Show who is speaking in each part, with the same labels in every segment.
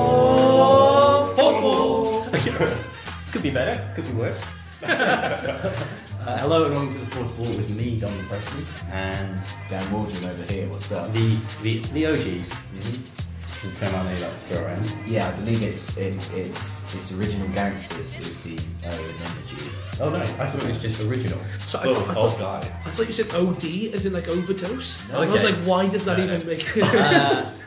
Speaker 1: Four, four. I can't remember. Could be better, could be worse. uh, hello and welcome to the fourth wall with me, Don Preston, and
Speaker 2: Dan Waldron over here, what's up?
Speaker 1: the the, the OGs. Mm-hmm. The term I know you like to throw around.
Speaker 2: Yeah, I believe it's it, it's its original gangsters is the O and then the G.
Speaker 1: Oh no, I thought it was just original.
Speaker 3: So I
Speaker 1: thought it was
Speaker 3: thought- I
Speaker 1: old guy.
Speaker 3: I thought you said OD, as in like overdose.
Speaker 1: No.
Speaker 3: I was
Speaker 1: Okay.
Speaker 3: like, why does that
Speaker 1: No,
Speaker 3: even
Speaker 1: no.
Speaker 3: make?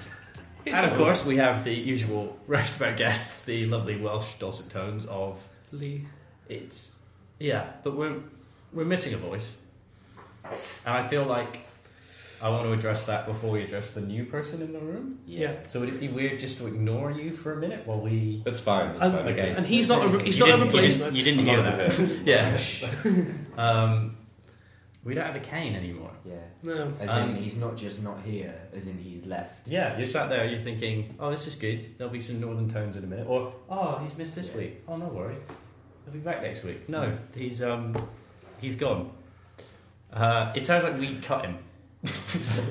Speaker 1: Uh, and of course, we have the usual rest of our guests, the lovely Welsh dulcet tones of
Speaker 3: Lee.
Speaker 1: It's yeah, but we're we're missing a voice, and I feel like I want to address that before we address the new person in the room.
Speaker 3: Yeah.
Speaker 1: So would it be weird just to ignore you for a minute while we?
Speaker 4: That's fine. That's
Speaker 3: Um,
Speaker 4: fine.
Speaker 1: okay.
Speaker 3: And he's not a he's
Speaker 1: You
Speaker 3: not a
Speaker 1: didn't- you
Speaker 3: replacement.
Speaker 1: didn't- You
Speaker 4: I'm
Speaker 1: didn't,
Speaker 4: not
Speaker 1: hear that. yeah. um, we don't have a cane anymore.
Speaker 2: Yeah.
Speaker 3: No.
Speaker 2: As
Speaker 1: Um,
Speaker 2: in he's not just not here, as in he's left.
Speaker 1: Yeah, you're sat there, you're thinking, oh, this is good. There'll be some northern tones in a minute, or oh, he's missed this
Speaker 2: Yeah.
Speaker 1: week. Oh, no worry, he'll be back next week. No, he's um, he's gone. Uh, it sounds like we cut him.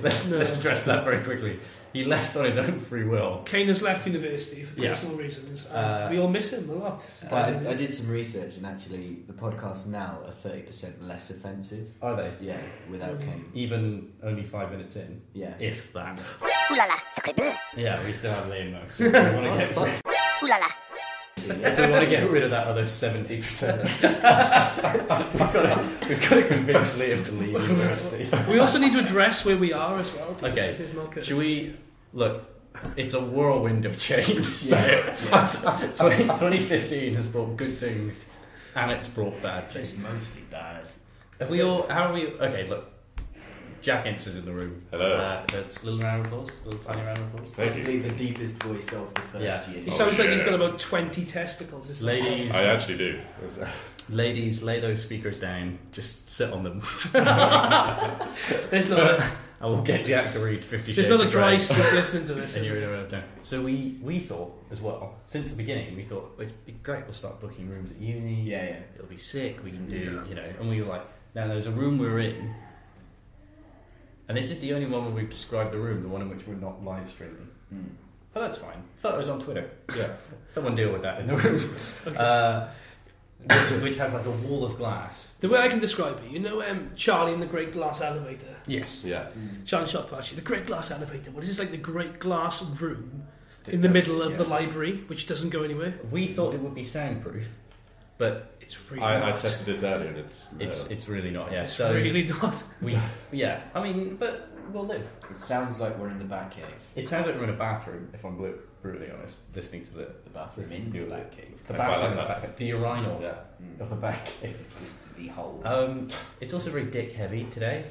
Speaker 1: let's,
Speaker 3: No.
Speaker 1: let's address that very quickly. He left on his own free will.
Speaker 3: Kane has left university for
Speaker 1: Yeah.
Speaker 3: personal reasons, and
Speaker 1: Uh,
Speaker 3: we all miss him a lot.
Speaker 2: But I, I did some research and actually the podcasts now are thirty percent less offensive.
Speaker 1: Are they
Speaker 2: Yeah, without
Speaker 3: Mm.
Speaker 2: Kane.
Speaker 1: even only five minutes in?
Speaker 2: Yeah.
Speaker 1: Mm-hmm. If that.
Speaker 5: Ouh là là, sacré bleu
Speaker 1: Yeah, we still have Liam though. So we want to get
Speaker 5: Ouh là là
Speaker 2: Yeah.
Speaker 1: we want to get rid of that other seventy percent. We've got to we've got to convince Liam to leave university.
Speaker 3: we also need to address where we are as well. because
Speaker 1: Okay.
Speaker 3: This is not good.
Speaker 1: Should we look? It's a whirlwind of change.
Speaker 2: Yeah. yeah.
Speaker 1: 20, 2015 has brought good things, and it's brought bad things.
Speaker 2: It's mostly bad.
Speaker 1: Have we all? How are we? Okay, look. Jack Ince is in the room.
Speaker 4: Hello.
Speaker 1: Uh, that's a little round of applause. Little tiny round of applause.
Speaker 4: Thank you.
Speaker 2: Possibly the deepest voice of the first
Speaker 1: Yeah.
Speaker 2: year.
Speaker 3: He
Speaker 4: Oh,
Speaker 3: sounds like he's
Speaker 4: yeah.
Speaker 3: got about twenty testicles. It's like-
Speaker 1: Ladies,
Speaker 4: I actually do. uh,
Speaker 1: ladies, lay those speakers down. Just sit on them.
Speaker 3: There's not. A,
Speaker 1: I will get Jack to read Fifty Shades.
Speaker 3: there's not a
Speaker 1: of
Speaker 3: dry
Speaker 1: Grey.
Speaker 3: stick listening to this.
Speaker 1: And
Speaker 3: is
Speaker 1: you're
Speaker 3: there?
Speaker 1: in a row of ten. So we we thought as well since the beginning we thought it'd be great. We'll start booking rooms at uni.
Speaker 2: Yeah, yeah.
Speaker 1: it'll be sick. We can do,
Speaker 3: Yeah.
Speaker 1: you know. And we were like, now there's a room we're in, and this is the only one where we've described the room, the one in which we're not live streaming.
Speaker 2: Mm.
Speaker 1: But that's fine. Photos on Twitter.
Speaker 4: Yeah.
Speaker 1: Someone deal with that in the room.
Speaker 3: Okay.
Speaker 1: Uh, which, which has like a wall of glass.
Speaker 3: The way I can describe it, you know, um, Charlie in the Great Glass Elevator.
Speaker 1: Yes.
Speaker 4: Yeah.
Speaker 3: Charlie Shop, actually, the Great Glass Elevator. What is this like the Great Glass Room
Speaker 2: That
Speaker 3: in the
Speaker 2: does-
Speaker 3: middle of
Speaker 2: yeah.
Speaker 3: the library, which doesn't go anywhere?
Speaker 1: We thought it would be soundproof, but
Speaker 3: It's really
Speaker 4: I, I
Speaker 3: not.
Speaker 4: tested it earlier and it's. uh,
Speaker 1: it's it's really not. Yeah.
Speaker 3: Uh, It's
Speaker 1: So
Speaker 3: really not.
Speaker 1: we yeah. I mean, but we'll live.
Speaker 2: It sounds like we're in the back cave.
Speaker 1: It sounds like we're in a bathroom. If I'm blu- brutally honest, listening to the
Speaker 2: The bathroom in the back cave.
Speaker 1: the
Speaker 4: I quite
Speaker 1: bathroom,
Speaker 4: like
Speaker 1: the, back- the urinal
Speaker 2: Mm.
Speaker 1: of the back cave.
Speaker 2: Just the hole.
Speaker 1: Um, it's also very dick heavy today.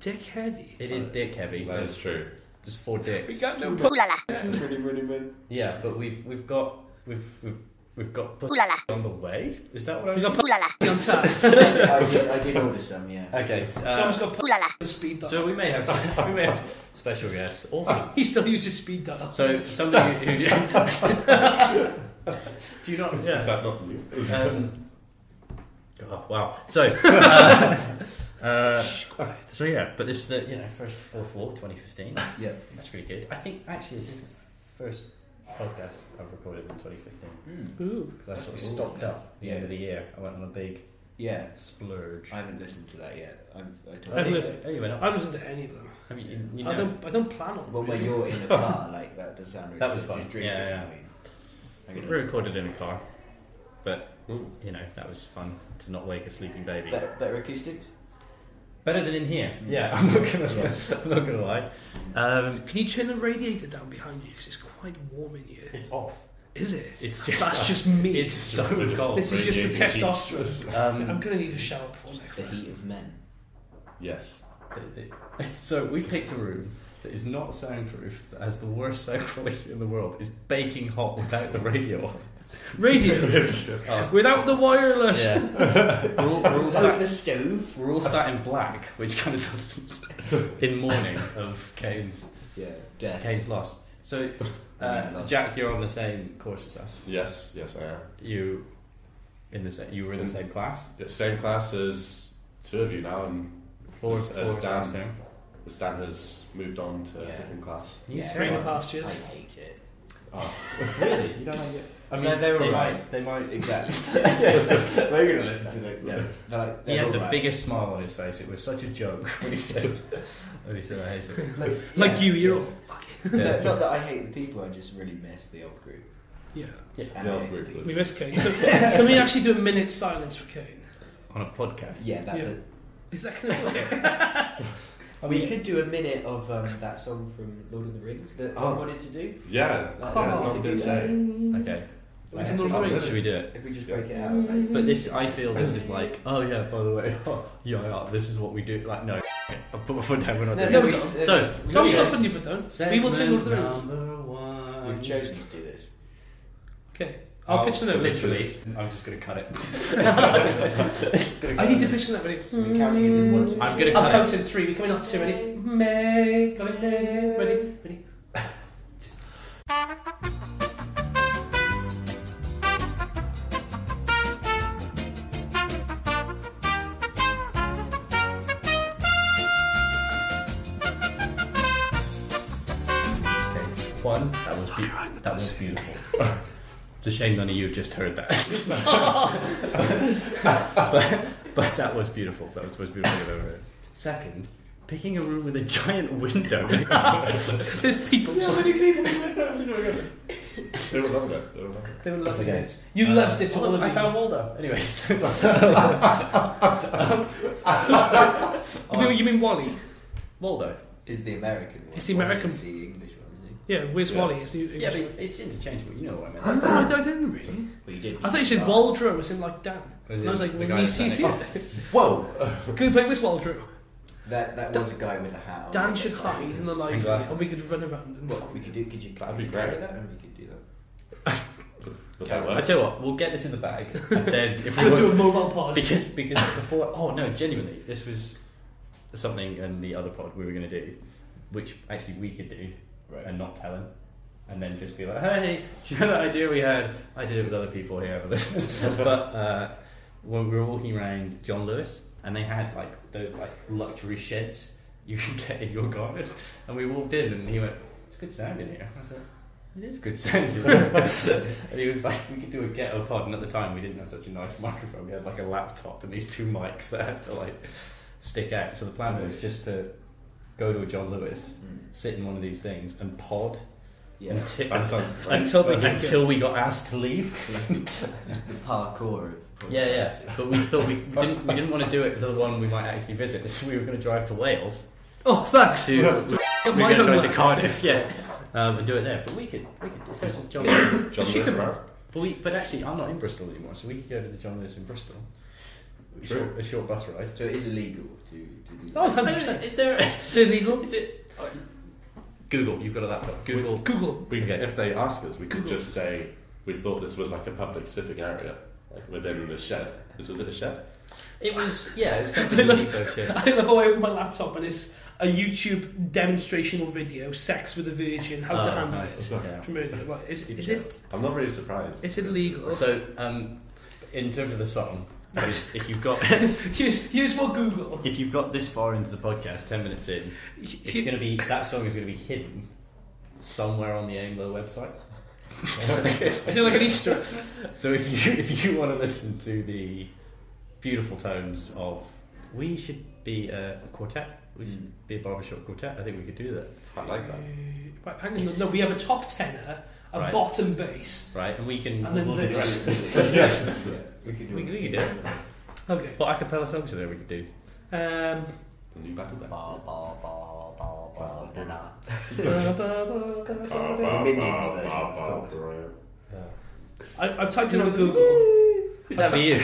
Speaker 3: Dick heavy.
Speaker 1: It is dick heavy.
Speaker 4: that is
Speaker 1: There's,
Speaker 4: true.
Speaker 1: there's four
Speaker 3: Uh, We
Speaker 1: dicks.
Speaker 3: got no.
Speaker 5: Ouh là là,
Speaker 2: really, really, really.
Speaker 1: Yeah, but we've we've got we've we've, we've got
Speaker 5: ouh
Speaker 1: put
Speaker 5: là là,
Speaker 1: on the way. Is that what I
Speaker 3: We got
Speaker 5: ouh là là,
Speaker 3: pussy on tap.
Speaker 2: I, did, I did order some, yeah.
Speaker 1: Okay.
Speaker 3: Dom's
Speaker 1: Uh,
Speaker 3: got
Speaker 5: ouh là là,
Speaker 3: pussy speed dial.
Speaker 1: so we may have we may have special guests also.
Speaker 3: he still uses speed dial.
Speaker 1: So somebody who do you not?
Speaker 4: Is that not new?
Speaker 1: Um, oh, wow. So, uh, uh, so yeah, but this is the you know first fourth war 2015.
Speaker 2: Yeah.
Speaker 1: That's pretty good. I think actually this is the first podcast I've recorded in 2015
Speaker 2: Mm.
Speaker 3: Ooh.
Speaker 1: because I sort of
Speaker 2: That's
Speaker 1: stocked
Speaker 2: awesome.
Speaker 1: up at the end of the year. I went on a big
Speaker 2: Yeah.
Speaker 1: splurge.
Speaker 2: I haven't listened to that yet. I'm, I don't
Speaker 1: Oh,
Speaker 3: I've
Speaker 1: you-
Speaker 3: listened.
Speaker 1: oh, you went
Speaker 3: I
Speaker 1: up.
Speaker 3: wasn't to any of them.
Speaker 1: I mean, you, you
Speaker 3: I
Speaker 1: know,
Speaker 3: don't. I don't plan on.
Speaker 2: Well, when you're in a car, like that does sound really
Speaker 1: That was
Speaker 2: good.
Speaker 1: fun.
Speaker 2: Just drink
Speaker 1: Yeah,
Speaker 2: it,
Speaker 1: yeah.
Speaker 2: I mean. I
Speaker 1: we
Speaker 2: can
Speaker 1: recorded in a car, but
Speaker 4: Mm.
Speaker 1: you know that was fun to not wake a sleeping baby.
Speaker 2: listen. Better, better acoustics?
Speaker 1: Better than in here.
Speaker 2: Mm.
Speaker 1: Yeah, I'm not gonna.
Speaker 2: Yeah.
Speaker 1: I'm not gonna lie. Um,
Speaker 3: Can you turn the radiator down behind you? Because it's quite warm in here.
Speaker 1: it's off.
Speaker 3: Is it?
Speaker 1: It's just
Speaker 3: That's
Speaker 1: us.
Speaker 3: just me.
Speaker 1: It's so
Speaker 4: Just-
Speaker 1: cold.
Speaker 3: This is just the
Speaker 4: Radiating
Speaker 3: testosterone. I'm
Speaker 1: Um,
Speaker 3: gonna need a shower before next
Speaker 2: The heat
Speaker 3: time.
Speaker 2: of men.
Speaker 4: Yes.
Speaker 1: th- th- so we picked a room that is not soundproof, that has the worst sound quality in the world, is baking hot without the radio. on.
Speaker 3: Radio
Speaker 1: Oh,
Speaker 3: without the wireless.
Speaker 1: yeah. We're all, we're all
Speaker 2: Like
Speaker 1: sat,
Speaker 2: the stove?
Speaker 1: we're all sat in black, which kind of doesn't. in mourning of Kane's
Speaker 2: Yeah, death.
Speaker 1: Kane's loss. So, uh, Jack, you're on the same course as us.
Speaker 4: Yes, yes, I am.
Speaker 1: You, in the sa- you were in the same class.
Speaker 4: The same class as two of you now, and
Speaker 1: Four,
Speaker 4: As-
Speaker 1: four
Speaker 4: as
Speaker 1: of us
Speaker 4: Dan. As Dan has moved on to a
Speaker 2: Yeah.
Speaker 4: different class.
Speaker 2: Yeah.
Speaker 3: Greener
Speaker 2: right. I
Speaker 3: pastures.
Speaker 2: hate it.
Speaker 4: Oh,
Speaker 1: really? You don't like it? I mean,
Speaker 2: No, they were
Speaker 1: they
Speaker 2: right.
Speaker 1: might. They might.
Speaker 2: Exactly. They're going to listen to the. They're, they're like,
Speaker 1: He
Speaker 2: they're
Speaker 1: had
Speaker 2: all
Speaker 1: the
Speaker 2: right.
Speaker 1: biggest smile on his face. It was such a joke when he said, when he said I hate it.
Speaker 2: Like,
Speaker 3: Like
Speaker 2: yeah.
Speaker 3: you, you're all fucking.
Speaker 2: No, it's
Speaker 1: Yeah.
Speaker 2: not that I hate the people. I just really miss the old group.
Speaker 3: Yeah.
Speaker 2: And
Speaker 4: the
Speaker 2: I
Speaker 4: old
Speaker 2: hate
Speaker 4: group
Speaker 2: the-
Speaker 4: was.
Speaker 3: We miss Kane. Can we actually do a minute's silence for Kane?
Speaker 1: On a podcast.
Speaker 2: Yeah, that.
Speaker 3: Yeah. Is that going to work?
Speaker 1: I
Speaker 2: we
Speaker 1: mean,
Speaker 2: could do a minute of um, that song from Lord of the Rings that I
Speaker 4: Oh.
Speaker 2: wanted to do.
Speaker 4: yeah,
Speaker 2: Like,
Speaker 4: yeah,
Speaker 3: Oh,
Speaker 2: we
Speaker 4: not
Speaker 2: could
Speaker 4: good
Speaker 2: do
Speaker 4: say.
Speaker 1: okay.
Speaker 2: We
Speaker 1: Like,
Speaker 2: can
Speaker 4: all
Speaker 1: how
Speaker 4: do it.
Speaker 1: should we do it?
Speaker 2: that. If we just break it out. Like,
Speaker 3: Hmm.
Speaker 1: But this, I feel, this is like, oh yeah, by the way, yeah, yeah, this is what we do. Like, no, I put my foot down. We're not doing
Speaker 3: no,
Speaker 1: it.
Speaker 3: we-
Speaker 1: So,
Speaker 2: we- uh,
Speaker 3: Don't
Speaker 2: we-
Speaker 3: stop on you for don't. We will sing all the rooms.
Speaker 1: rooms.
Speaker 2: We've chosen to do this.
Speaker 3: Okay. I'll
Speaker 1: Oh,
Speaker 3: pitch the notes.
Speaker 1: Literally, I'm just gonna cut it.
Speaker 3: I need to pitch the
Speaker 1: Mm.
Speaker 3: notes.
Speaker 2: So we're counting as in one,
Speaker 3: Mm-hmm.
Speaker 2: two,
Speaker 1: I'm
Speaker 2: three.
Speaker 1: gonna
Speaker 3: I'll
Speaker 1: cut
Speaker 3: count
Speaker 1: it.
Speaker 3: in three. We're coming off two. Ready? May. Coming in. Ready? Ready?
Speaker 1: One, that was be- that was beautiful. it's a shame none of you have just heard that. but, but that was beautiful. That was most beautiful I've ever heard. Second, picking a room with a giant window.
Speaker 3: There's people.
Speaker 4: They were loving it. They were loving it.
Speaker 3: They were loving
Speaker 1: Okay. Uh,
Speaker 3: it. You loved it, all of you.
Speaker 1: I found Waldo. Anyways, Um,
Speaker 3: You mean, you mean Wally?
Speaker 1: Waldo.
Speaker 2: Is the American one.
Speaker 3: It's the American-
Speaker 2: Or is the English one, isn't it?
Speaker 3: Yeah, where's
Speaker 4: Yeah.
Speaker 3: Wally? Is the,
Speaker 1: Yeah, but it's interchangeable. You know what I meant.
Speaker 3: No, I don't- I didn't really.
Speaker 2: Well, you did.
Speaker 3: I thought you said Waldro was in like Dan.
Speaker 1: Was
Speaker 3: And
Speaker 1: it
Speaker 3: I was like,
Speaker 1: the
Speaker 3: well,
Speaker 1: guy
Speaker 3: he's,
Speaker 1: that's
Speaker 3: he's
Speaker 1: standing
Speaker 3: here.
Speaker 4: Whoa!
Speaker 3: Can we play with Waldro?
Speaker 1: Oh,
Speaker 2: That, that was a guy with a hat on.
Speaker 3: Dan should hide in the library
Speaker 1: glasses.
Speaker 3: and we could run around and
Speaker 2: What, we could do, could you
Speaker 4: That'd
Speaker 2: could
Speaker 4: be
Speaker 2: you carry
Speaker 4: great.
Speaker 2: that? And we could do that.
Speaker 4: But that
Speaker 1: I
Speaker 4: worked.
Speaker 1: tell you what, we'll get this in the bag, and then if we
Speaker 3: We'll do a
Speaker 1: want,
Speaker 3: mobile pod.
Speaker 1: because because before, oh no, genuinely, this was something in the other pod we were going to do, which actually we could do and not tell him, and then just be like, hey, do you know that idea we had? I did it with other people here, but uh, when we were walking around John Lewis, and they had like the like luxury sheds you could get in your garden, and we walked in, and he went, "It's good sound in here." I was like, it is good sound. isn't it?" and he was like, we could do a ghetto pod, and at the time we didn't have such a nice microphone. We had like a laptop and these two mics that had to like stick out. So the plan was just to go to a John Lewis,
Speaker 2: Mm.
Speaker 1: sit in one of these things, and pod
Speaker 2: Yeah.
Speaker 1: until,
Speaker 4: That sounds great.
Speaker 1: until we
Speaker 4: That-
Speaker 1: until we got asked to leave.
Speaker 2: the parkour of podcasts.
Speaker 1: Yeah, yeah. But we thought we, we didn't we didn't want to do it because otherwise one we might actually visit. So we were going to drive to Wales
Speaker 3: Oh, thanks.
Speaker 1: to we were
Speaker 3: Got my
Speaker 1: going to drive to
Speaker 3: homework.
Speaker 1: Cardiff, yeah, um, and do it there. But we could we could if there's a John Lewis,
Speaker 4: John
Speaker 1: But she
Speaker 4: Lewis
Speaker 1: could-
Speaker 4: Brown.
Speaker 1: but we but actually I'm not in Bristol anymore, so we could go to the John Lewis in Bristol. A
Speaker 4: True.
Speaker 1: short, a short bus ride.
Speaker 2: So it is illegal to, to do
Speaker 3: Oh,
Speaker 2: that.
Speaker 3: 100%.
Speaker 1: Is there?
Speaker 3: Is it illegal?
Speaker 1: Is it? Google. You've got a laptop. Google.
Speaker 3: Google.
Speaker 4: We,
Speaker 1: Okay.
Speaker 4: If they ask us, we could
Speaker 3: Google.
Speaker 4: just say we thought this was like a public sitting area, like within the shed. This was it a shed?
Speaker 1: It was yeah. It was kind of a cheapo shit.
Speaker 3: I love how I open my laptop and it's a YouTube demonstrational video, Sex with a Virgin, how to
Speaker 1: Oh,
Speaker 3: handle
Speaker 1: nice.
Speaker 3: it.
Speaker 1: Yeah.
Speaker 3: From earlier. Like, is, is
Speaker 1: Yeah.
Speaker 3: it
Speaker 4: I'm not really surprised.
Speaker 3: Is it legal?
Speaker 1: So, um, in terms of the song, if if you've got
Speaker 3: here's, here's what Google.
Speaker 1: if you've got this far into the podcast, ten minutes in, it's going to be that song is going to be hidden somewhere on the AIMLO website.
Speaker 3: I feel like an Easter egg.
Speaker 1: so if you if you want to listen to the beautiful tones of we should be a quartet, we should be a barbershop quartet. I think we could do that,
Speaker 4: I like that.
Speaker 3: Uh, Right, hang on, no, we have a top tenor, a
Speaker 1: Right.
Speaker 3: bottom bass.
Speaker 1: right? And we can
Speaker 3: And then
Speaker 1: we'll do the
Speaker 3: this.
Speaker 1: rest.
Speaker 2: yeah. We could do
Speaker 1: We,
Speaker 2: it.
Speaker 1: we could do it.
Speaker 3: Okay.
Speaker 1: What acapella songs are there we could do?
Speaker 3: Um,
Speaker 4: The new battle back.
Speaker 2: Ba, ba, ba, ba, ba, da, da.
Speaker 4: Ba, ba,
Speaker 2: The Minions
Speaker 4: ba,
Speaker 2: version,
Speaker 4: ba,
Speaker 2: of
Speaker 4: ba,
Speaker 2: course.
Speaker 4: bro.
Speaker 3: I, I've typed in on Uh, Google.
Speaker 1: Could that be you?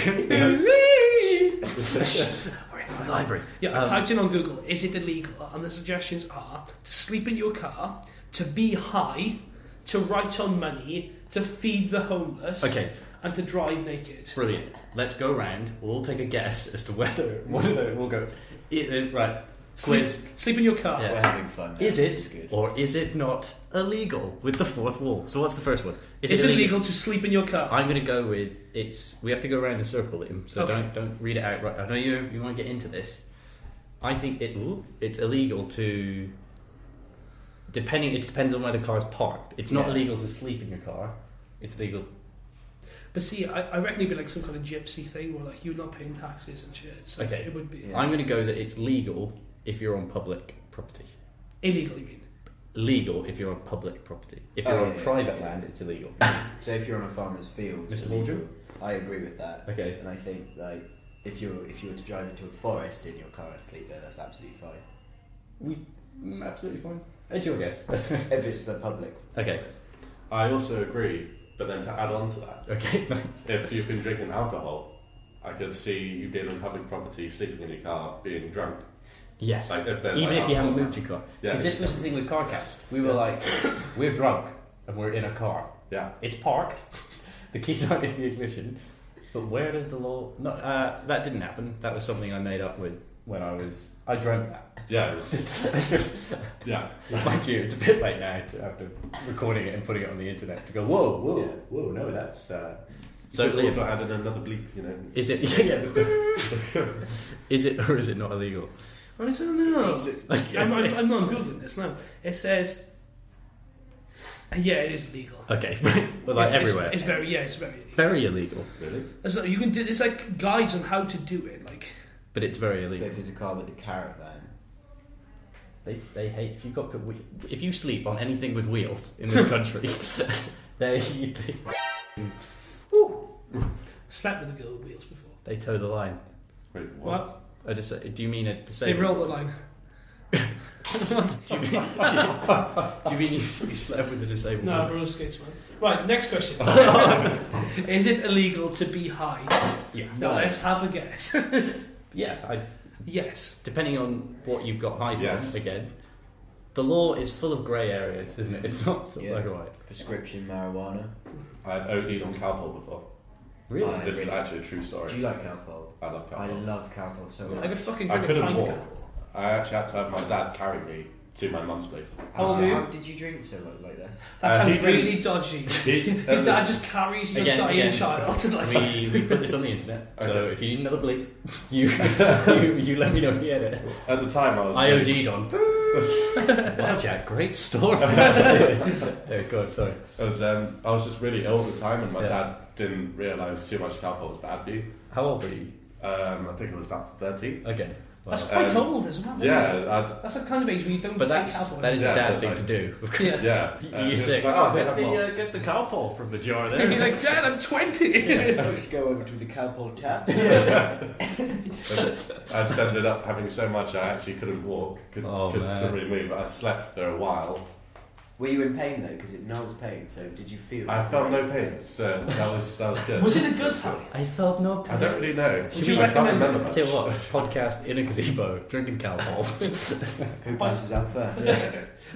Speaker 1: We're in the library.
Speaker 3: Yeah, I
Speaker 1: Um,
Speaker 3: typed in on Google, is it illegal? And the suggestions are to sleep in your car, to be high, to write on money, to feed the homeless,
Speaker 1: Okay,
Speaker 3: and to drive naked.
Speaker 1: brilliant. Let's go round. We'll all take a guess as to whether one of them will go. It, uh, right, quiz.
Speaker 3: Sleep in your car.
Speaker 1: Yeah.
Speaker 2: We're having fun. now.
Speaker 1: Is
Speaker 2: This is
Speaker 1: it
Speaker 2: good.
Speaker 1: or is it not illegal with the fourth wall? So what's the first one?
Speaker 3: Is it illegal to sleep in your car?
Speaker 1: I'm going to go with it's. We have to go around and circle him. So
Speaker 3: Okay.
Speaker 1: don't don't read it out. Right. I know you you want to get into this. I think it it's illegal to. Depending, it depends on where the car is parked. It's not
Speaker 2: Yeah.
Speaker 1: illegal to sleep in your car. It's legal.
Speaker 3: But see, I, I reckon it'd be like some kind of gypsy thing where like you're not paying taxes and shit. So
Speaker 1: Okay.
Speaker 3: it would be
Speaker 2: Yeah.
Speaker 1: I'm going to go that it's legal if you're on public property.
Speaker 3: illegal. You mean?
Speaker 1: Legal if you're on public property. If you're
Speaker 2: Oh,
Speaker 1: on
Speaker 2: yeah, yeah,
Speaker 1: private
Speaker 2: yeah.
Speaker 1: land, it's illegal.
Speaker 2: So if you're on a farmer's field,
Speaker 1: Mr.
Speaker 2: it's
Speaker 1: Waldron?
Speaker 2: illegal. I agree with that.
Speaker 1: Okay.
Speaker 2: And I think like if you if you were to drive into a forest in your car and sleep there, that's absolutely fine.
Speaker 1: We mm, absolutely fine. It's your guess. That's-
Speaker 2: If it's the public.
Speaker 1: Okay.
Speaker 2: forest.
Speaker 4: I also agree, but then to add on to that,
Speaker 1: okay.
Speaker 4: if you've been drinking alcohol, I could see you being on public property, sleeping in your car, being drunk.
Speaker 1: yes.
Speaker 4: Like if there's
Speaker 1: Even
Speaker 4: like
Speaker 1: if you haven't
Speaker 4: alcohol-
Speaker 1: moved your car,
Speaker 4: Yeah.
Speaker 1: because this was the thing with car caps. We were like, we're drunk and we're in a car.
Speaker 4: yeah,
Speaker 1: It's parked. The keys aren't in the ignition. But where does the law? No, uh, that didn't happen. That was something I made up with when I was. I dreamt that.
Speaker 4: yeah, it was- yeah.
Speaker 1: Mind you, it's a bit late now to, after recording it and putting it on the internet to go. Whoa, whoa,
Speaker 4: Yeah.
Speaker 1: whoa! No, that's. Uh... So,
Speaker 4: We've
Speaker 1: Liam,
Speaker 4: also added another bleep, you know.
Speaker 1: is it? is it or is it not illegal?
Speaker 3: I don't know.
Speaker 1: Like,
Speaker 3: I'm, I'm, I'm not googling this now. It says, uh, yeah, it is legal.
Speaker 1: okay, Uh, but like
Speaker 3: it's, it's-
Speaker 1: everywhere,
Speaker 3: It's, very yeah, it's very. Illegal.
Speaker 1: very illegal.
Speaker 4: Really?
Speaker 3: It's not, you can do. It's like guides on how to do it. Like
Speaker 1: But it's very
Speaker 2: But
Speaker 1: illegal.
Speaker 2: if it's a car with a caravan,
Speaker 1: They, they hate if you got put, whe- if you sleep on anything with wheels in this country, they, they
Speaker 3: slept with a girl with wheels before.
Speaker 1: they toe the line.
Speaker 4: Wait, what?
Speaker 3: What?
Speaker 1: I just do you mean a
Speaker 3: They
Speaker 1: disabled?
Speaker 3: rolled the line.
Speaker 1: do, you mean, do, you, do you mean you, you slept with a disabled?
Speaker 3: No,
Speaker 1: woman?
Speaker 3: roller skates man. Right, next question. is it illegal to be high?
Speaker 1: Yeah.
Speaker 3: Now Let's have a guess.
Speaker 1: Yeah. I,
Speaker 3: yes.
Speaker 1: depending on what you've got high for
Speaker 4: Yes.
Speaker 1: again, the law is full of grey areas, isn't it? It's not sort of
Speaker 2: Yeah.
Speaker 1: black and white.
Speaker 2: prescription marijuana.
Speaker 4: I've OD'd on cowpole before.
Speaker 1: Really?
Speaker 2: I
Speaker 4: this is
Speaker 2: really-
Speaker 4: actually a true
Speaker 2: Do
Speaker 4: story.
Speaker 2: you like cowpole?
Speaker 4: I love
Speaker 2: I
Speaker 4: cowpole.
Speaker 2: love cowpole so
Speaker 3: I
Speaker 2: much.
Speaker 3: could fucking
Speaker 4: I
Speaker 3: drink a
Speaker 4: couldn't
Speaker 3: pint.
Speaker 4: walk.
Speaker 3: of alcohol.
Speaker 4: I actually had to have my dad carry me to my mum's place.
Speaker 3: How old
Speaker 2: How-
Speaker 3: are you?
Speaker 2: how did you drink so much like that?
Speaker 3: That
Speaker 4: Uh,
Speaker 3: sounds
Speaker 4: he didn't-
Speaker 3: really dodgy.
Speaker 4: He-
Speaker 3: Your dad just carries your
Speaker 1: Again,
Speaker 3: dying
Speaker 1: again.
Speaker 3: child. To like,
Speaker 1: We, we put this on the internet, so
Speaker 4: Okay.
Speaker 1: if you need another bleep, you you, you let me know in the edit.
Speaker 4: At the time, I was.
Speaker 1: I
Speaker 4: very-
Speaker 1: OD'd on. wow, Jack, great story. oh, God, sorry.
Speaker 4: I was, um, I was just really ill at the time, and my
Speaker 1: Yeah.
Speaker 4: dad didn't realise too much cowpole was bad for you.
Speaker 1: How old were you?
Speaker 4: Um, I think I was about 13.
Speaker 1: Okay. Wow.
Speaker 3: that's quite
Speaker 4: Um,
Speaker 3: old, isn't it?
Speaker 4: Yeah,
Speaker 3: That's the kind of age when you don't
Speaker 1: But
Speaker 3: take
Speaker 1: that's,
Speaker 3: alcohol.
Speaker 1: that is
Speaker 4: Yeah,
Speaker 1: a dad
Speaker 4: but
Speaker 1: thing
Speaker 4: like-
Speaker 1: to do.
Speaker 3: yeah.
Speaker 4: I, yeah.
Speaker 1: You-
Speaker 4: And
Speaker 1: you
Speaker 4: it was
Speaker 1: say,
Speaker 4: just like, oh, yeah, well,
Speaker 3: uh,
Speaker 1: get the cowpaw from the jar
Speaker 3: You'd be like, Dad, I'm 20.
Speaker 2: I'll just go over to the cowpole tap.
Speaker 4: I just ended up having so much I actually couldn't walk, couldn't,
Speaker 1: Oh,
Speaker 4: couldn't,
Speaker 1: man.
Speaker 4: couldn't really move. I slept for a while.
Speaker 2: Were you in pain though? Because it numbs pain. So did you feel?
Speaker 4: I felt no pain, so that was that was good.
Speaker 3: Was it a good high?
Speaker 1: I felt no pain.
Speaker 4: I don't really know.
Speaker 3: Would you
Speaker 4: I can't
Speaker 3: recommend
Speaker 4: remember
Speaker 1: I
Speaker 4: much.
Speaker 1: tell you what, podcast in a gazebo, drinking cowpaw.
Speaker 2: Who passes out first?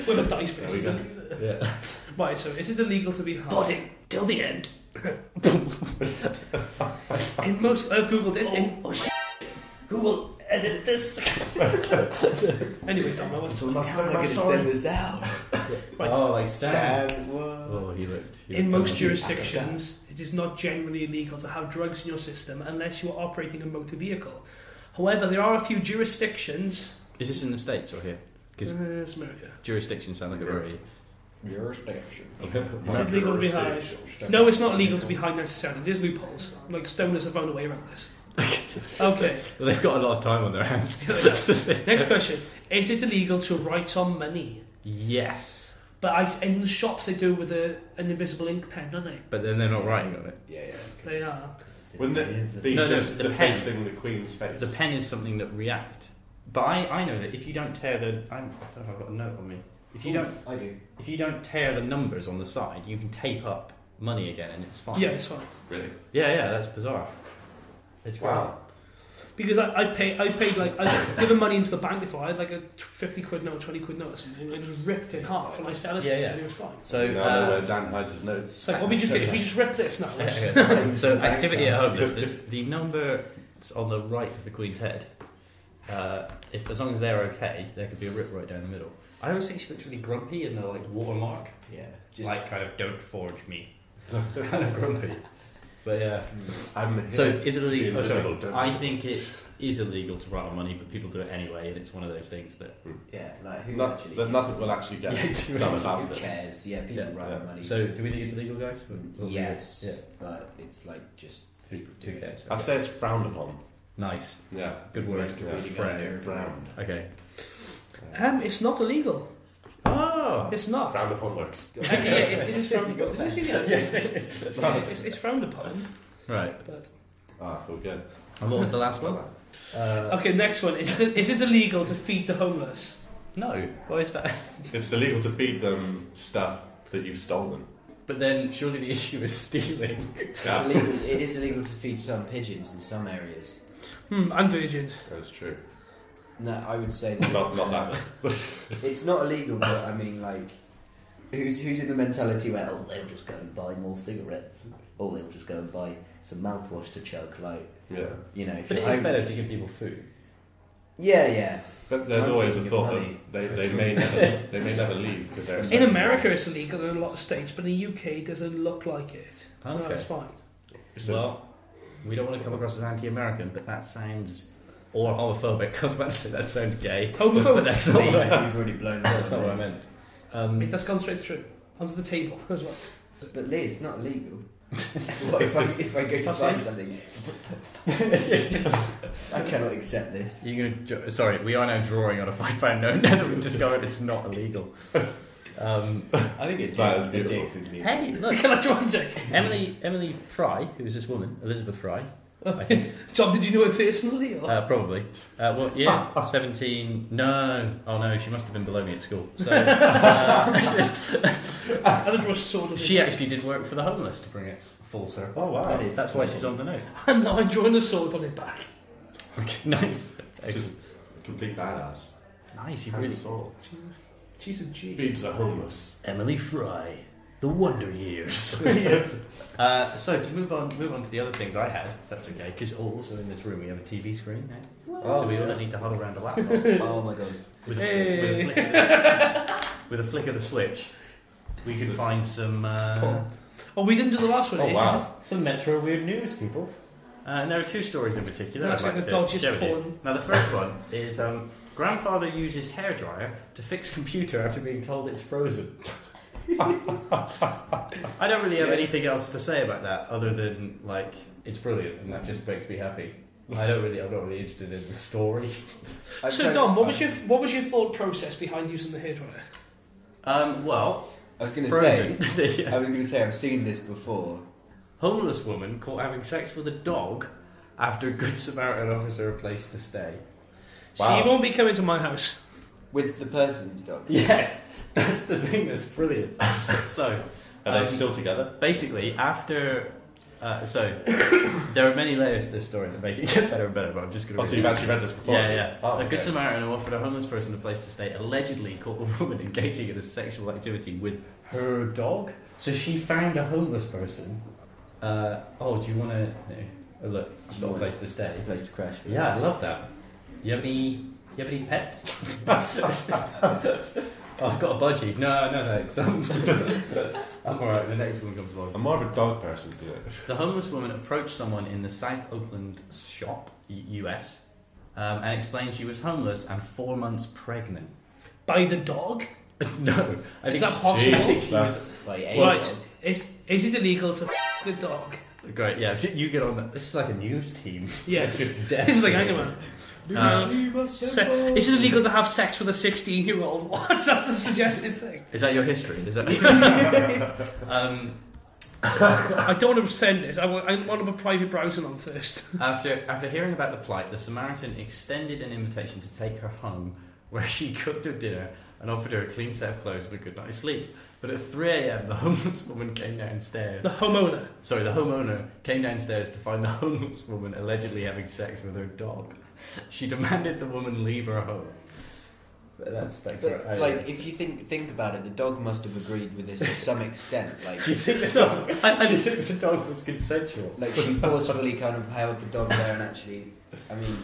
Speaker 3: With a dice fist.
Speaker 4: There we
Speaker 1: yeah.
Speaker 3: Right, so is it illegal to be high?
Speaker 1: Body till the end.
Speaker 3: In most, I've googled this. In,
Speaker 1: Who will edit this?
Speaker 3: anyway, Dom, I was talking.
Speaker 4: Must know
Speaker 2: How am I
Speaker 4: my
Speaker 2: going to
Speaker 4: story.
Speaker 2: send this out?
Speaker 1: Oh, like Stan.
Speaker 2: Stan, what?
Speaker 1: Oh, he looked. he
Speaker 3: In
Speaker 1: looked
Speaker 3: most
Speaker 1: dumb.
Speaker 3: jurisdictions, it is not generally illegal to have drugs in your system unless you are operating a motor vehicle. However, there are a few jurisdictions.
Speaker 1: Is this in the States or here?
Speaker 3: Uh,
Speaker 1: 'Cause-
Speaker 3: it's America.
Speaker 1: Jurisdictions sound like a very.
Speaker 3: Is it legal to be high? No, it's not illegal to be high necessarily. There's loopholes. Like stoners have found a way around this. Okay.
Speaker 1: Well, they've got a lot of time on their hands.
Speaker 3: Next question: Is it illegal to write on money?
Speaker 1: yes.
Speaker 3: But I, in the shops they do with a, an invisible ink pen, don't they?
Speaker 1: But then they're not writing on it.
Speaker 2: Yeah, yeah.
Speaker 3: They are.
Speaker 4: Wouldn't it be
Speaker 1: No, no,
Speaker 4: just
Speaker 1: the pen.
Speaker 4: defacing the Queen's face?
Speaker 1: The pen is something that react. But I, I know that if you don't tear the, I'm, I don't know, I've got a note on me. If you don't,
Speaker 2: I do.
Speaker 1: if you don't tear the numbers on the side, you can tape up money again, and it's fine.
Speaker 3: Yeah, it's fine.
Speaker 4: really?
Speaker 1: yeah, yeah. That's bizarre. It's crazy.
Speaker 4: Wow.
Speaker 3: Because I, I've paid, I've paid like I've given money into the bank before. I had like a t- fifty quid note, twenty quid note, or something. And I just ripped it in half and I sell it.
Speaker 1: Yeah,
Speaker 3: to
Speaker 1: yeah.
Speaker 3: yeah. And it was fine.
Speaker 1: So,
Speaker 4: now I know
Speaker 1: uh,
Speaker 4: where Dan hides his notes.
Speaker 3: It's like, what we just did, if we just rip this now. let's-
Speaker 1: okay, okay. so activity at home listeners, the number on the right of the Queen's head. Uh, if as long as they're okay, there could be a rip right down the middle. I always think she looks really grumpy in the like watermark,
Speaker 2: Yeah. Just
Speaker 1: like kind of don't forge me, kind of grumpy. But yeah.
Speaker 4: I'm here
Speaker 1: So is it
Speaker 4: to be
Speaker 1: illegal? oh, sorry.
Speaker 4: invisible, don't
Speaker 1: I
Speaker 4: matter.
Speaker 1: think it is illegal to write on money, but people do it anyway, and it's one of those things that.
Speaker 2: Yeah, like who
Speaker 4: No,
Speaker 2: actually?
Speaker 4: then nothing will actually get
Speaker 1: Yeah, do you
Speaker 4: done
Speaker 1: know
Speaker 4: about
Speaker 2: who
Speaker 4: it.
Speaker 2: cares? Yeah, people
Speaker 1: Yeah,
Speaker 2: write
Speaker 4: yeah.
Speaker 2: money.
Speaker 1: So do we think it's illegal, guys? Or- or-
Speaker 2: yes,
Speaker 1: Yeah.
Speaker 2: but it's like just
Speaker 1: Who,
Speaker 2: do
Speaker 1: who
Speaker 2: it.
Speaker 1: cares?
Speaker 4: I'd say it's frowned upon.
Speaker 1: Nice.
Speaker 4: Yeah.
Speaker 1: Good word.
Speaker 2: Mr. Really good
Speaker 4: Frowned.
Speaker 2: lyric.
Speaker 4: Frowned.
Speaker 1: Okay.
Speaker 3: Um, it's not illegal.
Speaker 1: Ah!
Speaker 4: Oh.
Speaker 3: It's not.
Speaker 4: Frowned upon works.
Speaker 3: Yeah, yeah, it it is frowned upon. It is, yeah.
Speaker 4: Yeah.
Speaker 3: It's, it's frowned upon.
Speaker 1: Right.
Speaker 3: But
Speaker 4: Ah, feel good.
Speaker 1: And what was the last one? Uh,
Speaker 3: okay, next one. Is it, is it illegal to feed the homeless?
Speaker 1: no. Why is that?
Speaker 4: It's illegal to feed them stuff that you've stolen.
Speaker 1: But then surely the issue is stealing.
Speaker 2: It's
Speaker 4: Yeah,
Speaker 2: illegal, it is illegal to feed some pigeons in some areas.
Speaker 3: Hmm, and virgins.
Speaker 4: that's true.
Speaker 2: No, I would say that-
Speaker 4: Not, not that.
Speaker 2: It's not illegal, but I mean, like, who's who's in the mentality where oh they'll just go and buy more cigarettes, or they'll just go and buy some mouthwash to chug, like
Speaker 4: Yeah.
Speaker 2: you know. If
Speaker 1: But it
Speaker 2: you're
Speaker 1: is better
Speaker 2: homeless-
Speaker 1: to give people food.
Speaker 2: Yeah, yeah.
Speaker 4: But there's
Speaker 2: I'm
Speaker 4: always a
Speaker 2: thinking of
Speaker 4: thought
Speaker 2: money.
Speaker 4: that they, they may never they may never leave because they're
Speaker 3: In
Speaker 4: expecting-
Speaker 3: America, it's illegal in a lot of states, but in the UK, it doesn't look like it. No,
Speaker 1: Okay.
Speaker 3: it's fine.
Speaker 4: It's a-
Speaker 1: Well, we don't want to come across as anti-American, but that sounds or homophobic. I was about to say that sounds gay.
Speaker 3: Homophobic.
Speaker 1: But that's
Speaker 2: You've
Speaker 1: not what I,
Speaker 2: already blown that.
Speaker 1: that's not what I meant.
Speaker 3: It
Speaker 1: Um,
Speaker 3: has gone straight through onto the table as well.
Speaker 2: But Lee, it's not illegal. what if I if I go to buy something? I cannot accept this.
Speaker 1: you're gonna, jo- sorry, we are now drawing on a five-pound note now that we've discovered it's not illegal. Um,
Speaker 2: I think it's
Speaker 4: That is beautiful.
Speaker 1: hey, look,
Speaker 3: Can I join Jake?
Speaker 1: Emily Emily Fry, who is this woman, Elizabeth Fry, I think,
Speaker 3: John, did you know it personally? Or?
Speaker 1: uh, probably. Uh, what year? Seventeen? No, oh no, she must have been below me at school. So. Uh,
Speaker 3: I didn't draw a sword on
Speaker 1: She
Speaker 3: it.
Speaker 1: actually did work for the homeless to bring it full circle.
Speaker 4: Oh wow.
Speaker 2: That is-
Speaker 1: That's why she's on the note.
Speaker 3: And now I join a sword on it back.
Speaker 1: Okay, nice.
Speaker 4: She's a complete badass.
Speaker 1: nice, you
Speaker 4: Has a
Speaker 1: really.
Speaker 4: soul.
Speaker 3: She's a G.
Speaker 4: Feeds the homeless.
Speaker 1: Emily Fry, The Wonder Years. Yes. uh, so to move on, move on to the other things I had. That's okay, because also in this room we have a TV screen now, so we all don't need to huddle around a laptop with,
Speaker 2: Oh my god.
Speaker 1: with
Speaker 3: Hey.
Speaker 1: a flick of the, with a flick of the switch. We can find some uh,
Speaker 3: Porn. Oh, we didn't do the last one.
Speaker 4: Oh
Speaker 3: eh?
Speaker 4: wow.
Speaker 1: some Metro weird news, people. Uh, and there are two stories in particular.
Speaker 3: That's
Speaker 1: I'd
Speaker 3: like the
Speaker 1: to
Speaker 3: dodgiest
Speaker 1: share with you.
Speaker 3: porn.
Speaker 1: Now the first one is um, grandfather uses hairdryer to fix computer after being told it's frozen. I don't really have anything else to say about that other than like it's brilliant and that just makes me happy. I don't really, I'm not really interested in the story.
Speaker 2: I
Speaker 3: So, Dom, what was your what was your thought process behind using the hairdryer?
Speaker 1: Um, well,
Speaker 2: I was going to say.
Speaker 1: frozen. Yeah.
Speaker 2: I was going to say I've seen this before.
Speaker 1: Homeless woman caught having sex with a dog after Good Samaritan offers her a place to stay.
Speaker 3: So
Speaker 4: Wow.
Speaker 3: you won't be coming to my house.
Speaker 2: With the person's dog.
Speaker 1: Yes, that's the thing that's brilliant. so,
Speaker 4: Are
Speaker 1: um,
Speaker 4: they still together?
Speaker 1: basically after. Uh, so there are many layers to this story that make it get better and better, but I'm just going to.
Speaker 4: Oh, so you've actually read this before?
Speaker 1: Yeah, yeah.
Speaker 4: Oh,
Speaker 1: A
Speaker 4: okay.
Speaker 1: good Samaritan who offered a homeless person a place to stay allegedly caught a woman engaging in a sexual activity with her dog. So she found a homeless person. Uh, oh, do you want to? No. Oh, look, she's got a place to stay.
Speaker 2: A place to crash. for.
Speaker 1: Yeah, I love that. You have any? You have any pets? I've got a budgie. No, no, thanks. I'm, I'm all right. The next one comes along.
Speaker 4: I'm more of a dog person, do it.
Speaker 1: The homeless woman approached someone in the South Oakland shop, U- US, um, and explained she was homeless and four months pregnant.
Speaker 3: By the dog?
Speaker 1: no, I
Speaker 3: Is
Speaker 1: think-
Speaker 3: that possible?
Speaker 1: Jeez, that's-
Speaker 2: By a
Speaker 3: Right.
Speaker 2: dog.
Speaker 3: Is is it illegal to f- the dog?
Speaker 1: Great. Yeah, if you- you get on. that. This is like a news team.
Speaker 3: Yes.
Speaker 1: this
Speaker 3: This is like Hangman. Man.
Speaker 1: Uh,
Speaker 3: Se- is it illegal to have sex with a 16 year old? What? That's the suggested thing.
Speaker 1: Is that your history? Is that? um,
Speaker 3: I don't want to send this. I want, I want to have a private browsing on first.
Speaker 1: After, after hearing about the plight, the Samaritan extended an invitation to take her home, where she cooked her dinner and offered her a clean set of clothes and a good night's sleep. But at 3 a.m., the homeless woman came downstairs.
Speaker 3: The homeowner.
Speaker 1: Sorry, the homeowner came downstairs to find the homeless woman allegedly having sex with her dog. She demanded the woman leave her home. But That's, that's
Speaker 2: But,
Speaker 1: right.
Speaker 2: like, if you think think about it, the dog must have agreed with this to some extent. Like,
Speaker 1: do you think the dog?
Speaker 3: I- I-
Speaker 1: do you think the dog was consensual?
Speaker 2: like she forcefully kind of held the dog there, and actually, I mean,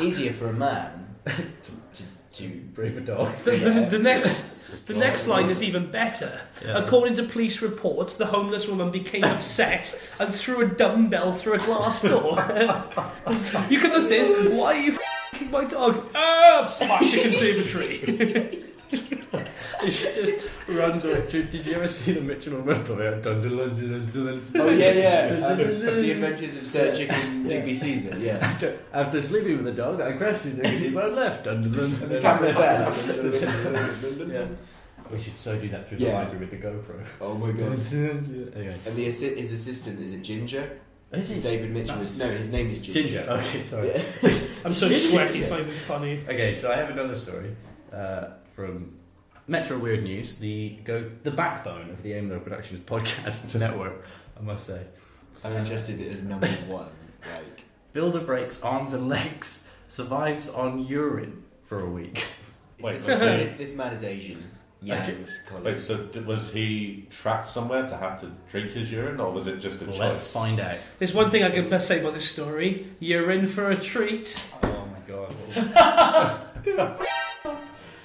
Speaker 2: easier for a man to, to
Speaker 6: to
Speaker 1: Brave a dog.
Speaker 3: The, the-
Speaker 6: Yeah.
Speaker 3: the next, the next line is even better. According to police reports, the homeless woman became upset and threw a dumbbell through a glass door. you come upstairs. Why are you f***ing my dog? Ah, smash the conservatory.
Speaker 1: It's just runs away. Did did you ever see the Mitchell and Wimple? They're dungeon, dungeon, dungeon, dungeon.
Speaker 6: Oh yeah, yeah. Um, the Adventures of Sir Chicken Digby Caesar. Yeah.
Speaker 1: After, after sleeping with the dog, I crashed into the gazebo and left. Dun, dun, dun.
Speaker 6: And the camera's
Speaker 1: yeah.
Speaker 6: there.
Speaker 1: We should so do that through
Speaker 6: Yeah.
Speaker 1: the library with the GoPro.
Speaker 6: Oh my god.
Speaker 1: anyway.
Speaker 6: And the assi- his assistant is a ginger.
Speaker 1: Is he
Speaker 6: David Mitchell is no, his name is Ginger.
Speaker 1: Ginger. Okay, sorry.
Speaker 6: Yeah.
Speaker 3: I'm so sweaty. It's not even funny.
Speaker 1: Okay, so I have another story uh, from Metro Weird News, the go the backbone of the AIMLO Productions podcast network, I must say.
Speaker 6: I'm adjusted it as number one. Like
Speaker 1: Builder breaks arms and legs, survives on urine for a week.
Speaker 6: is
Speaker 4: Wait,
Speaker 6: this,
Speaker 4: wait,
Speaker 6: man
Speaker 4: wait.
Speaker 6: is, this man is Asian. Yang's colour.
Speaker 4: Wait, so d- was he trapped somewhere to have to drink his urine, or was it just a
Speaker 1: Let's
Speaker 4: choice?
Speaker 1: find out.
Speaker 3: There's one thing I can best say about this story. You're in for a treat.
Speaker 1: Oh my god.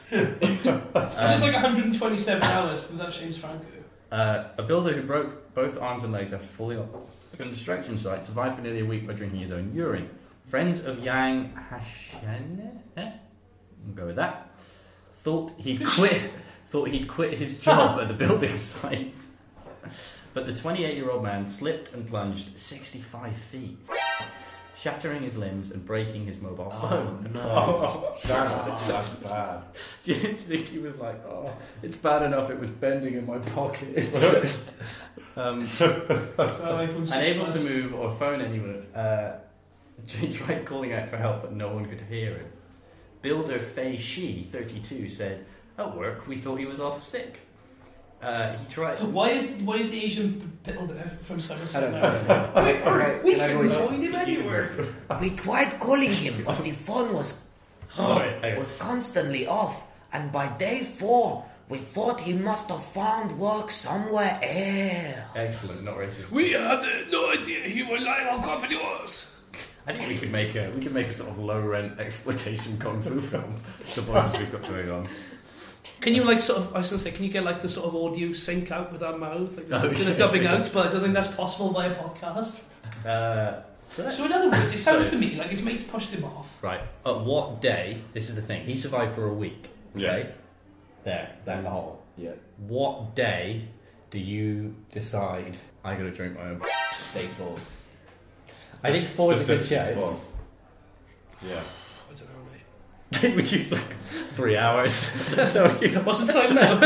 Speaker 3: It's
Speaker 1: Um,
Speaker 3: just like 127 hours without James Franco.
Speaker 1: Uh, a builder who broke both arms and legs after falling off a construction site survived for nearly a week by drinking his own urine. Friends of Yang Hashan, eh? We'll go with that. Thought he quit. thought he'd quit his job at the building site, but the 28-year-old man slipped and plunged 65 feet, shattering his limbs and breaking his mobile
Speaker 6: Oh
Speaker 1: phone.
Speaker 6: no!
Speaker 4: Damn, that's bad.
Speaker 1: Do you think he was like, oh, it's bad enough it was bending in my pocket? um,
Speaker 3: Uh,
Speaker 1: unable to move or phone anyone, uh, he tried calling out for help, but no one could hear him. Builder Fei Shi, 32, said, At work, we thought he was off sick. Uh, he tried.
Speaker 3: Why is why is the Asian builder from
Speaker 6: I
Speaker 3: Somerset?
Speaker 6: don't
Speaker 3: now?
Speaker 6: know.
Speaker 3: Wait,
Speaker 6: Can I-
Speaker 3: we
Speaker 6: can I
Speaker 3: can
Speaker 6: voice-
Speaker 3: find him anywhere.
Speaker 7: We tried calling him, but the phone was
Speaker 1: Sorry, hang on.
Speaker 7: was constantly off, and by day four, we thought he must have found work somewhere else.
Speaker 1: Excellent, not racist.
Speaker 3: We had uh, no idea he was lying on company was.
Speaker 1: I think we could make a we could make a sort of low rent exploitation kung fu film. The voices we've got going on.
Speaker 3: Can you like sort of? I was gonna say, can you get like the sort of audio sync out with our mouths, like
Speaker 1: Oh,
Speaker 3: do the
Speaker 1: yes,
Speaker 3: dubbing
Speaker 1: yes,
Speaker 3: out? But I don't think that's possible via podcast.
Speaker 1: Uh, so that's-
Speaker 3: So in other words, it sounds
Speaker 1: So-
Speaker 3: to me like his mates pushed him off.
Speaker 1: Right. At what day? This is the thing. He survived for a week. Okay.
Speaker 4: Yeah.
Speaker 1: There. Down the hole.
Speaker 6: Yeah.
Speaker 1: What day do you decide I gotta drink my own?
Speaker 6: Day four.
Speaker 1: I think four is a good
Speaker 4: Specific
Speaker 1: show.
Speaker 4: one. Yeah.
Speaker 3: I don't know, mate.
Speaker 1: Would you like three hours? so you
Speaker 3: What's the time now?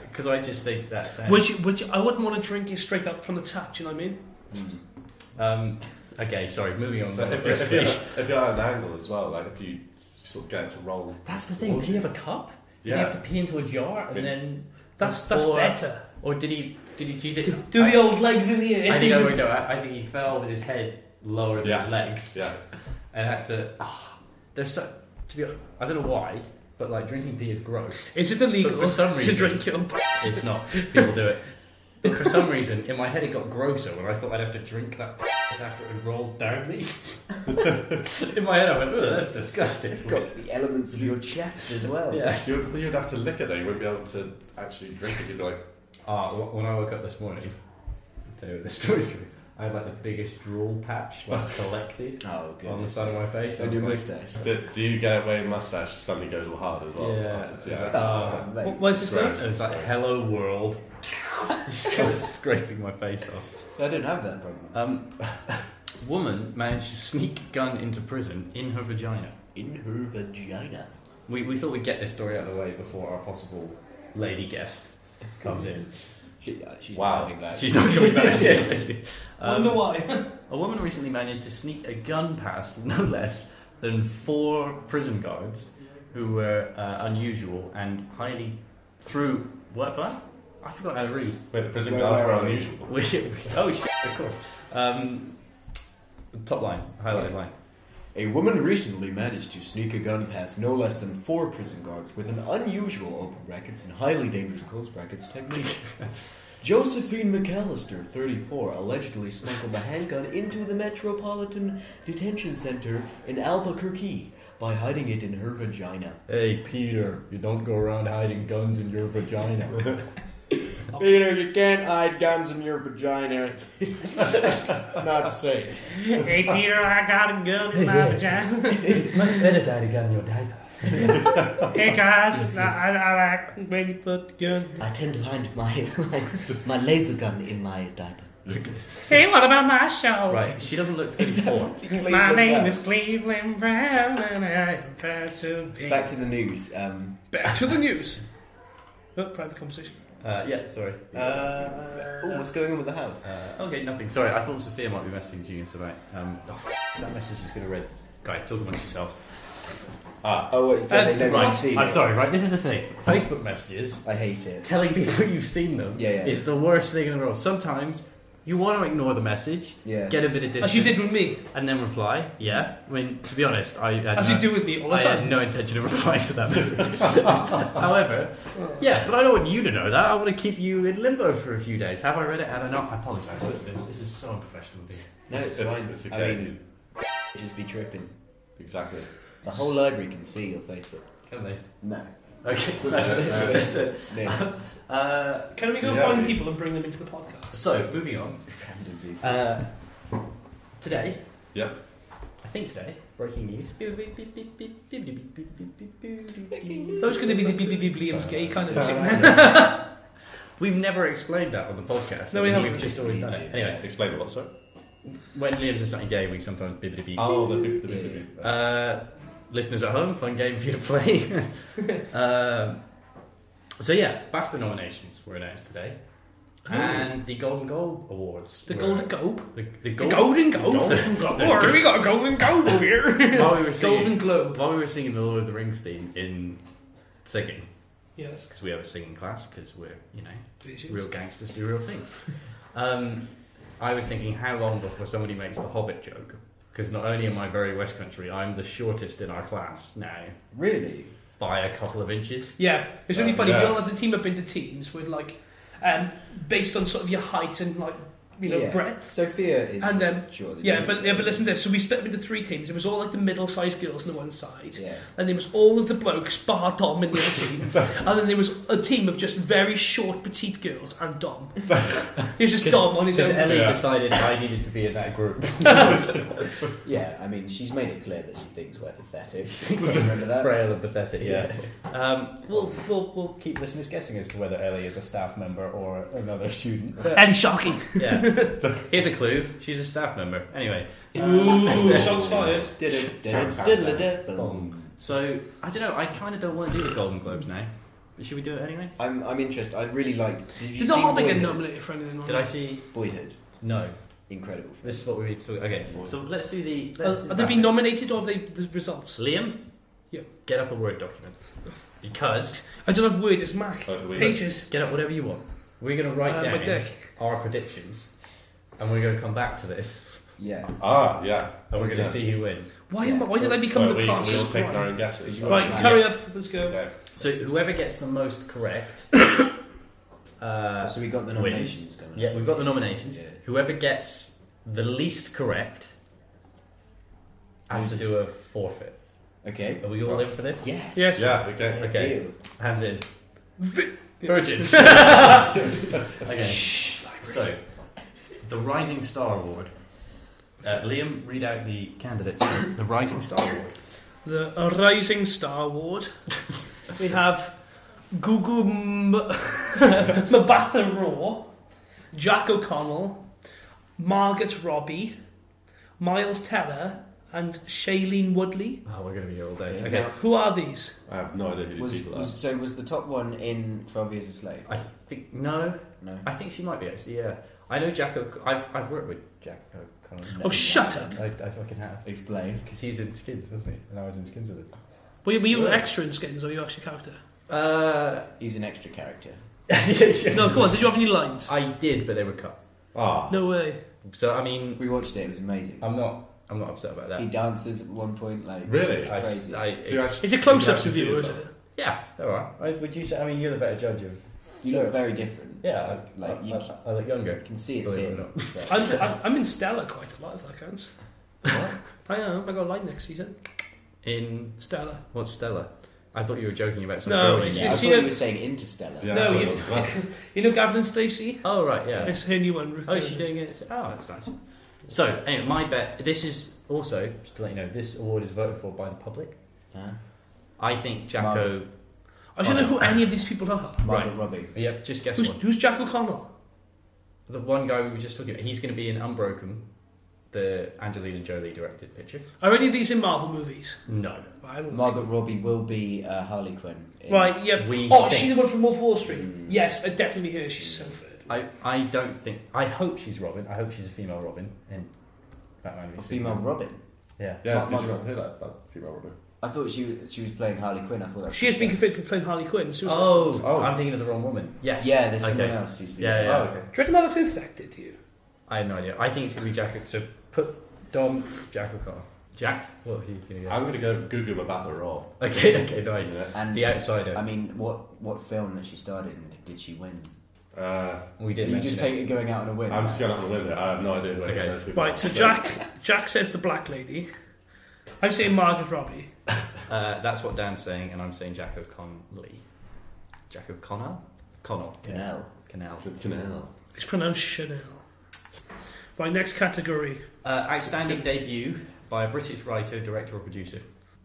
Speaker 1: because Uh, I just think that sounds.
Speaker 3: would you? Would you? I wouldn't want to drink it straight up from the tap. Do you know what I mean?
Speaker 1: um, okay, sorry. Moving on.
Speaker 4: So if, you're, if,
Speaker 1: briskly.
Speaker 4: you're, if you're at an angle as well, like if you sort of get it to roll,
Speaker 1: That's the thing. Did he have a cup? Did
Speaker 4: Yeah.
Speaker 1: he have to pee into a jar and
Speaker 4: Yeah.
Speaker 1: then?
Speaker 3: That's that's
Speaker 1: Or-
Speaker 3: better.
Speaker 1: Or did he? Did he? Do you think?
Speaker 3: Do the old legs in the air.
Speaker 1: I think I would go. I, I think he fell with his head lower than
Speaker 4: Yeah.
Speaker 1: his legs.
Speaker 4: yeah,
Speaker 1: and had to. ah, there's so to be. honest, I don't know why, but like drinking pee is gross.
Speaker 3: Is it illegal
Speaker 1: But for some
Speaker 3: to
Speaker 1: reason-
Speaker 3: drink it on
Speaker 1: It's not. People do it. But for some reason, in my head, it got grosser when I thought I'd have to drink that after it had rolled down me. in my head, I went, "Oh, that's disgusting."
Speaker 6: It's got the elements of your chest as well.
Speaker 1: Yeah.
Speaker 4: you'd, you'd have to lick it. Then you wouldn't be able to actually drink it. You'd be like,
Speaker 1: Ah, wh- when I woke up this morning, I'll tell you what the story's going. I had like the biggest drool patch like collected
Speaker 6: Oh, good.
Speaker 1: on the side of my face. I
Speaker 6: And your
Speaker 1: was like,
Speaker 6: mustache.
Speaker 4: do, do you get away mustache? Something goes all hard as well.
Speaker 1: Yeah.
Speaker 4: yeah.
Speaker 1: Exactly.
Speaker 6: Oh,
Speaker 1: Ah.
Speaker 6: mate.
Speaker 3: Where's this
Speaker 4: Gross.
Speaker 1: it was like, "Hello, world." Just kind of scraping my face off.
Speaker 6: I don't have that problem.
Speaker 1: Um, woman managed to sneak gun into prison in her vagina.
Speaker 6: In her vagina.
Speaker 1: We, we thought we'd get this story out of the way before our possible lady guest comes in.
Speaker 6: She, uh, she's
Speaker 4: Wow.
Speaker 6: wow. having that.
Speaker 1: She's not coming back.
Speaker 3: Wonder why.
Speaker 1: Um, a woman recently managed to sneak a gun past no less than four prison guards who were uh, unusual and highly through what plan? I forgot how to read.
Speaker 4: Wait, the prison
Speaker 6: Where-
Speaker 4: guards
Speaker 6: where
Speaker 4: were
Speaker 6: are we?
Speaker 4: unusual.
Speaker 1: We, we- oh shit! Of course. Um, top line, highlighted line.
Speaker 6: A woman recently managed to sneak a gun past no less than four prison guards with an unusual open brackets and highly dangerous close brackets technique. Josephine McAllister, 34, allegedly smuggled a handgun into the Metropolitan Detention Center in Albuquerque
Speaker 2: by hiding it in her vagina.
Speaker 1: Hey, Peter, you don't go around hiding guns in your vagina.
Speaker 2: Peter, you can't hide guns in your vagina. it's not safe.
Speaker 3: Hey, Peter, I got a gun in my vagina.
Speaker 1: it's much better to hide a gun in your diaper.
Speaker 3: Hey, guys, I, I, I like when you put the gun.
Speaker 8: I tend to hide my my laser gun in my diaper.
Speaker 3: Hey, what about my show?
Speaker 1: Right, she doesn't look 34.
Speaker 3: My name is Cleveland Brown, and I am proud to be.
Speaker 2: Back to the news. Um,
Speaker 3: Back to the news. Oh, private conversation.
Speaker 1: Uh, yeah, sorry.
Speaker 2: oh,
Speaker 1: Uh,
Speaker 2: what's going on with the house?
Speaker 1: uh, okay, nothing. Sorry, I thought Sophia might be messaging you about. Um, oh, f- that message is going to read. Guy, talk amongst yourselves. Um,
Speaker 2: Oh, wait, so
Speaker 3: Uh,
Speaker 2: they never
Speaker 1: Right,
Speaker 2: seen
Speaker 1: I'm
Speaker 2: it.
Speaker 1: sorry, right? This is the thing Facebook messages
Speaker 2: I hate it.
Speaker 1: telling people you've seen them
Speaker 2: Yeah, yeah.
Speaker 1: is the worst thing in the world. Sometimes you want to ignore the message,
Speaker 2: Yeah.
Speaker 1: get a bit of distance,
Speaker 3: As you did with me.
Speaker 1: and then reply. Yeah, I mean, to be honest, I had
Speaker 3: As
Speaker 1: no,
Speaker 3: you do with me all the
Speaker 1: I had
Speaker 3: time.
Speaker 1: no intention of replying to that message. However,
Speaker 3: Oh.
Speaker 1: yeah, but I don't want you to know that. I want to keep you in limbo for a few days. Have I read it? Have I not? I apologise, listeners. This is so unprofessional. of me.
Speaker 2: No, it's,
Speaker 4: It's-
Speaker 2: fine.
Speaker 4: it's
Speaker 2: I
Speaker 4: okay.
Speaker 2: mean, just be tripping.
Speaker 4: Exactly.
Speaker 2: The whole library can see your Facebook.
Speaker 1: Can they?
Speaker 2: No.
Speaker 1: Okay, let's do it.
Speaker 2: No.
Speaker 1: Uh,
Speaker 3: Can we go
Speaker 4: Yeah.
Speaker 3: find people and bring them into the podcast?
Speaker 1: so moving on.
Speaker 2: Random people.
Speaker 1: Uh, today,
Speaker 4: Yep.
Speaker 1: I think today, breaking news.
Speaker 3: That was going to be the BBB Liam's gay kind
Speaker 4: Uh,
Speaker 3: of thing.
Speaker 1: We've never explained that on the podcast.
Speaker 3: No, we haven't.
Speaker 1: We've just always done it. Anyway,
Speaker 4: Explain what, sorry?
Speaker 1: when Liam says something gay, we sometimes bibbidi beep.
Speaker 4: Oh, the big, the big, the big.
Speaker 1: Uh, listeners at home, fun game for you to play. um, so yeah, BAFTA nominations were announced today, and the Golden Globe Awards.
Speaker 3: The
Speaker 1: were-
Speaker 3: Golden Globe.
Speaker 1: The, the
Speaker 3: The
Speaker 1: Gold-
Speaker 3: Golden Globe.
Speaker 1: Golden Globe.
Speaker 3: Or we got a Golden Globe over here.
Speaker 1: While we were singing,
Speaker 3: Golden Globe.
Speaker 1: while we were singing the Lord of the Rings theme in singing,
Speaker 3: Yes.
Speaker 1: because we have a singing class, because we're you know
Speaker 3: Please, yes.
Speaker 1: real gangsters do real things. Um, I was thinking, how long before somebody makes the Hobbit joke? Because not only am I very West Country, I'm the shortest in our class now
Speaker 2: Really?
Speaker 1: by a couple of inches.
Speaker 3: Yeah, it's really
Speaker 4: Uh,
Speaker 3: funny. We
Speaker 4: yeah.
Speaker 3: all had to team up into teams with like, um, based on sort of your height and like you know
Speaker 2: yeah.
Speaker 3: breadth.
Speaker 2: Sophia is
Speaker 3: And, um,
Speaker 2: sure that
Speaker 3: Yeah,
Speaker 2: you-
Speaker 3: but yeah, but listen to this. So we split up into three teams. It was all like the middle-sized girls on the one side,
Speaker 2: Yeah.
Speaker 3: and there was all of the blokes bar Dom in the other team, and then there was a team of just very short, petite girls and Dom. He was just
Speaker 1: 'Cause-
Speaker 3: Dom on his
Speaker 1: Because
Speaker 3: own.
Speaker 1: Ellie
Speaker 4: Yeah.
Speaker 1: decided I needed to be in that group.
Speaker 2: Yeah, I mean, she's made it clear that she thinks we're pathetic. Remember
Speaker 6: Uh,
Speaker 2: that?
Speaker 1: Frail and pathetic, yeah. Um, we'll, we'll, we'll keep listeners guessing as to whether Ellie is a staff member or another student.
Speaker 3: Ellie shocking.
Speaker 1: yeah. Here's a clue she's a staff member. Anyway. Uh,
Speaker 3: Ooh, shots fired.
Speaker 2: Diddle-diddle-diddle-diddle.
Speaker 1: So, I don't know, I kind of don't want to do the Golden Globes now. But should we do it anyway?
Speaker 2: I'm, I'm interested. I really liked. Did, you
Speaker 3: Did the
Speaker 2: see
Speaker 3: Hobbit get
Speaker 2: Boyhood?
Speaker 3: nominated for anything?
Speaker 1: Did I see.
Speaker 2: Boyhood,
Speaker 1: No.
Speaker 2: incredible.
Speaker 1: This is what we need to talk Okay, so let's do the. Let's
Speaker 3: Have
Speaker 1: do
Speaker 3: Uh, they
Speaker 1: that.
Speaker 3: been nominated or have they the results?
Speaker 1: Liam?
Speaker 3: Yeah.
Speaker 1: Get up a Word document. Because.
Speaker 3: I don't have Word, it's Mac.
Speaker 4: Oh, we-
Speaker 3: Pages.
Speaker 1: Get up whatever you want. We're going to write
Speaker 3: Uh, my
Speaker 1: down
Speaker 3: dick.
Speaker 1: our predictions. And we're going to come back to this.
Speaker 2: Yeah,
Speaker 4: Ah, yeah.
Speaker 1: And we're going
Speaker 2: Okay.
Speaker 1: to see who wins.
Speaker 3: Why, am I, why did I become
Speaker 4: Well,
Speaker 3: the
Speaker 4: we,
Speaker 3: class?
Speaker 4: we'll take
Speaker 3: scribe?
Speaker 4: our own guesses.
Speaker 3: Right,
Speaker 2: Yeah.
Speaker 3: hurry up, let's go.
Speaker 4: Okay.
Speaker 1: So whoever gets the most correct. uh,
Speaker 2: so we got the
Speaker 1: Wins.
Speaker 2: nominations coming.
Speaker 1: yeah, we've got the nominations.
Speaker 2: Yeah.
Speaker 1: Whoever gets the least correct has to do a forfeit.
Speaker 2: Okay.
Speaker 1: Are we all in for this?
Speaker 2: Yes.
Speaker 3: Yes.
Speaker 4: Yeah, okay.
Speaker 1: Okay.
Speaker 2: Deal.
Speaker 1: Hands in. Virgins. okay. So, the Rising Star Award. Uh, Liam, read out the candidates. the Rising Star Award.
Speaker 3: The uh, Rising Star Award. we have Gugu M- Mabatha Raw, Jack O'Connell, Margaret Robbie, Miles Teller, and Shailene Woodley.
Speaker 1: Oh, we're going to be here all day.
Speaker 2: Okay.
Speaker 1: Okay.
Speaker 3: Who are these?
Speaker 4: I have no idea who these
Speaker 2: Was,
Speaker 4: people
Speaker 2: was, so was the top one in Twelve Years a Slave?
Speaker 1: I think, no,
Speaker 2: No.
Speaker 1: I think she might be actually, yeah. I know Jack O'Connell. I've, I've worked with Jack O'Connell.
Speaker 3: Oh, shut up.
Speaker 1: I, I fucking have.
Speaker 2: Explain.
Speaker 1: Because he's in Skins, wasn't he? And I was in Skins with him.
Speaker 3: Were, were you an
Speaker 1: Yeah.
Speaker 3: extra in Skins or were you actually a character?
Speaker 1: Uh,
Speaker 2: He's an extra character.
Speaker 3: No, come on, did you have any lines?
Speaker 1: I did, but they were cut.
Speaker 4: are. Ah.
Speaker 3: No way.
Speaker 1: So, I mean,
Speaker 2: We watched it. It was amazing.
Speaker 1: I'm not, I'm not upset about that.
Speaker 2: He dances at one point. Like
Speaker 4: Really?
Speaker 2: It's
Speaker 1: I,
Speaker 2: crazy.
Speaker 1: I,
Speaker 4: So you
Speaker 1: it's-
Speaker 4: actually-
Speaker 3: It's a close
Speaker 4: Yeah,
Speaker 3: ups of
Speaker 4: I see
Speaker 3: you,
Speaker 4: it.
Speaker 3: isn't it?
Speaker 1: yeah, they're all right. I, would you say? I mean, you're the better judge of.
Speaker 2: you look very different.
Speaker 1: Yeah, I,
Speaker 2: Like
Speaker 1: I,
Speaker 2: you
Speaker 1: I, I look younger.
Speaker 2: can see it's
Speaker 1: Believe it
Speaker 2: him.
Speaker 1: or
Speaker 2: but-
Speaker 3: I'm, I'm in Stella quite a lot, if that counts.
Speaker 2: What?
Speaker 3: I know, I got a line next season.
Speaker 1: in
Speaker 3: Stella.
Speaker 1: what's Stella? I thought you were joking about something.
Speaker 3: No,
Speaker 1: growing
Speaker 3: it's-
Speaker 1: now.
Speaker 6: Yeah, I
Speaker 3: it's-
Speaker 6: thought
Speaker 3: you know-
Speaker 6: you were saying Interstellar.
Speaker 4: Yeah,
Speaker 3: No,
Speaker 4: I thought
Speaker 3: you-
Speaker 4: it was that.
Speaker 3: You know Gavin and Stacey?
Speaker 1: Oh right, yeah.
Speaker 3: It's her new one. Ruth
Speaker 1: Oh, is she
Speaker 3: Davis.
Speaker 1: doing it? Oh, that's nice. So anyway, my bet. This is also just to let you know. This award is voted for by the public.
Speaker 6: Huh?
Speaker 1: I think Jacko.
Speaker 3: I don't know who any of these people are.
Speaker 6: Margot Robbie.
Speaker 1: Yep, just guess
Speaker 3: Who's,
Speaker 1: one.
Speaker 3: who's Jack O'Connell?
Speaker 1: The one guy we were just talking about. He's going to be in Unbroken, the Angelina Jolie directed picture.
Speaker 3: Are any of these in Marvel movies?
Speaker 1: No,
Speaker 3: I don't know.
Speaker 6: Margot Robbie will be uh, Harley Quinn. in-
Speaker 3: Right, yeah.
Speaker 1: We
Speaker 3: oh,
Speaker 1: think- Mm.
Speaker 3: she's the one from Wolf of Wall Street. Yes, I definitely her. She's so good.
Speaker 1: I, I don't think. I hope she's Robin. I hope she's a female Robin in Batman. v
Speaker 6: A
Speaker 1: Superman.
Speaker 6: female Robin.
Speaker 1: Yeah.
Speaker 4: Yeah,
Speaker 6: Mark-
Speaker 4: did you
Speaker 6: Mark-
Speaker 4: not hear that? That female Robin.
Speaker 6: I thought she she was playing Harley Quinn. I thought that
Speaker 3: She has been confirmed to be playing Harley Quinn. Suicide
Speaker 1: Oh,
Speaker 4: Oh.
Speaker 1: I'm thinking of the wrong woman. Yes.
Speaker 6: Yeah, there's someone
Speaker 1: okay.
Speaker 6: else who's been.
Speaker 1: Yeah, yeah.
Speaker 4: Oh, okay.
Speaker 3: Squad. Do you reckon that looks infected to you?
Speaker 1: I have no idea. I think it's going to be Jack. So put Dom, Jack O'Connor. Jack, what are you going to
Speaker 4: I'm going to go Google Mabatha Raw.
Speaker 1: go? Okay, okay, nice.
Speaker 6: And
Speaker 1: Oh, The Outsider.
Speaker 6: I mean, what what film that she starred in did she win?
Speaker 4: Uh,
Speaker 1: we
Speaker 6: Are
Speaker 1: did
Speaker 6: you just
Speaker 1: mention it.
Speaker 6: take it going out on a win.
Speaker 4: I'm just going out the window. I have no idea where
Speaker 1: Okay.
Speaker 4: those people are.
Speaker 3: Right, so Jack Jack says the black lady. I'm saying Margaret Robbie.
Speaker 1: Uh, that's what Dan's saying, and I'm saying Jack O'Connelly. Jack O'Connell? Connell.
Speaker 6: Canal.
Speaker 1: Canal.
Speaker 4: Canal.
Speaker 3: It's pronounced Chanel. Right, next category.
Speaker 1: Uh, outstanding debut by a British writer, director, or producer.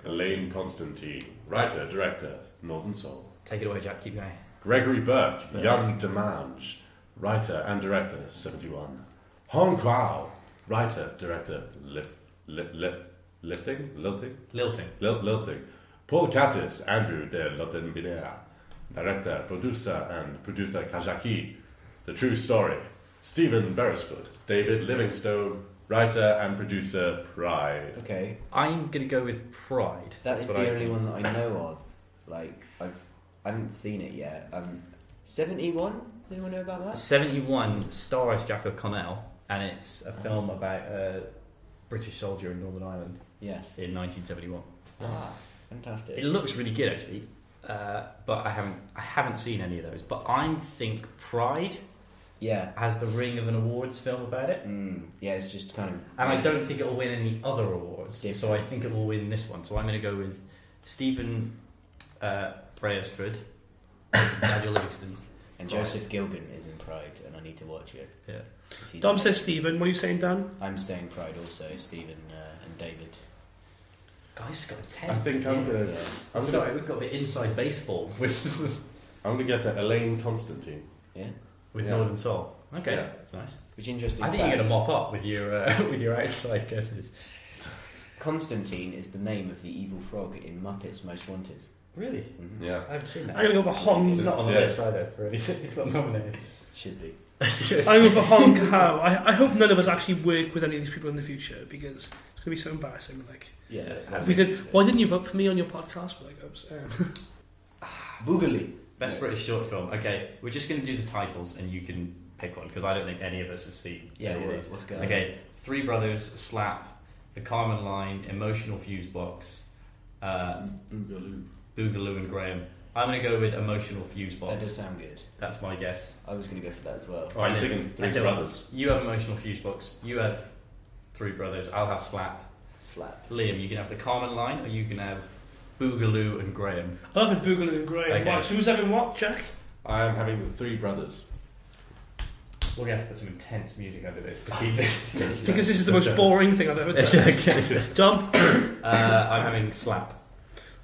Speaker 4: Elaine Constantine, writer, director, Northern Soul.
Speaker 1: Take it away, Jack. Keep going.
Speaker 4: Gregory Burke, young Demange, writer and director, 71. Hong Kwao, writer, director, lip, lip, lip, lifting, lilting,
Speaker 1: Lilting.
Speaker 4: lil, lilting. Paul Kattis, Andrew de Lodenbinera, director, producer, and producer Kajaki. The True Story, Stephen Beresford, David Livingstone, writer and producer, Pride.
Speaker 6: Okay,
Speaker 1: I'm going to go with Pride.
Speaker 6: that is
Speaker 4: what
Speaker 6: the
Speaker 4: I
Speaker 6: only
Speaker 4: think.
Speaker 6: one that I know of. Like I've I haven't seen it yet. Um, seventy one. Anyone know about that?
Speaker 1: 71 stars Jack O'Connell, and it's a film about a British soldier in Northern Ireland
Speaker 6: Yes.
Speaker 1: in 1971.
Speaker 6: Ah,
Speaker 1: It
Speaker 6: fantastic.
Speaker 1: looks really good, actually, uh, but I haven't I haven't seen any of those. But I think Pride
Speaker 6: Yeah.
Speaker 1: has the ring of an awards film about it,
Speaker 6: Mm, yeah, it's just kind of.
Speaker 1: and I don't think it will win any other awards.
Speaker 6: Different.
Speaker 1: So I think it will win this one. So I'm going to go with Stephen uh, Brailsford, Daniel Livingston.
Speaker 6: And Joseph Gilgan is in Pride, and I need to watch it.
Speaker 1: Yeah.
Speaker 6: 'Cause he's-
Speaker 3: Dom says Stephen. What are you saying, Dan?
Speaker 6: I'm saying Pride also. Stephen uh, and David.
Speaker 1: Guys, got a ten.
Speaker 4: I think I'm going to.
Speaker 6: Yeah.
Speaker 4: I'm gonna-
Speaker 1: Sorry, we've got a bit inside baseball with
Speaker 4: I'm going to get that Elaine Constantine.
Speaker 6: Yeah.
Speaker 1: with
Speaker 4: Yeah.
Speaker 1: Northern Soul. Okay,
Speaker 4: Yeah.
Speaker 1: that's nice.
Speaker 6: Which interesting.
Speaker 1: I think you're going
Speaker 6: fact,
Speaker 1: to mop up with your uh, with your outside guesses.
Speaker 6: Constantine is the name of the evil frog in Muppets Most Wanted.
Speaker 1: Really?
Speaker 6: Mhm.
Speaker 4: Yeah.
Speaker 1: I haven't seen
Speaker 3: I'm gonna go for Hong.
Speaker 1: It's not on the
Speaker 4: Yeah.
Speaker 1: list either for anything. It's not nominated.
Speaker 6: Should be.
Speaker 3: I'm going for Hong Kao. I, I hope none of us actually work with any of these people in the future because it's going to be so embarrassing. Like,
Speaker 6: Yeah.
Speaker 1: As
Speaker 3: we
Speaker 1: we
Speaker 3: did. Why didn't you vote for me on your podcast? We're Like, oops, uh,
Speaker 6: Boogaloo.
Speaker 1: Best British short film. Okay, we're just going to do the titles and you can pick one because I don't think any of us have seen
Speaker 6: Yeah,
Speaker 1: any
Speaker 6: it
Speaker 1: of
Speaker 6: is.
Speaker 1: these.
Speaker 6: Let's go.
Speaker 1: Okay, Three Brothers, Slap, The Carmen Line, Emotional Fuse Box, uh,
Speaker 4: Boogaloo.
Speaker 1: Boogaloo and Graham. I'm going to go with Emotional Fuse
Speaker 6: That
Speaker 1: Box.
Speaker 6: does sound good.
Speaker 1: That's my guess.
Speaker 6: I was going to go for that as well.
Speaker 1: All right,
Speaker 4: I'm
Speaker 1: then.
Speaker 4: thinking Three
Speaker 1: Oh, I tell you
Speaker 4: Brothers.
Speaker 1: what, You have Emotional Fuse Box. You have Three Brothers. I'll have Slap.
Speaker 6: Slap.
Speaker 1: Liam, you can have The Carmen Line or you can have Boogaloo and Graham.
Speaker 3: I love it, Boogaloo and Grey.
Speaker 1: Okay.
Speaker 3: Right, so who's having what, Jack?
Speaker 4: I am having the Three Brothers.
Speaker 1: We're going to have to put some intense music under this to keep this.
Speaker 3: Because this is the most boring thing I've ever done.
Speaker 1: okay.
Speaker 3: Dom,
Speaker 1: Uh, I'm having slap.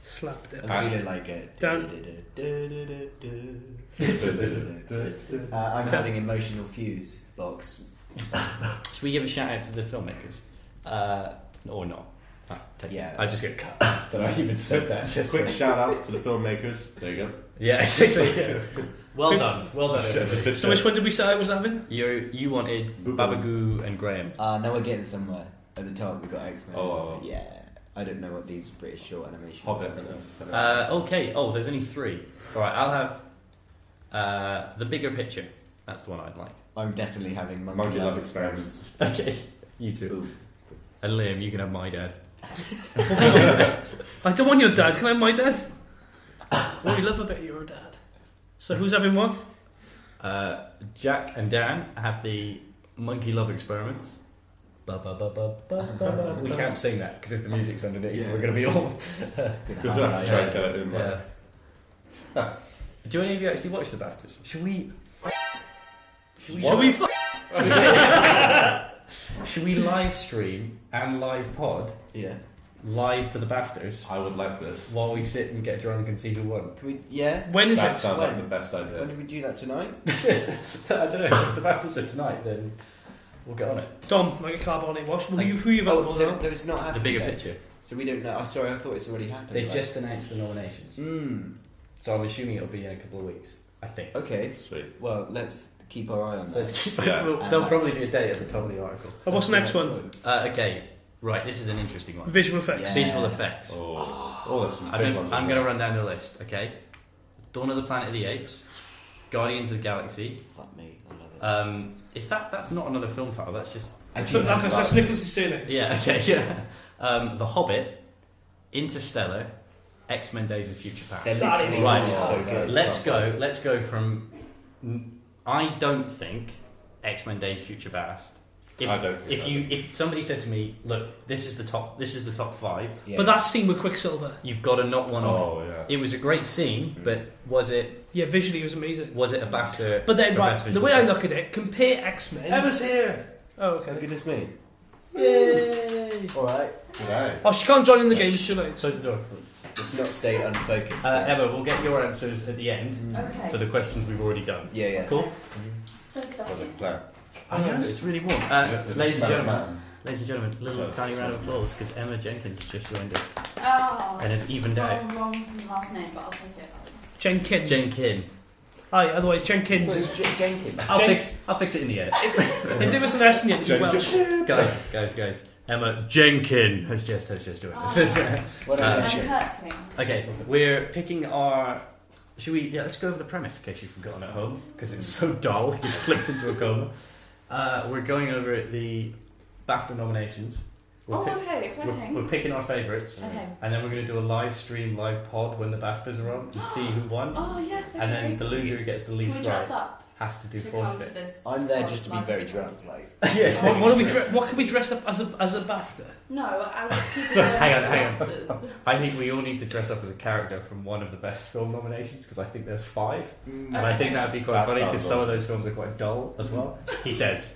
Speaker 3: slap it.
Speaker 6: I really like it.
Speaker 3: Don't-
Speaker 6: Uh, I'm having emotional fuse box.
Speaker 1: Should we give a shout out to the filmmakers, uh, or not? Ah, take it.
Speaker 6: Yeah.
Speaker 1: I just get cut. That I even said that. Just
Speaker 4: Quick shout out to the filmmakers. There you go.
Speaker 1: yeah, exactly. yeah. Well done, well done. everybody.
Speaker 3: So which one did we say I was having?
Speaker 1: You you wanted
Speaker 4: Boogaloo.
Speaker 1: Babagoo and Graham.
Speaker 6: Uh, now we're getting somewhere. At the top, we've got X Men.
Speaker 4: Oh.
Speaker 6: Yeah. I don't know what these British short animation
Speaker 4: Hobbit.
Speaker 1: Uh, okay. Oh, there's only three. All right, I'll have uh, the bigger picture. That's the one I'd like.
Speaker 6: I'm definitely having Monkey,
Speaker 4: Monkey
Speaker 6: Love
Speaker 4: Love
Speaker 6: Experiments.
Speaker 1: Okay. You too.
Speaker 6: Boom.
Speaker 1: And Liam, you can have my dad.
Speaker 3: I don't want your dad. Can I have my dad? What we love about your dad. So who's having what?
Speaker 1: Uh, Jack and Dan have the monkey love experiments. Ba, ba, ba, ba, ba, ba, ba. We can't sing that because if the music's underneath, we're going to be all.
Speaker 4: You'll have to try and get it in
Speaker 1: Yeah.
Speaker 4: there.
Speaker 1: Do any of you actually watch the BAFTAs? Should we? Should we?
Speaker 3: Shall we f-
Speaker 1: Should we live stream and live pod
Speaker 6: Yeah.
Speaker 1: live to the BAFTAs
Speaker 4: I would like this.
Speaker 1: while we sit and get drunk and see who won?
Speaker 6: Can we? Yeah.
Speaker 3: When is
Speaker 4: That
Speaker 3: it?
Speaker 4: sounds like
Speaker 6: When?
Speaker 4: the best idea.
Speaker 6: When do we do that tonight?
Speaker 1: So, I don't know. If the BAFTAs are tonight, then we'll get on it.
Speaker 3: Dom, like a car body wash. Will you, who you vote for?
Speaker 6: so, Oh, it's not happened yet.
Speaker 1: picture.
Speaker 6: So we don't know. Oh, sorry, I thought it's already happened.
Speaker 1: They've
Speaker 6: Like-
Speaker 1: just announced the nominations,
Speaker 6: Mm,
Speaker 1: so I'm assuming it'll be in a couple of weeks. I think.
Speaker 6: okay.
Speaker 4: Sweet.
Speaker 6: Well, let's keep our eye on that.
Speaker 1: Let's keep.
Speaker 4: Yeah.
Speaker 1: Well, there'll probably be a date at the top of the article.
Speaker 3: Oh, what's the next one?
Speaker 1: Uh, okay, right. This is an interesting one.
Speaker 3: Visual effects.
Speaker 6: Yeah.
Speaker 1: Visual effects.
Speaker 4: Oh, oh there's some
Speaker 1: I'm
Speaker 4: big
Speaker 1: gonna,
Speaker 4: ones. in
Speaker 1: I'm gonna
Speaker 4: there.
Speaker 1: run down the list. Okay, Dawn of the Planet of the Apes, Guardians of the Galaxy.
Speaker 6: Fuck me, I love it.
Speaker 1: Um, is that that's not another film title? That's just
Speaker 3: Uh,
Speaker 6: Actually,
Speaker 3: So, like, that's
Speaker 6: that's-
Speaker 3: Nicholas' surname.
Speaker 1: yeah. Okay, yeah. Um, the Hobbit, Interstellar, X Men: Days of Future
Speaker 6: they're
Speaker 1: Past.
Speaker 3: That
Speaker 6: literally
Speaker 3: is "Oh,
Speaker 6: all
Speaker 3: so
Speaker 6: so
Speaker 3: good.
Speaker 6: good.
Speaker 1: Let's go. Let's go from. I don't think X Men: Days of Future Past. If,
Speaker 4: I don't think
Speaker 1: if
Speaker 4: I
Speaker 1: you if somebody said to me, look, this is the top. This is the top five.
Speaker 6: Yeah.
Speaker 3: But that scene with Quicksilver,
Speaker 1: You've got to knock one off.
Speaker 4: Oh, yeah.
Speaker 1: It was a great scene, but was it
Speaker 3: yeah, visually it was amazing.
Speaker 1: was it a BAFTA?
Speaker 3: But then,
Speaker 1: for
Speaker 3: right,
Speaker 1: Best
Speaker 3: the
Speaker 1: Visual
Speaker 3: way I
Speaker 1: Effects?
Speaker 3: look at it, compare X Men.
Speaker 6: Emma's here.
Speaker 3: Oh,
Speaker 6: Oh,
Speaker 3: okay.
Speaker 6: goodness me. Yay! All right,
Speaker 4: Good eye.
Speaker 3: Oh, she can't join in the game. It's too late.
Speaker 1: Close the door.
Speaker 6: let's not stay unfocused. Mm.
Speaker 1: Uh, Emma, we'll get your answers at the end
Speaker 9: Okay.
Speaker 1: for the questions we've already done.
Speaker 6: yeah, yeah.
Speaker 1: Cool.
Speaker 9: so sorry.
Speaker 4: Project plan.
Speaker 1: I know it's really warm. Uh,
Speaker 4: Is it
Speaker 1: ladies and
Speaker 4: Spider-Man?
Speaker 1: gentlemen, ladies and gentlemen, a little
Speaker 4: Close,
Speaker 1: tiny round of
Speaker 4: close.
Speaker 1: applause because Emma Jenkins has just joined us
Speaker 9: Oh,
Speaker 1: and uh, has evened out.
Speaker 9: I'm wrong from the last name, but I'll take it.
Speaker 3: Jenkins.
Speaker 1: Jenkin.
Speaker 3: Aye, otherwise Jenkins. is-
Speaker 6: J- Jenkins.
Speaker 1: I'll
Speaker 3: Jen-
Speaker 1: fix. I'll fix it in the edit.
Speaker 3: If there was an S in it, it'd be
Speaker 4: Jenkins.
Speaker 3: Welsh.
Speaker 1: guys, guys, guys. Emma Jenkin has just has just joined us.
Speaker 6: What
Speaker 1: Uh,
Speaker 6: about
Speaker 9: And it
Speaker 6: you?
Speaker 9: hurts me.
Speaker 1: Okay, we're picking our. Should we? Yeah, let's go over the premise in case you've forgotten at home because it's so dull. You've slipped into a coma. Uh, we're going over the BAFTA nominations. We're,
Speaker 9: Oh,
Speaker 1: pick-
Speaker 9: okay,
Speaker 1: we're,
Speaker 9: exciting.
Speaker 1: we're picking our favourites,
Speaker 9: Okay.
Speaker 1: and then we're going to do a live stream, live pod when the BAFTAs are on and see who won.
Speaker 9: Oh, yes, okay.
Speaker 1: and then the loser who gets the
Speaker 9: Can
Speaker 1: least
Speaker 9: we dress
Speaker 1: right
Speaker 9: up
Speaker 1: has to do
Speaker 9: to come to
Speaker 1: forfeit.
Speaker 9: this?
Speaker 6: I'm there just to be
Speaker 9: live
Speaker 6: very
Speaker 9: event?
Speaker 6: drunk, like.
Speaker 1: yes.
Speaker 3: What, what, are we dre- what can we dress up as a, as a BAFTA?
Speaker 9: No, as people
Speaker 1: Hang on, hang on.
Speaker 9: on.
Speaker 1: I think we all need to dress up as a character from one of the best film nominations because I think there's five.
Speaker 4: Mm.
Speaker 1: And I think that would be quite
Speaker 4: That
Speaker 1: funny because
Speaker 4: sounds
Speaker 1: some of
Speaker 4: awesome.
Speaker 1: those films are quite dull as well. He says.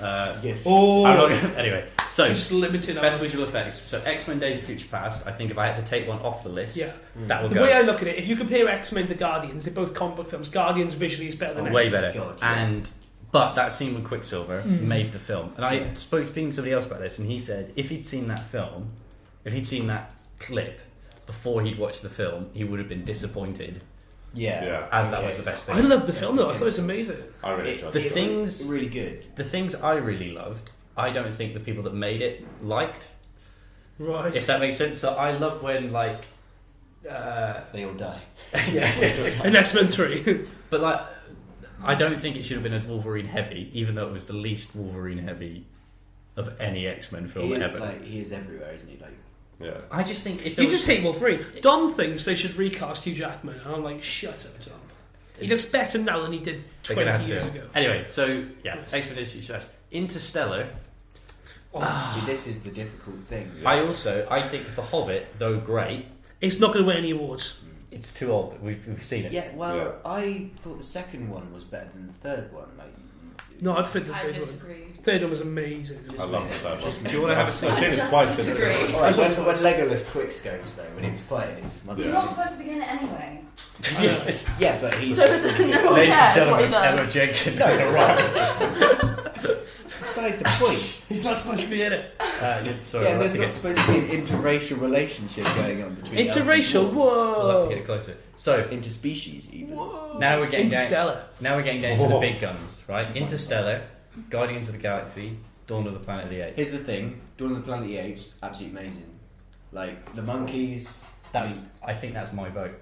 Speaker 1: Uh,
Speaker 6: Yes.
Speaker 3: Oh,
Speaker 1: I'm not gonna- anyway, so
Speaker 3: just limited.
Speaker 1: best visual effects. So X Men: Days of Future Past. I think if I had to take one off the list,
Speaker 3: Yeah.
Speaker 1: that would
Speaker 3: The
Speaker 1: go
Speaker 3: way I look at it, if you compare X Men to Guardians, they're both comic book films. Guardians visually is better than X
Speaker 1: way
Speaker 3: Men.
Speaker 1: better.
Speaker 6: God, yes.
Speaker 1: And but that scene with Quicksilver
Speaker 3: Mm.
Speaker 1: made the film. And I
Speaker 6: Yeah.
Speaker 1: spoke speaking to somebody else about this, and he said if he'd seen that film, if he'd seen that clip before he'd watched the film, he would have been disappointed,
Speaker 6: Yeah.
Speaker 4: Yeah,
Speaker 1: as that
Speaker 6: Yeah.
Speaker 1: was the best
Speaker 3: I
Speaker 1: thing.
Speaker 3: love the film though. I thought it was amazing.
Speaker 4: I really
Speaker 6: It-
Speaker 4: enjoyed
Speaker 1: The
Speaker 4: it.
Speaker 1: things
Speaker 6: Really good.
Speaker 1: The things I really loved, I don't think the people that made it liked,
Speaker 3: Right.
Speaker 1: if that makes sense. So I love when like, uh,
Speaker 6: They all die.
Speaker 1: yeah,
Speaker 3: And X Men Three.
Speaker 1: but like, I don't think it should have been as Wolverine heavy, even though it was the least Wolverine heavy of any X Men film
Speaker 6: He,
Speaker 1: ever.
Speaker 6: like, he is everywhere, isn't he? Like,
Speaker 4: Yeah.
Speaker 1: I just think if there
Speaker 3: you
Speaker 1: was,
Speaker 3: just hate Wolf Three. Dom thinks they should recast Hugh Jackman, and I'm like, shut up, Dom. He looks better now than he did
Speaker 1: they're gonna
Speaker 3: 20
Speaker 1: have to-
Speaker 3: years ago.
Speaker 1: Anyway, so yeah, X Men is stress. Interstellar.
Speaker 6: see, this is the difficult thing.
Speaker 1: I also I think The Hobbit, though great,
Speaker 3: It's not going to win any awards.
Speaker 1: it's too old. We've, we've seen it.
Speaker 6: Yeah, well,
Speaker 4: Yeah.
Speaker 6: I thought the second one was better than the third one. Like,
Speaker 3: No, I'd fit the
Speaker 9: I
Speaker 3: third one.
Speaker 9: disagree.
Speaker 3: Third one was amazing.
Speaker 4: I love the third one.
Speaker 6: Just-
Speaker 1: Do you want to
Speaker 4: I've,
Speaker 1: have
Speaker 4: I've
Speaker 1: a
Speaker 4: seen it
Speaker 9: Just
Speaker 4: twice. in
Speaker 9: disagree.
Speaker 4: the
Speaker 6: Alright, when, when Legolas Quicks goes though, when he was fighting, it was just
Speaker 4: Yeah.
Speaker 9: You're not supposed to begin it anyway.
Speaker 1: yes.
Speaker 6: Yeah, but he.
Speaker 9: So no one
Speaker 1: Ladies and
Speaker 9: cares what he
Speaker 1: gentlemen,
Speaker 9: does.
Speaker 1: Emma Jenkins is arrived.
Speaker 6: beside the point.
Speaker 1: He's not supposed to be in it. Uh, yeah, sorry,
Speaker 6: yeah,
Speaker 1: we'll, have
Speaker 6: there's
Speaker 1: to
Speaker 6: not
Speaker 1: get,
Speaker 6: supposed to be an interracial relationship going on between. elf and
Speaker 3: Interracial.
Speaker 6: dwarf.
Speaker 3: Whoa.
Speaker 1: we'll have to get closer. So
Speaker 6: interspecies even.
Speaker 1: now we're getting down,
Speaker 3: Interstellar.
Speaker 1: now we're getting down to the big guns, right? Interstellar, Guardians of the Galaxy, Dawn of the Planet of the Apes.
Speaker 6: Here's the thing: Dawn of the Planet of the Apes, absolutely amazing. Like the monkeys.
Speaker 1: That's I think that's my vote.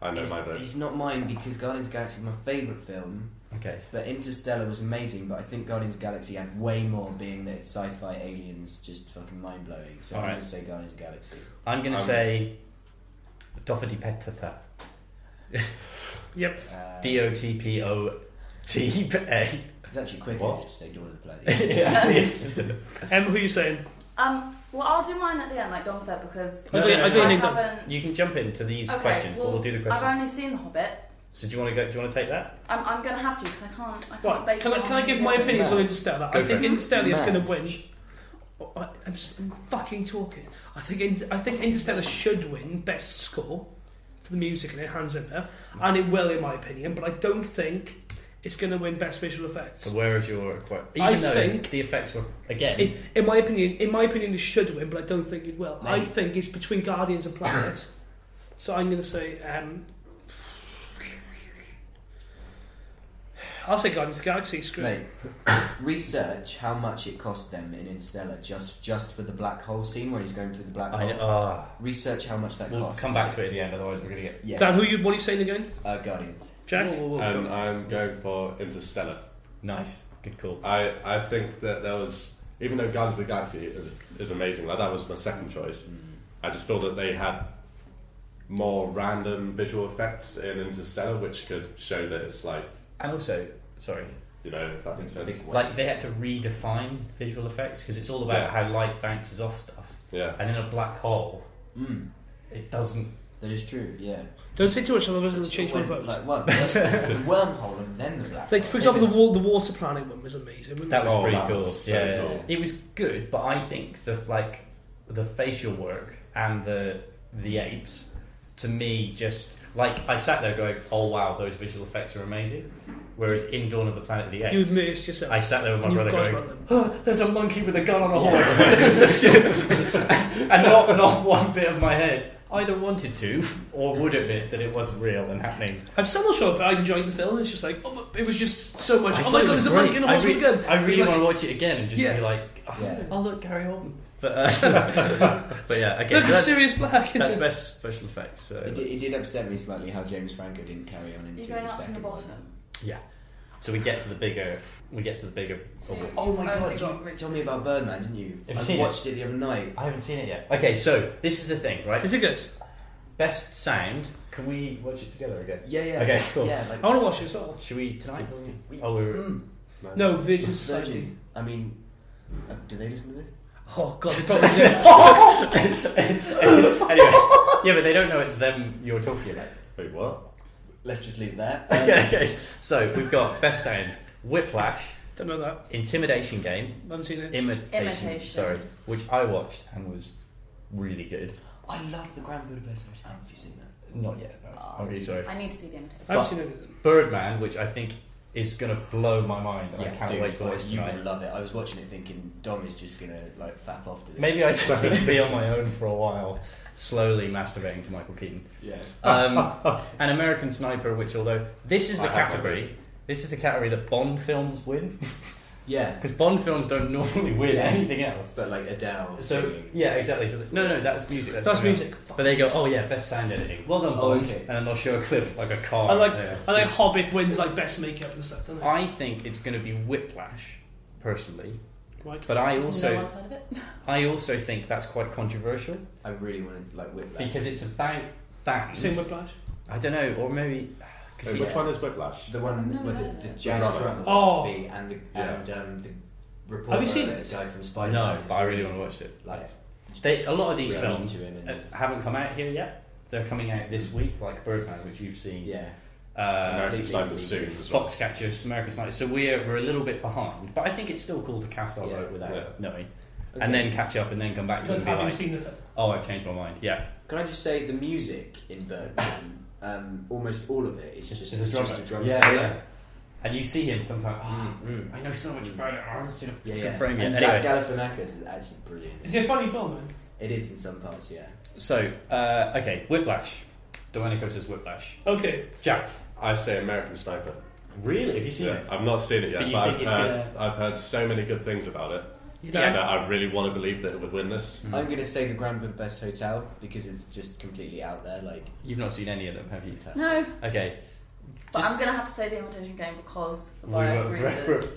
Speaker 4: I know
Speaker 6: it's,
Speaker 4: my vote.
Speaker 6: it's not mine because Guardians of the Galaxy is my favourite film,
Speaker 1: Okay.
Speaker 6: but Interstellar was amazing. But I think Guardians of the Galaxy had way more, being that it's sci-fi aliens, just fucking mind blowing. So I'm
Speaker 1: Alright.
Speaker 6: gonna say Guardians of the Galaxy.
Speaker 1: I'm gonna
Speaker 4: Um,
Speaker 1: say Doherty Petata.
Speaker 3: Yep.
Speaker 6: Uh,
Speaker 1: D O T P O T A
Speaker 6: It's actually quicker
Speaker 4: What?
Speaker 6: just to say Dawn of the Play.
Speaker 2: yeah, it's-
Speaker 3: Emma, who are you saying?
Speaker 9: Um, well, I'll do mine at the end, like Dom said, because
Speaker 1: No, no,
Speaker 3: I
Speaker 1: no,
Speaker 3: don't
Speaker 9: I
Speaker 1: no.
Speaker 3: need them.
Speaker 9: haven't.
Speaker 1: You can jump into these
Speaker 9: Okay,
Speaker 1: questions. We'll, do the question.
Speaker 9: I've only seen The Hobbit.
Speaker 1: So do you want to go? Do you want to take that?
Speaker 9: I'm, I'm going to have to because I can't. I can't
Speaker 3: Right,
Speaker 9: base
Speaker 3: can I,
Speaker 9: it on
Speaker 3: can I give
Speaker 9: the
Speaker 3: my
Speaker 9: other.
Speaker 3: opinions
Speaker 6: Matt.
Speaker 3: on Interstellar?
Speaker 1: Go
Speaker 3: I
Speaker 1: for
Speaker 3: think
Speaker 1: it.
Speaker 3: Interstellar's going to
Speaker 6: Matt.
Speaker 3: win. Oh, I, I'm, just, I'm fucking talking. I think In- I think Interstellar should win best score for the music in it, Hans Zimmer, and it will, in my opinion. But I don't think it's going to win best visual effects.
Speaker 1: So where is your quote? Even
Speaker 3: I
Speaker 1: though
Speaker 3: think-
Speaker 1: the effects were again.
Speaker 3: In, in my opinion, in my opinion, it should win, but I don't think it will. I think it's between Guardians and Planet. so I'm going to say, um, I'll say Guardians of the Galaxy. Screw it.
Speaker 6: Mate, research how much it cost them in Interstellar just just for the black hole scene where he's going through the black
Speaker 1: I,
Speaker 6: hole.
Speaker 1: uh,
Speaker 6: research how much that
Speaker 1: we'll
Speaker 6: cost.
Speaker 1: come back to it at the end. Otherwise, we're going to get.
Speaker 6: Yeah,
Speaker 3: Dan, who you? What are you saying again,
Speaker 6: uh, Guardians.
Speaker 3: Jack?
Speaker 1: Whoa, whoa, whoa.
Speaker 4: And I'm going for Interstellar.
Speaker 1: nice. Good call.
Speaker 4: I, I think that there was, even though Guardians of the Galaxy is, is amazing, like that was my second choice, I just feel that they had more random visual effects in Interstellar, which could show that it's like,
Speaker 1: And also, sorry,
Speaker 4: you know, if that makes sense.
Speaker 6: Big
Speaker 1: like they had to redefine visual effects because it's all about how light bounces off stuff.
Speaker 4: Yeah.
Speaker 1: And in a black hole,
Speaker 6: Mm,
Speaker 1: it doesn't.
Speaker 6: that is true. Yeah.
Speaker 3: Don't say too much, otherwise it'll change my
Speaker 6: When-
Speaker 3: vote.
Speaker 6: Like, well, the wormhole and then the black.
Speaker 3: Like
Speaker 6: hole.
Speaker 3: for example,
Speaker 1: was-
Speaker 3: the, wa- the water planet one was amazing. wasn't
Speaker 1: That
Speaker 3: it?
Speaker 1: was
Speaker 4: Oh,
Speaker 1: pretty
Speaker 4: that
Speaker 1: cool.
Speaker 4: was so
Speaker 1: yeah,
Speaker 4: cool.
Speaker 1: it was good, but I think the like the facial work and the the apes to me just like I sat there going, "Oh wow, those visual effects are amazing." Whereas in Dawn of the Planet of the
Speaker 3: you
Speaker 1: Apes,
Speaker 3: immersed yourself.
Speaker 1: I sat there with my
Speaker 3: and you
Speaker 1: brother
Speaker 3: forgot
Speaker 1: going,
Speaker 3: about them.
Speaker 1: "Huh, "There's a monkey with a gun on a horse," and not not one bit of my head either wanted to or would admit that it wasn't real and happening.
Speaker 3: I'm still not sure if I enjoyed the film. It's just like, oh, my- it was just so much.
Speaker 1: I
Speaker 3: oh
Speaker 1: thought
Speaker 3: my
Speaker 1: it
Speaker 3: god,
Speaker 1: was
Speaker 3: there's a monkey
Speaker 1: great.
Speaker 3: and a
Speaker 1: I
Speaker 3: horse
Speaker 1: re-
Speaker 3: with a gun.
Speaker 1: I really
Speaker 3: It's like-
Speaker 1: want to watch it again and just
Speaker 3: Yeah.
Speaker 1: be like, oh,
Speaker 6: Yeah.
Speaker 1: oh look, Gary Oldman. But, uh, but yeah, okay,
Speaker 3: There's
Speaker 1: so
Speaker 3: a
Speaker 1: that's,
Speaker 3: serious black.
Speaker 1: that's best special effects. So
Speaker 6: It did, it did upset me slightly how James Franco didn't carry on into
Speaker 9: You're going
Speaker 6: the
Speaker 9: up from the
Speaker 6: second one.
Speaker 9: bottom.
Speaker 1: So we get to the bigger, we get to the bigger.
Speaker 9: So-
Speaker 6: Oh my
Speaker 9: Oh, they
Speaker 6: god,
Speaker 9: got
Speaker 6: you
Speaker 9: rich.
Speaker 6: told me about Birdman, didn't you?
Speaker 1: Have you
Speaker 6: I
Speaker 1: seen
Speaker 6: watched it? the other night.
Speaker 1: I haven't seen it yet. Okay, so this is the thing, right?
Speaker 3: Is it good?
Speaker 1: Best sound. Can we watch it together again?
Speaker 6: Yeah, yeah.
Speaker 1: Okay, cool.
Speaker 6: Yeah, like,
Speaker 3: I want to watch it as well.
Speaker 1: Should we tonight?
Speaker 6: We-
Speaker 1: Oh, we were.
Speaker 6: Mm,
Speaker 3: No, Vision Society.
Speaker 6: Virgin. I mean, uh, do they listen to this?
Speaker 3: Oh god, they probably did.
Speaker 1: anyway, yeah, but they don't know it's them you're talking about.
Speaker 4: Wait, what?
Speaker 6: Let's just leave it there. Um,
Speaker 1: Okay, okay. So we've got best sound, Whiplash,
Speaker 3: Don't know that.
Speaker 1: Intimidation Game,
Speaker 3: I haven't seen it.
Speaker 1: Imitation,
Speaker 9: Imitation.
Speaker 1: sorry, which I watched and was really good.
Speaker 6: I love the Grand Budapest Hotel. Have you seen that?
Speaker 1: Not yet, no. I'm really sorry.
Speaker 9: I need to see the imitation.
Speaker 3: I haven't
Speaker 1: But-
Speaker 3: seen any of them.
Speaker 1: Birdman, which I think is going to blow my mind. and I can't
Speaker 6: dude,
Speaker 1: wait to
Speaker 6: like,
Speaker 1: watch
Speaker 6: You
Speaker 1: tonight.
Speaker 6: would love it. I was watching it thinking Dom is just gonna like fap off to this.
Speaker 1: Maybe I just need to be on my own for a while, slowly masturbating to Michael Keaton.
Speaker 6: Yeah.
Speaker 1: Um, an American Sniper, which although this is the
Speaker 4: I have
Speaker 1: category, this is the category that Bond films win
Speaker 6: Yeah.
Speaker 1: because Bond films don't normally win
Speaker 6: Yeah.
Speaker 1: anything else.
Speaker 6: But like Adele.
Speaker 1: So
Speaker 6: singing.
Speaker 1: yeah, exactly. So, no, no, that's music. That's,
Speaker 3: That's
Speaker 1: something else.
Speaker 3: music. Fuck.
Speaker 1: But they go, oh yeah, best sound editing. Well done,
Speaker 6: Oh,
Speaker 1: Bond.
Speaker 6: okay.
Speaker 1: And then they'll show a clip of, like a car.
Speaker 3: I like
Speaker 1: Yeah.
Speaker 3: I like Hobbit wins like best makeup and stuff. Don't I?
Speaker 1: I think it's going to be Whiplash, personally.
Speaker 3: Right.
Speaker 1: But I
Speaker 9: There's no
Speaker 1: also,
Speaker 9: one side of it.
Speaker 1: I also think that's quite controversial
Speaker 6: I really wanted to like whip that.
Speaker 1: because it's about bands.
Speaker 3: Same with Blash.
Speaker 1: I don't know, or maybe.
Speaker 4: Hey,
Speaker 1: Cause
Speaker 4: which
Speaker 1: yeah.
Speaker 4: one is Whiplash?
Speaker 6: the one
Speaker 9: No,
Speaker 6: where
Speaker 9: no,
Speaker 6: the, the
Speaker 9: no.
Speaker 6: jazz
Speaker 4: Drama.
Speaker 6: drummer
Speaker 3: Oh.
Speaker 6: wants to be and the
Speaker 4: Yeah.
Speaker 6: and um, the reporter
Speaker 3: Have you seen
Speaker 6: the
Speaker 3: it?
Speaker 6: guy from Spider Man.
Speaker 1: No, but I really want to watch it.
Speaker 6: like
Speaker 1: They, a lot of these
Speaker 6: really
Speaker 1: films
Speaker 6: into him and-
Speaker 1: uh, haven't come out here yet. They're coming out this week, like Birdman, which you've seen.
Speaker 6: yeah.
Speaker 1: Uh,
Speaker 4: American Sniper soon as well.
Speaker 1: Foxcatcher, American Sniper. So we're, we're a little bit behind, but I think it's still cool to cast our
Speaker 6: Yeah.
Speaker 1: vote without
Speaker 4: Yeah.
Speaker 1: knowing,
Speaker 6: Okay.
Speaker 1: and then catch up, and then come back to it
Speaker 3: Don't
Speaker 1: and be
Speaker 3: have you
Speaker 1: like,
Speaker 3: seen the film?
Speaker 1: "Oh, I've changed my mind." Yeah,
Speaker 6: Can I just say the music in Birdman, um, almost all of it is just,
Speaker 1: It's
Speaker 6: just, a drum
Speaker 1: yeah,
Speaker 6: solo.
Speaker 1: yeah. And you see him sometimes. "Oh,
Speaker 6: Mm, mm.
Speaker 1: I know so much about it. I just didn't
Speaker 6: Yeah,
Speaker 1: fucking
Speaker 6: yeah.
Speaker 1: frame
Speaker 6: and
Speaker 1: it.
Speaker 6: Zach
Speaker 1: Anyway,
Speaker 6: Galifianakis is actually brilliant.
Speaker 3: Is it a funny film, man?
Speaker 6: It is in some parts, yeah.
Speaker 1: so uh, okay, Whiplash. Domenico says Whiplash.
Speaker 3: Okay.
Speaker 1: Jack,
Speaker 4: I say American Sniper.
Speaker 1: really? Have you seen
Speaker 4: Yeah,
Speaker 1: it?
Speaker 4: I've not seen it
Speaker 1: But
Speaker 4: yet,
Speaker 1: you
Speaker 4: but I've
Speaker 1: think it's
Speaker 4: heard, I've heard so many good things about it
Speaker 3: Dan?
Speaker 4: that I really want to believe that it would win this.
Speaker 1: Hmm. Mm.
Speaker 6: I'm going to say the Grand Budapest Hotel because it's just completely out there. Like,
Speaker 1: You've not seen any of them, have you?
Speaker 9: No,
Speaker 1: Okay.
Speaker 9: but
Speaker 1: Just-
Speaker 9: I'm going to have to say the imitation game because for bias
Speaker 1: were-
Speaker 9: reasons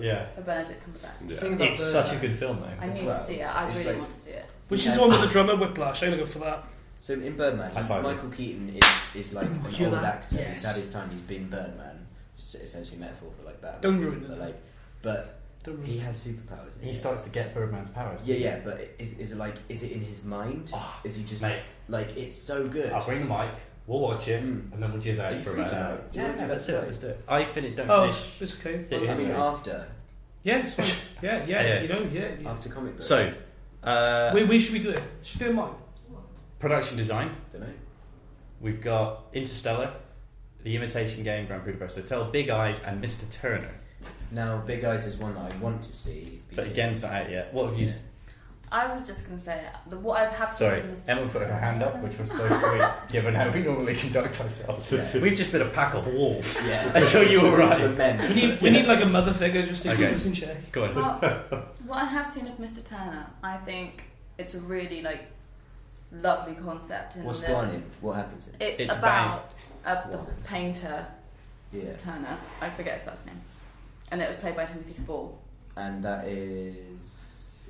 Speaker 1: yeah.
Speaker 9: for Benedict Cumberbatch.
Speaker 4: Yeah.
Speaker 6: thing about
Speaker 1: It's
Speaker 6: Birdman-
Speaker 1: such a good film, though.
Speaker 9: I need
Speaker 6: well,
Speaker 9: to see it. I
Speaker 6: it's
Speaker 9: really
Speaker 6: like-
Speaker 9: want to see it.
Speaker 3: Which is the one with the drummer Whiplash? I'm gonna go for that.
Speaker 6: So in Birdman,
Speaker 1: High five.
Speaker 6: Michael Keaton is, is like an
Speaker 3: hear
Speaker 6: old
Speaker 3: that?
Speaker 6: actor. He's
Speaker 3: Yes.
Speaker 6: had his time. He's been Birdman. It's essentially a metaphor for like Batman.
Speaker 3: Don't ruin it.
Speaker 6: But like But he has superpowers.
Speaker 1: He starts to get Birdman's powers.
Speaker 6: Yeah, yeah, but is, is it like is it in his mind? is he just
Speaker 1: Mate. Oh,
Speaker 6: like it's so good?
Speaker 1: I'll bring the mic. We'll watch it,
Speaker 6: Mm.
Speaker 1: and then we'll jizz out
Speaker 6: Are you
Speaker 1: for
Speaker 6: free
Speaker 1: about an hour.
Speaker 6: tonight? Do you
Speaker 1: Yeah,
Speaker 6: wanna do
Speaker 1: yeah,
Speaker 6: that
Speaker 1: let's do it.
Speaker 6: tonight?
Speaker 1: Let's do it. I finished. Don't
Speaker 3: Oh, it's,
Speaker 1: finish.
Speaker 3: it's okay.
Speaker 1: Yeah,
Speaker 6: I
Speaker 1: yeah.
Speaker 3: fine.
Speaker 6: mean,
Speaker 1: Sorry.
Speaker 6: after
Speaker 3: Yeah, it's fine. Yeah, yeah,
Speaker 1: Yeah, yeah.
Speaker 3: you know, yeah. You,
Speaker 6: after comic book.
Speaker 1: So, uh,
Speaker 3: where, where should we do it? Should we do it mine?
Speaker 1: production design.
Speaker 6: Dunno.
Speaker 1: We've got Interstellar, The Imitation Game, Grand Budapest Hotel, Big Eyes, and Mr. Turner.
Speaker 6: now Big Eyes is one that I want to see.
Speaker 1: But
Speaker 6: because-
Speaker 1: again, it's not out yet. What have you? s
Speaker 9: I was just going to say the, what I've had
Speaker 1: Sorry, Emma put her hand up, which was so sweet, given how we normally conduct ourselves. We've just been a pack of wolves
Speaker 6: yeah,
Speaker 1: until you
Speaker 6: the
Speaker 1: arrived.
Speaker 6: men.
Speaker 3: We need, we need like a mother figure just to
Speaker 1: Okay.
Speaker 3: keep us in check.
Speaker 1: Go on.
Speaker 9: what I have seen of Mr. Turner, I think it's a really like lovely concept. And
Speaker 6: What's
Speaker 9: the-
Speaker 6: going on? What happens? In?
Speaker 9: It's,
Speaker 1: It's
Speaker 9: about a, the
Speaker 6: What?
Speaker 9: painter
Speaker 6: Yeah,
Speaker 9: Turner. I forget his last name, and it was played by Timothy Spall.
Speaker 6: and that is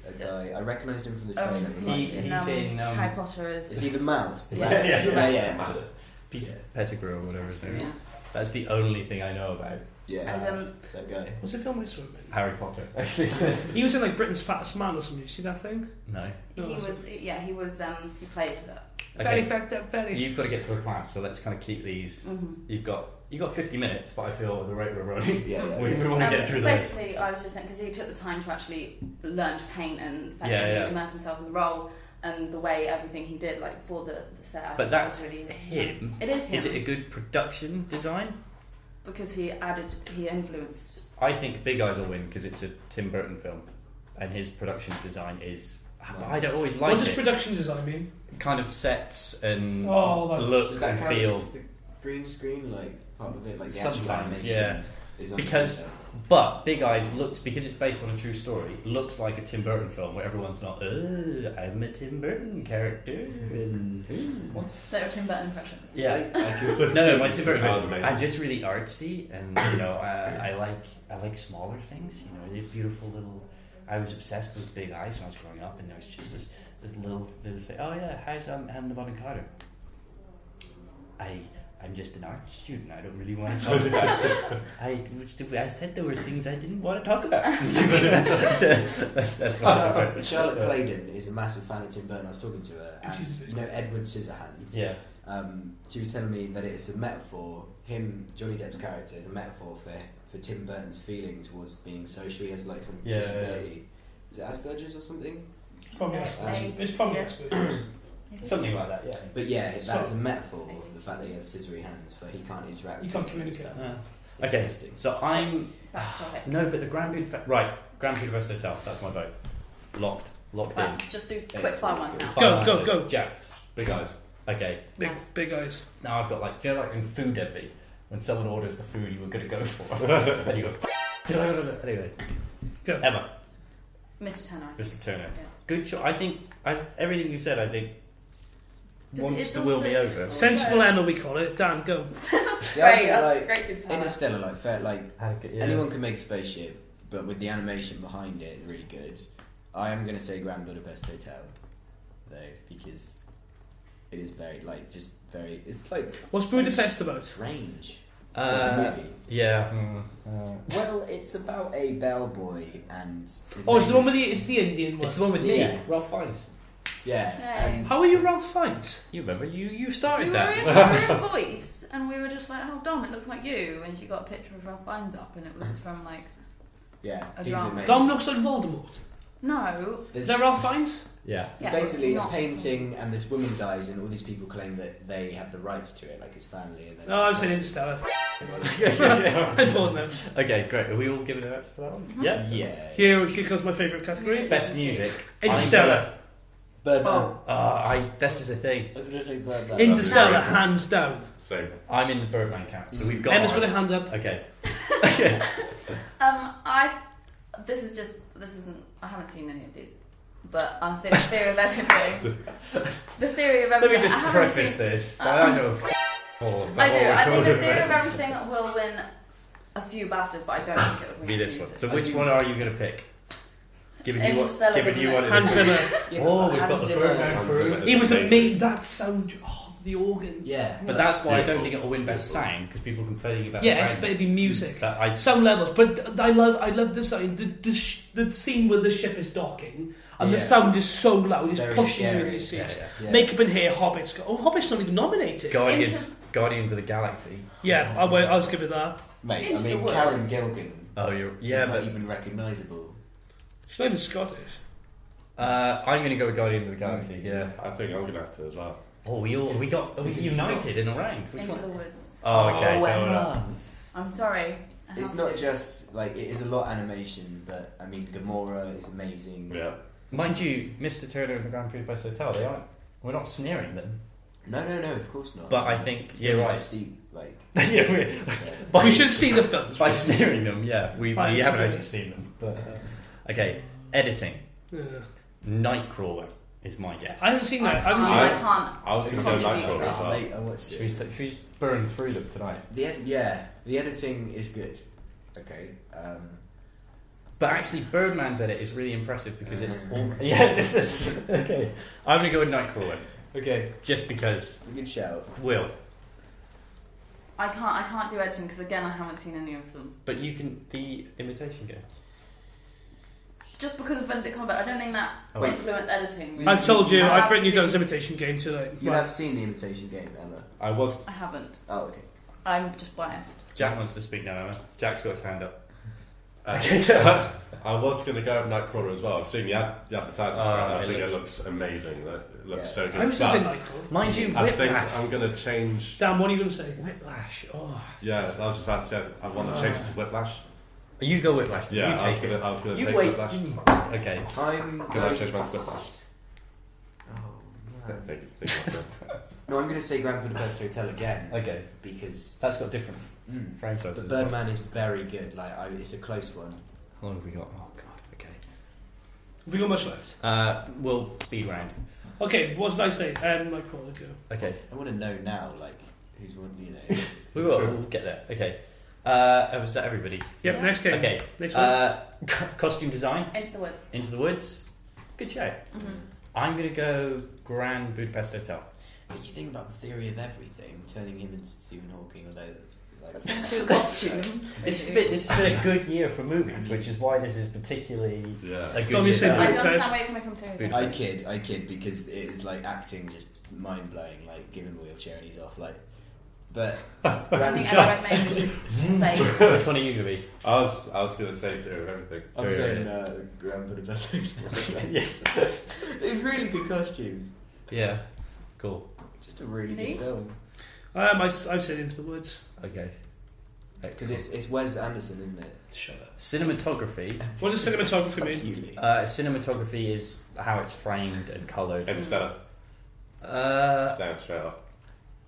Speaker 6: a guy I recognised him from the
Speaker 9: Um,
Speaker 6: trailer.
Speaker 1: Oh, He- he's in, um,
Speaker 9: Harry Potter as
Speaker 6: is he the mouse? The
Speaker 9: Yeah.
Speaker 6: rat?
Speaker 1: Yeah,
Speaker 6: yeah,
Speaker 1: yeah.
Speaker 6: yeah.
Speaker 9: Oh.
Speaker 1: Peter Pettigrew or whatever his name is.
Speaker 9: yeah.
Speaker 1: That's the only thing I know about
Speaker 6: Yeah,
Speaker 9: And um,
Speaker 6: that guy.
Speaker 3: What's the film I saw him
Speaker 1: Harry Potter.
Speaker 3: in? He was in like Britain's Fattest Man or something. You see that thing?
Speaker 1: no.
Speaker 9: he was yeah he was um, he played that.
Speaker 3: Very
Speaker 1: Okay.
Speaker 3: fact that very.
Speaker 1: You've got to get to a class, so let's kind of keep these.
Speaker 9: hmm
Speaker 6: Mm-hmm.
Speaker 1: You've got you've got 50 minutes, but I feel the rate we're running,
Speaker 6: Yeah, yeah.
Speaker 1: we, we want to
Speaker 9: Um,
Speaker 1: get through this.
Speaker 9: basically, I was just saying because he took the time to actually learn to paint and the fact
Speaker 1: Yeah,
Speaker 9: that he
Speaker 1: yeah.
Speaker 9: immersed himself in the role and the way everything he did, like for the, the set. I
Speaker 1: But
Speaker 9: think was
Speaker 1: that's
Speaker 9: really
Speaker 1: him.
Speaker 9: It is him
Speaker 1: Is it a good production design?
Speaker 9: because he added, he influenced.
Speaker 1: I think Big Eyes will win because it's a Tim Burton film, and his production design is. I don't always like
Speaker 3: what does
Speaker 1: it.
Speaker 3: production design mean?
Speaker 1: kind of sets and
Speaker 3: Oh, that-
Speaker 1: look and feel,
Speaker 6: The green screen, like part of it, like
Speaker 1: the actual Sometimes, animation yeah. Because- but Big Eyes looks because it's based on a true story. Looks like a Tim Burton film where everyone's not. Oh, I'm a Tim Burton character. and, "Ooh."
Speaker 9: So your Tim Burton impression.
Speaker 1: Yeah.
Speaker 4: no,
Speaker 1: No, no, my Tim Burton. I'm just really artsy, and you know, uh, I like I like smaller things. You know, they're beautiful little. I was obsessed with Big Eyes when I was growing up, and there was just this, this little little thing. Oh yeah, how's um, Helena Bonham Carter? I I'm just an art student. I don't really want to talk about. it. I which the- I said there were things I didn't want to talk about. that's what I talk about.
Speaker 6: Charlotte
Speaker 1: So-
Speaker 6: Playdon is a massive fan of Tim Burton. I was talking to her,
Speaker 3: She's-
Speaker 6: and you know Edward Scissorhands.
Speaker 1: Yeah.
Speaker 6: Um, she was telling me that it's a metaphor. Him, Johnny Depp's character, is a metaphor for for Tim Burton's feeling towards being social. He has like some
Speaker 1: Yeah,
Speaker 6: disability. Is it Asperger's or something?
Speaker 3: Probably
Speaker 9: Yeah.
Speaker 3: Asperger's. It's probably
Speaker 9: Yeah.
Speaker 3: Asperger's.
Speaker 1: Something like that. Yeah.
Speaker 6: But yeah,
Speaker 3: So-
Speaker 6: that's a metaphor. The fact that he has scissory hands, but he can't interact.
Speaker 3: You
Speaker 6: with
Speaker 3: can't
Speaker 6: people and
Speaker 3: communicate.
Speaker 6: stuff.
Speaker 1: Uh, okay.
Speaker 6: Interesting.
Speaker 1: So I'm
Speaker 9: Back to topic.
Speaker 1: No, but the Grand Budapest right, Grand Budapest Hotel. That's my vote. Locked, locked
Speaker 9: Right,
Speaker 1: in.
Speaker 9: just do quick fire ones now.
Speaker 3: Go,
Speaker 1: Finalised
Speaker 3: go,
Speaker 1: it.
Speaker 3: go.
Speaker 1: Jack.
Speaker 4: Big eyes.
Speaker 1: Okay.
Speaker 3: Big, big eyes.
Speaker 1: Now I've got like, do you know like in food envy when someone orders the food you were going to go for, and you go. "F- anyway,
Speaker 3: Go.
Speaker 1: Emma,
Speaker 9: Mr. Turner. I think.
Speaker 1: Mr. Turner.
Speaker 9: Yeah.
Speaker 1: Good choice. I think I, everything you said. I think
Speaker 9: It's-
Speaker 1: once
Speaker 9: it's
Speaker 1: the will
Speaker 9: also-
Speaker 1: be over.
Speaker 9: it's
Speaker 3: Sensible Emma, we call it. Dan, go.
Speaker 6: See, I
Speaker 9: Great,
Speaker 6: feel
Speaker 9: that's
Speaker 6: like
Speaker 9: great superpower.
Speaker 6: Interstellar, like fair, like
Speaker 1: Had a good- yeah.
Speaker 6: Anyone can make a spaceship, but with the animation behind it, really good. I am going to say Grand Budapest Hotel, though, because it is very, like, just very. It's like.
Speaker 3: What's
Speaker 6: so
Speaker 3: Budapest about?
Speaker 6: Strange.
Speaker 1: Uh,
Speaker 6: movie.
Speaker 1: yeah. hmm, uh,
Speaker 6: Well, it's about a bellboy and. his
Speaker 3: Oh, it's the
Speaker 6: name-
Speaker 3: one with the. It's the Indian one.
Speaker 1: it's the one with
Speaker 6: Yeah.
Speaker 1: me, Ralph Fiennes.
Speaker 6: Yeah.
Speaker 9: Yay.
Speaker 6: and-
Speaker 3: How are you, Ralph Fiennes?
Speaker 1: You remember? You you
Speaker 9: We
Speaker 1: started
Speaker 9: were,
Speaker 1: that.
Speaker 9: in, we were in voice, and we were just like, "Oh, Dom, it looks like you." And she got a picture of Ralph Fiennes up, and it was from like,
Speaker 6: Yeah.
Speaker 9: A
Speaker 6: he's
Speaker 9: drama.
Speaker 6: amazing.
Speaker 3: Dom looks like Voldemort.
Speaker 9: no,
Speaker 6: There's
Speaker 3: Is that Ralph Fiennes?
Speaker 1: Yeah.
Speaker 6: it's
Speaker 9: yeah,
Speaker 6: basically a
Speaker 9: not-
Speaker 6: painting, and this woman dies, and all these people claim that they have the rights to it, like his family. And they-
Speaker 3: No, I'm saying Interstellar. I'm bored now.
Speaker 1: Okay, great. Are we all giving an answer for that
Speaker 9: Uh-huh.
Speaker 1: one? Yeah.
Speaker 6: Yeah.
Speaker 3: Here, here comes my favourite category.
Speaker 1: Best music.
Speaker 3: Interstellar.
Speaker 6: Birdman.
Speaker 9: Oh,
Speaker 1: Uh, I. This is the thing.
Speaker 6: I was gonna say Birdman.
Speaker 3: Interstellar,
Speaker 4: Birdman.
Speaker 3: hands down.
Speaker 4: Same.
Speaker 1: I'm in the Birdman camp, so we've got.
Speaker 3: Emma's
Speaker 1: ours.
Speaker 3: with a hand up.
Speaker 1: Okay.
Speaker 9: um, I. This is just. This isn't. I haven't seen any of these, but I think the theory of everything. the theory of
Speaker 1: Let
Speaker 9: everything.
Speaker 1: me just
Speaker 9: I haven't
Speaker 1: preface
Speaker 9: seen-
Speaker 1: this.
Speaker 9: uh,
Speaker 1: I know f- all about
Speaker 9: I
Speaker 1: what
Speaker 9: do.
Speaker 1: we're
Speaker 9: I think the
Speaker 1: talking
Speaker 9: theory of
Speaker 1: about.
Speaker 9: everything will win a few Baftas, but I don't think it will win
Speaker 1: Be this
Speaker 9: any of
Speaker 1: one. So
Speaker 9: them.
Speaker 1: which one are you going to pick? Given you what?
Speaker 9: Interstellar,
Speaker 1: Given you
Speaker 9: wouldn't
Speaker 1: what?
Speaker 9: it?
Speaker 1: it
Speaker 3: Hands
Speaker 1: is.
Speaker 3: Zimmer.
Speaker 6: Yeah,
Speaker 1: Oh,
Speaker 6: but
Speaker 1: we've got
Speaker 6: Hans
Speaker 1: the
Speaker 6: Zimmer-
Speaker 1: Birdman
Speaker 4: Hans
Speaker 1: crew.
Speaker 4: Zimmer.
Speaker 3: He was a mate. That sound. Oh, the organs.
Speaker 6: Yeah.
Speaker 1: But that's why I don't
Speaker 4: Beautiful.
Speaker 1: think it will win best
Speaker 4: Beautiful.
Speaker 1: sound because people complaining about
Speaker 3: Yes,
Speaker 1: sound.
Speaker 3: but it'd be music.
Speaker 1: But I
Speaker 3: some levels, but I love I love the sound. The, the, sh- the scene where the ship is docking and the
Speaker 6: Yeah.
Speaker 3: sound is so loud, it's
Speaker 6: Very
Speaker 3: pushing you
Speaker 6: scary.
Speaker 3: over your seat.
Speaker 1: yeah, yeah.
Speaker 6: Yeah.
Speaker 3: Make up in here, Hobbits. Go- Oh, Hobbits not even nominated.
Speaker 1: Guardians
Speaker 9: Into-
Speaker 1: Guardians of the Galaxy.
Speaker 3: Yeah, I, will- I was giving that.
Speaker 6: Mate,
Speaker 9: Into
Speaker 6: I mean,
Speaker 9: the
Speaker 6: Karen
Speaker 9: woods.
Speaker 6: Gilgan
Speaker 1: Oh, you're,
Speaker 6: yeah,
Speaker 1: yeah,
Speaker 6: is not
Speaker 1: but
Speaker 6: even recognisable.
Speaker 3: She's not even Scottish.
Speaker 1: uh, I'm going to go with Guardians of the Galaxy. Yeah.
Speaker 4: I think I'm gonna have to as well.
Speaker 1: Oh, we all we got we
Speaker 6: because it's not-
Speaker 1: united in a rank. Which
Speaker 9: Into
Speaker 1: one?
Speaker 9: the woods.
Speaker 1: Oh, okay.
Speaker 6: Oh,
Speaker 1: fair
Speaker 6: Emma.
Speaker 1: enough.
Speaker 9: I'm sorry. I have
Speaker 6: It's
Speaker 9: to.
Speaker 6: not just like it is a lot of animation, but I mean, Gamora is amazing.
Speaker 4: Yeah.
Speaker 1: Mind you, Mr. Turner and the Grand Prix Best Hotel. They aren't. We're not sneering them.
Speaker 6: No, no, no, of course not.
Speaker 1: But I think-
Speaker 6: You
Speaker 1: yeah,
Speaker 6: don't need
Speaker 1: right.
Speaker 6: to see, like,
Speaker 1: yeah, we by,
Speaker 3: We should see the films.
Speaker 1: by sneering them. Yeah, we, we
Speaker 3: Right.
Speaker 1: haven't actually seen them. But uh, okay, editing.
Speaker 3: Yeah.
Speaker 1: Nightcrawler is my guess.
Speaker 3: I haven't seen
Speaker 9: I
Speaker 3: that. I haven't
Speaker 9: can't.
Speaker 3: seen
Speaker 9: I
Speaker 4: that.
Speaker 3: that.
Speaker 9: can't.
Speaker 4: I was gonna say
Speaker 9: Contribute
Speaker 4: Nightcrawler as
Speaker 9: to
Speaker 4: well.
Speaker 6: Mate, I watched
Speaker 1: Should we,
Speaker 6: it.
Speaker 1: st- should we just burn through them tonight?
Speaker 6: The ed- yeah, the editing is good. Okay. Um,
Speaker 1: But actually, Birdman's edit is really impressive because it's all. Yeah, this is. Okay. I'm going to go with Nightcrawler.
Speaker 6: okay,
Speaker 1: Just because.
Speaker 6: good shout.
Speaker 1: Will.
Speaker 9: I can't. I can't do editing because again, I haven't seen any of them.
Speaker 1: But you can. The imitation game.
Speaker 9: Just because of Benedict Cumberbatch, I don't think that
Speaker 1: Oh,
Speaker 9: will
Speaker 1: wait.
Speaker 9: influence editing. really.
Speaker 3: I've told you,
Speaker 9: I
Speaker 3: I've
Speaker 9: have
Speaker 3: written you
Speaker 9: to
Speaker 3: down
Speaker 9: be-
Speaker 3: this imitation game today.
Speaker 6: You
Speaker 3: Right.
Speaker 6: have seen the Imitation Game, Emma.
Speaker 4: I was
Speaker 9: I haven't.
Speaker 6: Oh, okay.
Speaker 9: I'm just biased.
Speaker 1: Jack wants to speak now, Emma. Jack's got his hand up.
Speaker 4: uh,
Speaker 1: Okay, so-
Speaker 4: I was gonna go with Nightcrawler as well. I've seen the, ad- the advertisement.
Speaker 1: Oh,
Speaker 4: I
Speaker 1: it
Speaker 4: think it
Speaker 1: looks-
Speaker 4: looks amazing. It looks
Speaker 6: Yeah.
Speaker 4: so good.
Speaker 3: I'm still saying
Speaker 4: But
Speaker 3: Nightcrawler.
Speaker 1: Mind you,
Speaker 4: I think
Speaker 1: Whiplash.
Speaker 4: I'm gonna change.
Speaker 3: Dan, what are you going to say?
Speaker 1: Whiplash. Oh.
Speaker 4: Yeah, I was just about to say I want to change it to Whiplash.
Speaker 1: You go Whiplash.
Speaker 4: Yeah,
Speaker 1: Oh. You
Speaker 4: I was
Speaker 1: take
Speaker 4: gonna.
Speaker 1: it.
Speaker 4: I was gonna
Speaker 1: You
Speaker 4: take
Speaker 1: wait.
Speaker 4: Whiplash.
Speaker 1: you- Okay.
Speaker 6: I'm.
Speaker 4: Can I
Speaker 6: going
Speaker 4: change
Speaker 6: to-
Speaker 4: my Whiplash?
Speaker 6: Oh, man.
Speaker 4: Thank you. Thank you.
Speaker 6: No, I'm going to say Grand Budapest Hotel again
Speaker 1: Okay.
Speaker 6: because
Speaker 1: That's got different
Speaker 6: mm,
Speaker 1: frame
Speaker 6: the
Speaker 1: sizes.
Speaker 6: Birdman is very good. Like, I, it's a close one.
Speaker 1: How long have we got? Oh, God. Okay.
Speaker 3: Have we got much left?
Speaker 1: Uh, we'll speed round.
Speaker 3: Okay, what did I say? Um, Nightcrawler, go.
Speaker 1: Okay.
Speaker 6: I want to know now, like, who's one, you know.
Speaker 1: We will. We'll get there. Okay. Uh, was that everybody?
Speaker 3: Yep,
Speaker 9: Yeah.
Speaker 3: next game.
Speaker 1: Okay.
Speaker 3: Next one.
Speaker 1: Uh, costume design.
Speaker 9: Into the woods.
Speaker 1: Into the woods. Good show.
Speaker 9: hmm
Speaker 1: I'm gonna go Grand Budapest Hotel.
Speaker 6: But you think about the theory of everything, turning him into Stephen Hawking, although, like,
Speaker 9: That's not true costume.
Speaker 1: This has been this has been a good year for movies, which is why this is particularly
Speaker 4: Yeah.
Speaker 1: a good
Speaker 3: Don't be
Speaker 1: year.
Speaker 3: saying
Speaker 1: to
Speaker 9: I
Speaker 1: have-
Speaker 9: don't understand where you're coming from too.
Speaker 6: I kid, I kid, because it is like acting just mind blowing. Like, give him a wheelchair and he's off. Like, but
Speaker 9: I
Speaker 6: Grand
Speaker 9: think Emma recommended you say
Speaker 1: Which one are you gonna be?
Speaker 4: I was. I was gonna say through everything.
Speaker 6: I'm
Speaker 1: Very
Speaker 6: saying uh, Grand Budapest. Hotel.
Speaker 1: yes.
Speaker 6: it's really good costumes.
Speaker 1: Yeah. Cool.
Speaker 6: Just a really
Speaker 9: Me?
Speaker 6: good film.
Speaker 3: Um, I, have said Into the Woods.
Speaker 1: Okay.
Speaker 6: Because it's it's Wes Anderson, isn't it?
Speaker 3: Shut up.
Speaker 1: cinematography.
Speaker 3: What does cinematography
Speaker 6: Fuck
Speaker 3: mean?
Speaker 6: you, Lee.
Speaker 1: Uh, cinematography is how it's framed and coloured.
Speaker 4: Instead of
Speaker 1: Uh,
Speaker 4: sound straight up.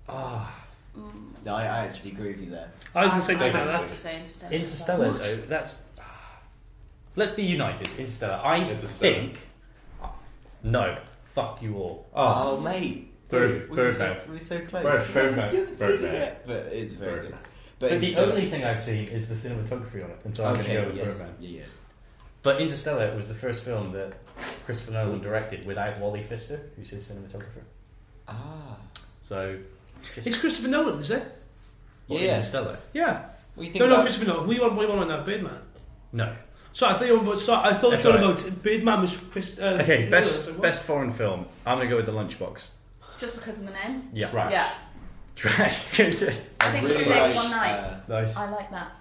Speaker 1: ah,
Speaker 9: Mm.
Speaker 6: No, I, I actually agree with you there.
Speaker 3: I was going to say
Speaker 9: I
Speaker 3: Interstellar.
Speaker 9: have to say Interstellar.
Speaker 1: Interstellar. Though, that's. ah. Let's be united. Interstellar. I
Speaker 4: Interstellar.
Speaker 1: think. ah, No. Fuck you all.
Speaker 6: Oh, mate,
Speaker 1: Bird-
Speaker 6: we were so-
Speaker 1: Birdman.
Speaker 6: we were so close.
Speaker 4: Bird- Birdman.
Speaker 6: You haven't seen
Speaker 4: Birdman.
Speaker 6: it yet, but it's very
Speaker 4: Birdman.
Speaker 6: good.
Speaker 1: But the
Speaker 6: Interstellar-
Speaker 1: only thing I've seen is the cinematography on it, and so I'm
Speaker 6: okay,
Speaker 1: going to go with
Speaker 6: yes,
Speaker 1: Birdman.
Speaker 6: yeah, yeah.
Speaker 1: But Interstellar was the first film that Christopher Nolan directed without Wally Pfister, who's his cinematographer.
Speaker 6: Ah,
Speaker 1: So,
Speaker 3: It's Christopher Nolan, is it?
Speaker 1: what,
Speaker 6: yeah.
Speaker 1: Interstellar.
Speaker 3: Yeah.
Speaker 6: What do you think
Speaker 3: No, no,
Speaker 6: about-
Speaker 3: Christopher Nolan. We want, we want on that Birdman.
Speaker 1: No.
Speaker 3: So I thought you were about. So I thought
Speaker 1: That's
Speaker 3: you were
Speaker 1: all
Speaker 3: about Birdman was Chris. Uh,
Speaker 1: Okay,
Speaker 3: Nolan,
Speaker 1: best
Speaker 3: so what?
Speaker 1: best foreign film. I'm going to go with The Lunchbox.
Speaker 9: Just because of the name?
Speaker 1: Yeah.
Speaker 4: Trash.
Speaker 9: Yeah.
Speaker 1: Trash.
Speaker 9: I think Two Days, One Night.
Speaker 6: uh,
Speaker 1: nice.
Speaker 9: I like that.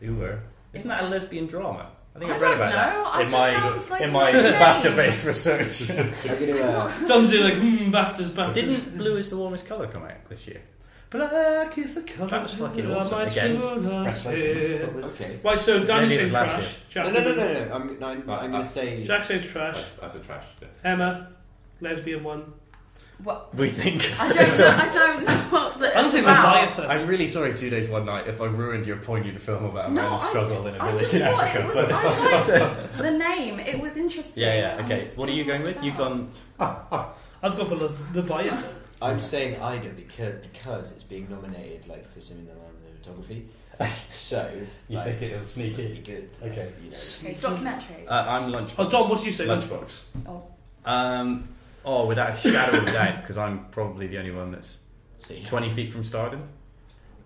Speaker 1: Uber. Isn't that a lesbian drama? I think I,
Speaker 9: I
Speaker 1: read
Speaker 9: don't
Speaker 1: about
Speaker 9: know.
Speaker 1: that
Speaker 9: I
Speaker 1: in
Speaker 9: just sounds
Speaker 1: my
Speaker 9: like
Speaker 1: in
Speaker 9: a
Speaker 1: my
Speaker 9: nice name.
Speaker 1: BAFTA-based research.
Speaker 6: I'm gonna, uh,
Speaker 3: Dom's in like hmm, BAFTAs, BAFTAs.
Speaker 1: Didn't Blue is the Warmest Color come out this year?
Speaker 3: Black is the color.
Speaker 1: That was fucking
Speaker 3: of
Speaker 1: awesome.
Speaker 3: my
Speaker 1: Again,
Speaker 3: true
Speaker 1: French
Speaker 3: love.
Speaker 1: Lesbians. What was-
Speaker 6: okay.
Speaker 3: Right, so
Speaker 1: Jenny
Speaker 3: Dan says
Speaker 1: was last
Speaker 3: trash.
Speaker 6: No,
Speaker 3: Jack,
Speaker 6: no, no, no, no. I'm, no, I'm,
Speaker 4: Uh,
Speaker 6: I'm
Speaker 4: uh,
Speaker 6: gonna say.
Speaker 3: Jack says trash.
Speaker 4: That's, that's a trash. Yeah.
Speaker 3: Emma, lesbian one.
Speaker 9: What?
Speaker 1: We think.
Speaker 9: I don't know. I don't know what to-
Speaker 3: I'm saying
Speaker 9: wow.
Speaker 3: Leviathan.
Speaker 1: I'm really sorry, Two Days, One Night, if I ruined your poignant film about a
Speaker 9: No,
Speaker 1: man's
Speaker 9: I
Speaker 1: struggle in a
Speaker 9: I
Speaker 1: village
Speaker 9: just
Speaker 1: in
Speaker 9: thought it
Speaker 1: Africa.
Speaker 9: was.
Speaker 1: but-
Speaker 9: I liked the name. It was interesting.
Speaker 1: yeah, yeah, okay.
Speaker 9: Um,
Speaker 1: What are you going with? You've gone.
Speaker 3: I've gone for Lev- Leviathan.
Speaker 6: I'm saying Ida because because it's being nominated like for cinematography. So
Speaker 1: You
Speaker 6: like,
Speaker 1: think it'll sneak
Speaker 6: pretty
Speaker 1: in?
Speaker 6: good.
Speaker 1: Okay.
Speaker 6: You know.
Speaker 9: Okay, documentary.
Speaker 1: Uh, I'm Lunchbox.
Speaker 3: Oh, Dom, what do you say?
Speaker 1: Lunchbox.
Speaker 9: Oh.
Speaker 1: Um, oh, without a shadow of a doubt, because I'm probably the only one that's
Speaker 6: See,
Speaker 1: 20 Feet from Stardom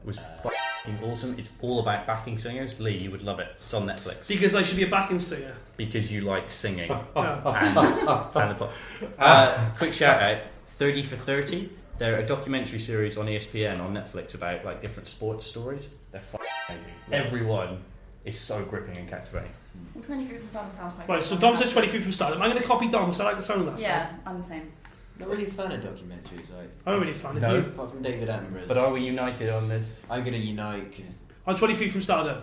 Speaker 1: was fucking awesome. It's all about backing singers. Lee, you would love it. It's on Netflix
Speaker 3: Because I should be a backing singer.
Speaker 1: because you like singing. and,
Speaker 3: Yeah.
Speaker 1: and the pop. Uh, quick shout out 30 for 30. They're a documentary series on E ESPN on Netflix about like different sports stories. They're fucking amazing. Everyone is so gripping and captivating.
Speaker 9: Well, 23 from Stardom sounds quite
Speaker 3: Right,
Speaker 9: good.
Speaker 3: so Dom says 23 from Stardom. I'm going to copy Dom because I like the sound of that.
Speaker 9: Yeah, I'm the same.
Speaker 6: not really a fan of documentaries, I,
Speaker 3: I'm not really a fan. If
Speaker 1: No.
Speaker 3: you,
Speaker 6: apart from David Attenborough.
Speaker 1: But are we united on this?
Speaker 6: I'm gonna unite because
Speaker 3: I'm 23 from Stardom.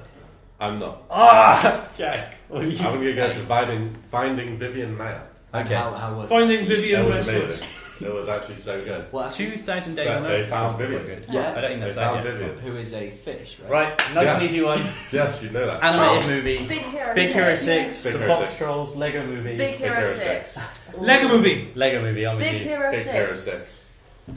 Speaker 4: I'm not.
Speaker 1: Ah, Jack. What do you?
Speaker 4: I'm gonna go to finding, finding Vivian Maya.
Speaker 1: Okay.
Speaker 6: how, how was
Speaker 3: Finding
Speaker 4: That
Speaker 3: Vivian
Speaker 4: was
Speaker 3: Westwood.
Speaker 4: amazing. That was actually so good.
Speaker 6: Well,
Speaker 1: Two thousand days
Speaker 4: But
Speaker 1: on
Speaker 4: they
Speaker 1: Earth.
Speaker 4: found
Speaker 1: was quite
Speaker 4: Vivian.
Speaker 1: good.
Speaker 6: Yeah.
Speaker 1: I don't think
Speaker 4: They
Speaker 1: that's
Speaker 4: found
Speaker 1: out yet.
Speaker 4: Vivian.
Speaker 6: who is a fish, right?
Speaker 1: Right, nice and
Speaker 4: Yes.
Speaker 1: easy one.
Speaker 4: Yes, you know that.
Speaker 1: Animated movie.
Speaker 9: Big Hero
Speaker 1: Big
Speaker 9: 6.
Speaker 1: Hero Six.
Speaker 4: Big
Speaker 1: the
Speaker 4: Hero
Speaker 1: Box
Speaker 4: Oh. Six.
Speaker 1: Trolls. Lego Movie.
Speaker 9: Big Hero
Speaker 4: Hero
Speaker 9: 6.
Speaker 3: Lego movie.
Speaker 1: Lego Movie. I'm with
Speaker 9: Big
Speaker 1: you.
Speaker 9: Hero
Speaker 4: Big
Speaker 9: 6.
Speaker 4: Hero 6.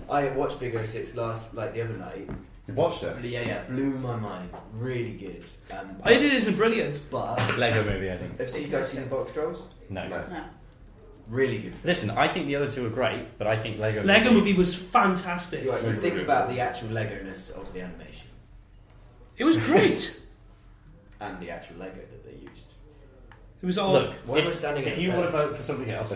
Speaker 6: I watched Big O Six last, like the other night.
Speaker 4: You watched it?
Speaker 6: Yeah, yeah, blew my mind. Really good. Um,
Speaker 3: It isn't brilliant.
Speaker 6: But
Speaker 1: Lego Movie. I think.
Speaker 6: have you guys seen the box trolls?
Speaker 1: No.
Speaker 4: No.
Speaker 9: No.
Speaker 6: Really good.
Speaker 1: Listen, I think the other two are great, but I think Lego.
Speaker 3: Lego movie was fantastic.
Speaker 6: You're right, when you
Speaker 4: Really
Speaker 6: think
Speaker 4: good.
Speaker 6: about the actual Lego-ness of the animation
Speaker 3: It was great.
Speaker 6: and the actual Lego that they used.
Speaker 3: It was all.
Speaker 1: Look,
Speaker 6: Why am I
Speaker 1: it's-
Speaker 6: standing
Speaker 1: if
Speaker 6: up
Speaker 1: you
Speaker 6: there?
Speaker 1: want to vote for something else,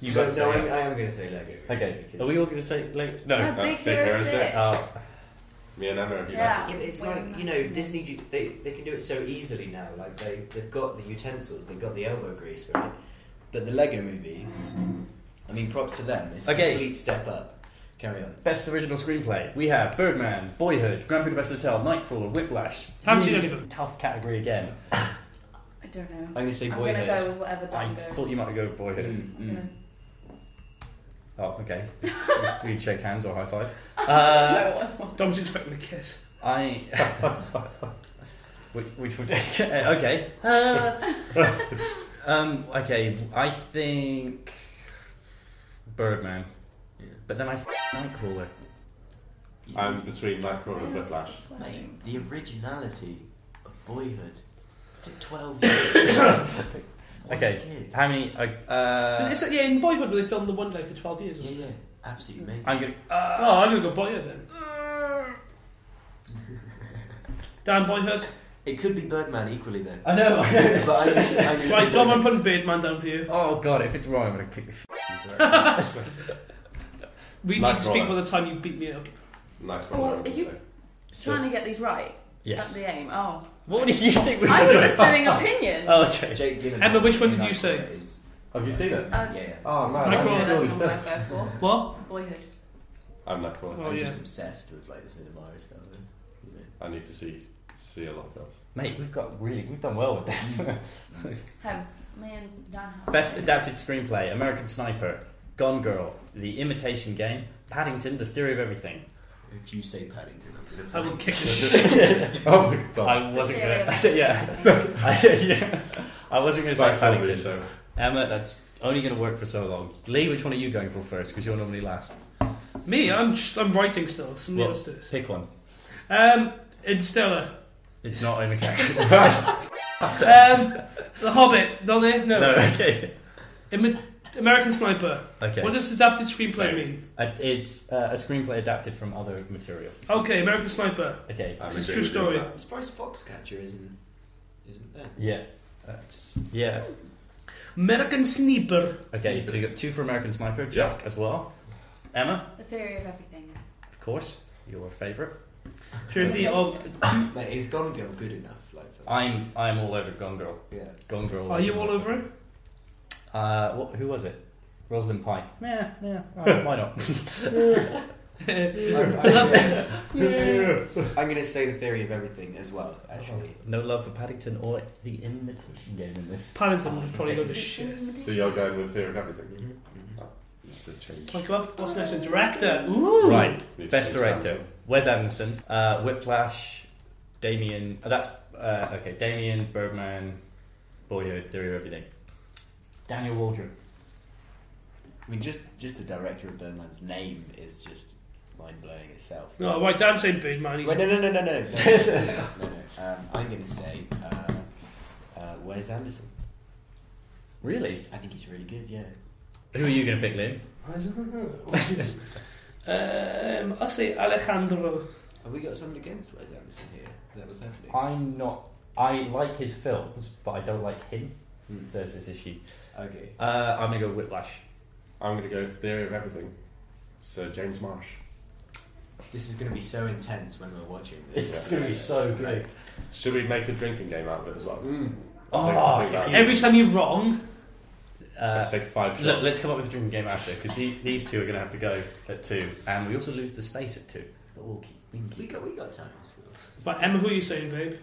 Speaker 1: you
Speaker 6: so
Speaker 1: vote for
Speaker 6: no,
Speaker 1: something else.
Speaker 6: I, I am going to say Lego.
Speaker 1: Okay.
Speaker 6: because-
Speaker 1: Are we all going to say Lego?
Speaker 9: No,
Speaker 1: No.
Speaker 9: Big,
Speaker 4: Big
Speaker 9: Hero,
Speaker 4: Hero
Speaker 9: 6.
Speaker 4: Six.
Speaker 1: Oh,
Speaker 4: Me and Emma have
Speaker 9: yeah.
Speaker 6: Yeah, but it's like you know Disney. do- They they can do it so easily now. Like they they've got the utensils, they've got the elbow grease, right? But the Lego Movie, I mean, props to them. It's
Speaker 1: Okay.
Speaker 6: a complete step up. Carry on.
Speaker 1: best original screenplay. We have Birdman, Boyhood, Grand Budapest Hotel, Nightcrawler, Whiplash.
Speaker 3: Haven't seen any of them.
Speaker 1: Tough category again.
Speaker 9: I don't know.
Speaker 6: I'm going to say
Speaker 9: I'm going to
Speaker 6: Boyhood.
Speaker 9: go with whatever Dom
Speaker 1: I
Speaker 9: goes.
Speaker 1: thought you might go with Boyhood.
Speaker 6: Mm, mm.
Speaker 1: Oh, okay. we can shake hands or high five. Uh,
Speaker 9: No.
Speaker 3: Dom's expecting a kiss.
Speaker 1: I. which, which would. okay. Uh, um, okay, I think. Birdman. But then I. f- Nightcrawler.
Speaker 4: I'm between Nightcrawler and Whiplash.
Speaker 6: Mm. Mate, the originality of Boyhood took twelve years. What a
Speaker 1: Okay,
Speaker 6: kid.
Speaker 1: how many. Uh,
Speaker 3: Did-
Speaker 1: uh,
Speaker 3: is that, yeah, in Boyhood, where they filmed the one day for 12 years.
Speaker 6: Yeah, yeah, absolutely amazing.
Speaker 1: I'm gonna. Uh,
Speaker 3: Oh, I'm going to go Boyhood then. Dan Boyhood.
Speaker 6: It could be Birdman equally though.
Speaker 1: I know, I know.
Speaker 6: but I'm, just- I'm just
Speaker 3: Right, Dom, I'm putting Birdman down for you.
Speaker 1: Oh god, if it's wrong, I'm gonna kick the shit.
Speaker 3: We need
Speaker 4: Matt
Speaker 3: to speak
Speaker 4: Ryan.
Speaker 3: by the time you beat me up.
Speaker 4: Nightcrawler.
Speaker 9: Well,
Speaker 4: I would
Speaker 9: are you-
Speaker 4: say.
Speaker 9: Trying to get these right. Is
Speaker 1: yes.
Speaker 9: that the aim? Oh.
Speaker 1: What do you think? we
Speaker 9: I
Speaker 1: were
Speaker 9: was just
Speaker 1: doing?
Speaker 9: doing opinion. Uh,
Speaker 1: Oh, okay.
Speaker 6: Jake Gyllenhaal.
Speaker 3: Emma, which one did you
Speaker 6: United
Speaker 3: say?
Speaker 6: Is,
Speaker 4: Have you seen it?
Speaker 9: Uh,
Speaker 6: yeah, yeah.
Speaker 4: Oh, man.
Speaker 3: Nightcrawler.
Speaker 4: I
Speaker 9: Nightcrawler.
Speaker 4: saw this
Speaker 9: is the one
Speaker 4: now.
Speaker 9: I go for.
Speaker 3: What?
Speaker 9: Boyhood.
Speaker 4: I'm Nightcrawler.
Speaker 3: Oh,
Speaker 6: I'm
Speaker 3: yeah.
Speaker 6: just obsessed with like the cinema stuff. you know.
Speaker 4: I need to see see a lot of those.
Speaker 1: Mate, we've got really, we've done well with this.
Speaker 9: Him. Me and Dan have.
Speaker 1: Best adapted screenplay: American Sniper, Gone Girl, The Imitation Game, Paddington, The Theory of Everything.
Speaker 6: If you say Paddington, I'm gonna.
Speaker 3: I will
Speaker 6: find-
Speaker 3: kick the shit.
Speaker 4: oh my god.
Speaker 1: I wasn't
Speaker 9: Theory of
Speaker 1: gonna, yeah. I, yeah, I wasn't gonna say
Speaker 4: Nightcrawler
Speaker 1: Paddington.
Speaker 4: is so-
Speaker 1: Emma, that's only gonna work for so long. Lee, which one are you going for first? Because you're normally last.
Speaker 3: Me, I'm just I'm writing still. Somebody
Speaker 1: What?
Speaker 3: else do this.
Speaker 1: Pick one.
Speaker 3: Um, Interstellar.
Speaker 1: It's not in the category.
Speaker 3: Um, the Hobbit. Not there. No.
Speaker 1: no, okay,
Speaker 3: Im- American Sniper.
Speaker 1: okay.
Speaker 3: What does adapted screenplay
Speaker 4: Same.
Speaker 3: mean?
Speaker 1: Uh, It's uh, a screenplay adapted from other material.
Speaker 3: Okay, American Sniper.
Speaker 1: Okay.
Speaker 4: I'm
Speaker 3: It's a
Speaker 4: agreeing
Speaker 3: true
Speaker 4: with you.
Speaker 3: story.
Speaker 6: I'm surprised Foxcatcher isn't isn't there.
Speaker 1: Yeah. That's, yeah.
Speaker 3: American Sniper.
Speaker 1: Okay, so you got two for American Sniper, Jack as well. Emma,
Speaker 9: The theory of everything.
Speaker 1: of course, your favourite.
Speaker 3: Purity of.
Speaker 6: Mate, is Gone Girl good enough? Like, for
Speaker 1: I'm I'm all over Gone Girl.
Speaker 6: yeah.
Speaker 1: Gone Girl.
Speaker 3: Are you all over it?
Speaker 1: Uh, what, who was it? Rosalind Pike. Yeah, yeah.
Speaker 3: Oh,
Speaker 1: alright, why not?
Speaker 6: I'm, I'm, I'm gonna say the theory of everything as well. Actually,
Speaker 1: No love for Paddington or the Imitation Game in this.
Speaker 3: Paddington would probably
Speaker 1: Oh,
Speaker 3: go to shit.
Speaker 4: So you're going with Fear and Everything?
Speaker 6: Mhm, mhm.
Speaker 4: It's a change.
Speaker 3: Like, what- what's next? A director. Ooh.
Speaker 1: Right.
Speaker 4: Need to
Speaker 1: Best
Speaker 4: change
Speaker 1: director: Wes Anderson, uh, Whiplash, Damien. Oh, that's uh, okay. Damien, Birdman, Boyhood, Theory of Everything. Daniel Waldron.
Speaker 6: I mean, just just the director of Birdman's name is just mind blowing itself.
Speaker 3: No, right, Dan said Birdman. He's
Speaker 6: Wait, no, no, no, no, no. no, no, no, no, no. Um, I'm going to say uh, uh, Wes Anderson.
Speaker 1: Really?
Speaker 6: I think he's really good, yeah.
Speaker 1: Who are you going to pick, Liam?
Speaker 3: I don't know. Um, I say Alejandro.
Speaker 6: Have we got something against Wes Anderson here? Is that what's happening?
Speaker 1: I'm not. I like his films, but I don't like him.
Speaker 6: Hmm.
Speaker 1: So it's this issue.
Speaker 6: Okay.
Speaker 1: Uh, I'm gonna go Whiplash.
Speaker 4: I'm going to go Theory of Everything. Sir James Marsh.
Speaker 6: This is going to be so intense when we're watching this.
Speaker 1: It's gonna be so good.
Speaker 4: Should we make a drinking game out of it as well?
Speaker 1: Oh,
Speaker 4: Think about
Speaker 1: if
Speaker 4: it.
Speaker 1: you-
Speaker 3: Every time you're wrong,
Speaker 4: Let's
Speaker 1: Uh,
Speaker 4: take five shots.
Speaker 1: look, let's come up with a drinking game after because the, these two are gonna have to go at two, and we also lose the space at two. But we'll keep. We can
Speaker 6: We
Speaker 1: keep.
Speaker 6: got we got time. still.
Speaker 3: but Emma, who are you saying, babe?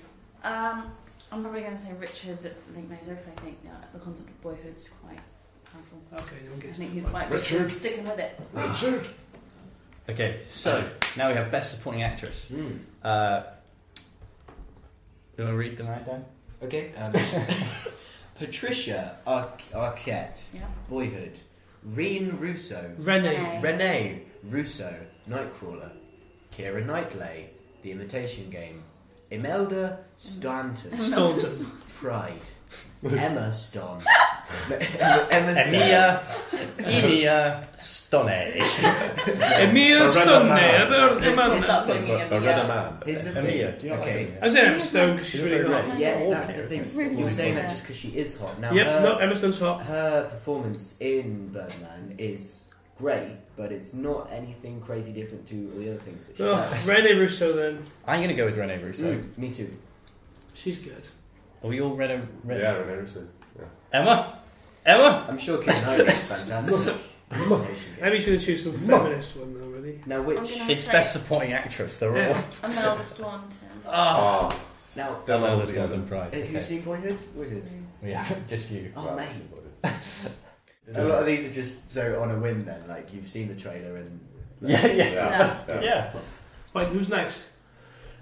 Speaker 9: Um, I'm probably going to say Richard Linklater because I think uh, the concept of boyhood's quite powerful.
Speaker 3: Okay, then we'll
Speaker 9: I
Speaker 3: get
Speaker 9: think he's quite
Speaker 4: Richard.
Speaker 9: sticking with it.
Speaker 1: Okay, so now we have best supporting actress.
Speaker 6: Hmm.
Speaker 1: Uh, do you want to read them out, Dan?
Speaker 6: Okay. Um, Patricia Ar- Arquette,
Speaker 9: Yeah.
Speaker 6: Boyhood, Reen Russo,
Speaker 3: Rene.
Speaker 6: Renee Russo, Nightcrawler, Kira Knightley, The Imitation Game, Imelda Staunton,
Speaker 3: Staunton.
Speaker 6: Pride, Emma Stone, Emma Stone,
Speaker 1: Emia, Emia Stone.
Speaker 3: Emir
Speaker 4: Loretta
Speaker 3: Stone.
Speaker 4: Mann.
Speaker 9: Let's, let's start blaming him.
Speaker 4: But
Speaker 9: yeah.
Speaker 4: Red Man.
Speaker 6: Here's the
Speaker 1: Emia, do
Speaker 6: thing.
Speaker 1: you not like
Speaker 6: Okay.
Speaker 1: Emia?
Speaker 3: I say Emma Stone because she's really
Speaker 1: Right.
Speaker 3: hot.
Speaker 1: It's
Speaker 6: Yeah,
Speaker 1: not
Speaker 6: that's
Speaker 1: ordinary,
Speaker 6: the thing.
Speaker 1: it's
Speaker 9: really
Speaker 6: You're saying that
Speaker 9: ordinary.
Speaker 6: just because she is hot. Now,
Speaker 3: Yep,
Speaker 6: her,
Speaker 3: no, Emma Stone's hot.
Speaker 6: her performance in Birdman is great, but it's not anything crazy different to all the other things that she
Speaker 3: Oh,
Speaker 6: does.
Speaker 3: Rene Russo then.
Speaker 1: I'm gonna go with Rene Russo.
Speaker 6: Mm, me too.
Speaker 3: She's good.
Speaker 1: Are we all Rene? Rene?
Speaker 4: Yeah, Renee Russo.
Speaker 1: Emma, Emma.
Speaker 6: I'm sure Kieran Knightley is fantastic. Imitation Game.
Speaker 3: Emmy's going to choose some feminist one already.
Speaker 6: Now,
Speaker 9: I'm
Speaker 6: which
Speaker 9: gonna-
Speaker 1: It's
Speaker 9: That's
Speaker 1: best supporting actress. They're
Speaker 3: Yeah.
Speaker 1: all.
Speaker 9: I'm going to Staunton.
Speaker 1: Oh,
Speaker 4: Oh,
Speaker 6: now
Speaker 4: Don't know
Speaker 1: Elda's
Speaker 4: what's
Speaker 1: Golden
Speaker 4: going
Speaker 1: Pride.
Speaker 6: uh, who's seen Boyhood? Boyhood.
Speaker 1: Yeah, just you.
Speaker 6: Oh
Speaker 4: Well,
Speaker 6: mate, a lot of these are just so on a whim. Then, like you've seen the trailer and
Speaker 1: Yeah, yeah,
Speaker 4: Yeah.
Speaker 1: yeah.
Speaker 3: Right, who's next?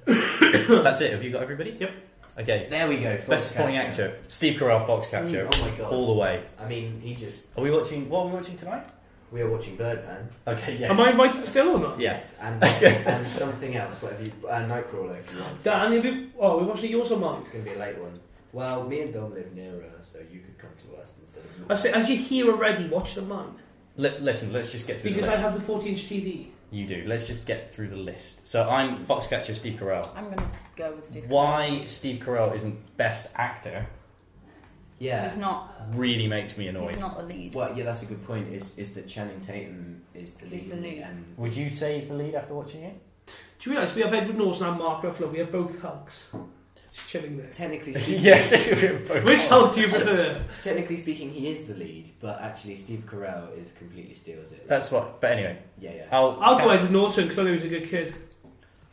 Speaker 1: That's it. Have you got everybody?
Speaker 3: Yep.
Speaker 1: Okay.
Speaker 6: there we go.
Speaker 1: best supporting
Speaker 6: Foxcatcher.
Speaker 1: actor: Steve Carell, Foxcatcher,
Speaker 6: Mm, oh my god!
Speaker 1: all the way.
Speaker 6: I mean, he just.
Speaker 1: Are we watching? What are we watching tonight?
Speaker 6: We are watching Birdman.
Speaker 1: Okay. Yes.
Speaker 3: Am I invited still or not?
Speaker 1: Yeah.
Speaker 6: Yes, and, and something else, whatever you. Uh, Nightcrawler, if you want.
Speaker 3: Dan, have you, oh, we're watching yours or mine?
Speaker 6: It's going to be a late one. Well, me and Dom live nearer, so you could come to us instead of.
Speaker 3: I say, as you hear already, watch the mine.
Speaker 1: Li- listen, let's just get through
Speaker 3: Because
Speaker 1: the
Speaker 3: I
Speaker 1: list.
Speaker 3: have the 40 inch TV.
Speaker 1: You do. Let's just get through the list. So I'm Foxcatcher, Steve Carell.
Speaker 9: I'm going to go with Steve.
Speaker 1: Why Steve Carell isn't best actor
Speaker 9: He's
Speaker 6: Yeah.
Speaker 9: not.
Speaker 1: really makes me
Speaker 9: He's
Speaker 1: annoyed.
Speaker 9: not the lead.
Speaker 6: Well, yeah, that's a good point. Is is that Channing Tatum is the
Speaker 9: He's
Speaker 6: lead,
Speaker 9: the lead.
Speaker 6: and
Speaker 1: Would you say he's the lead after watching it?
Speaker 3: Do you realise we have Edward Norton and Mark Ruffalo? We have both hugs. Just chilling there.
Speaker 6: technically speaking,
Speaker 1: yes.
Speaker 3: Which hug do you prefer?
Speaker 6: technically speaking, he is the lead, but actually Steve Carell is completely steals it.
Speaker 1: That's what. But anyway,
Speaker 6: yeah, yeah.
Speaker 1: I'll.
Speaker 3: I'll go Edward Norton because I know he's a good kid.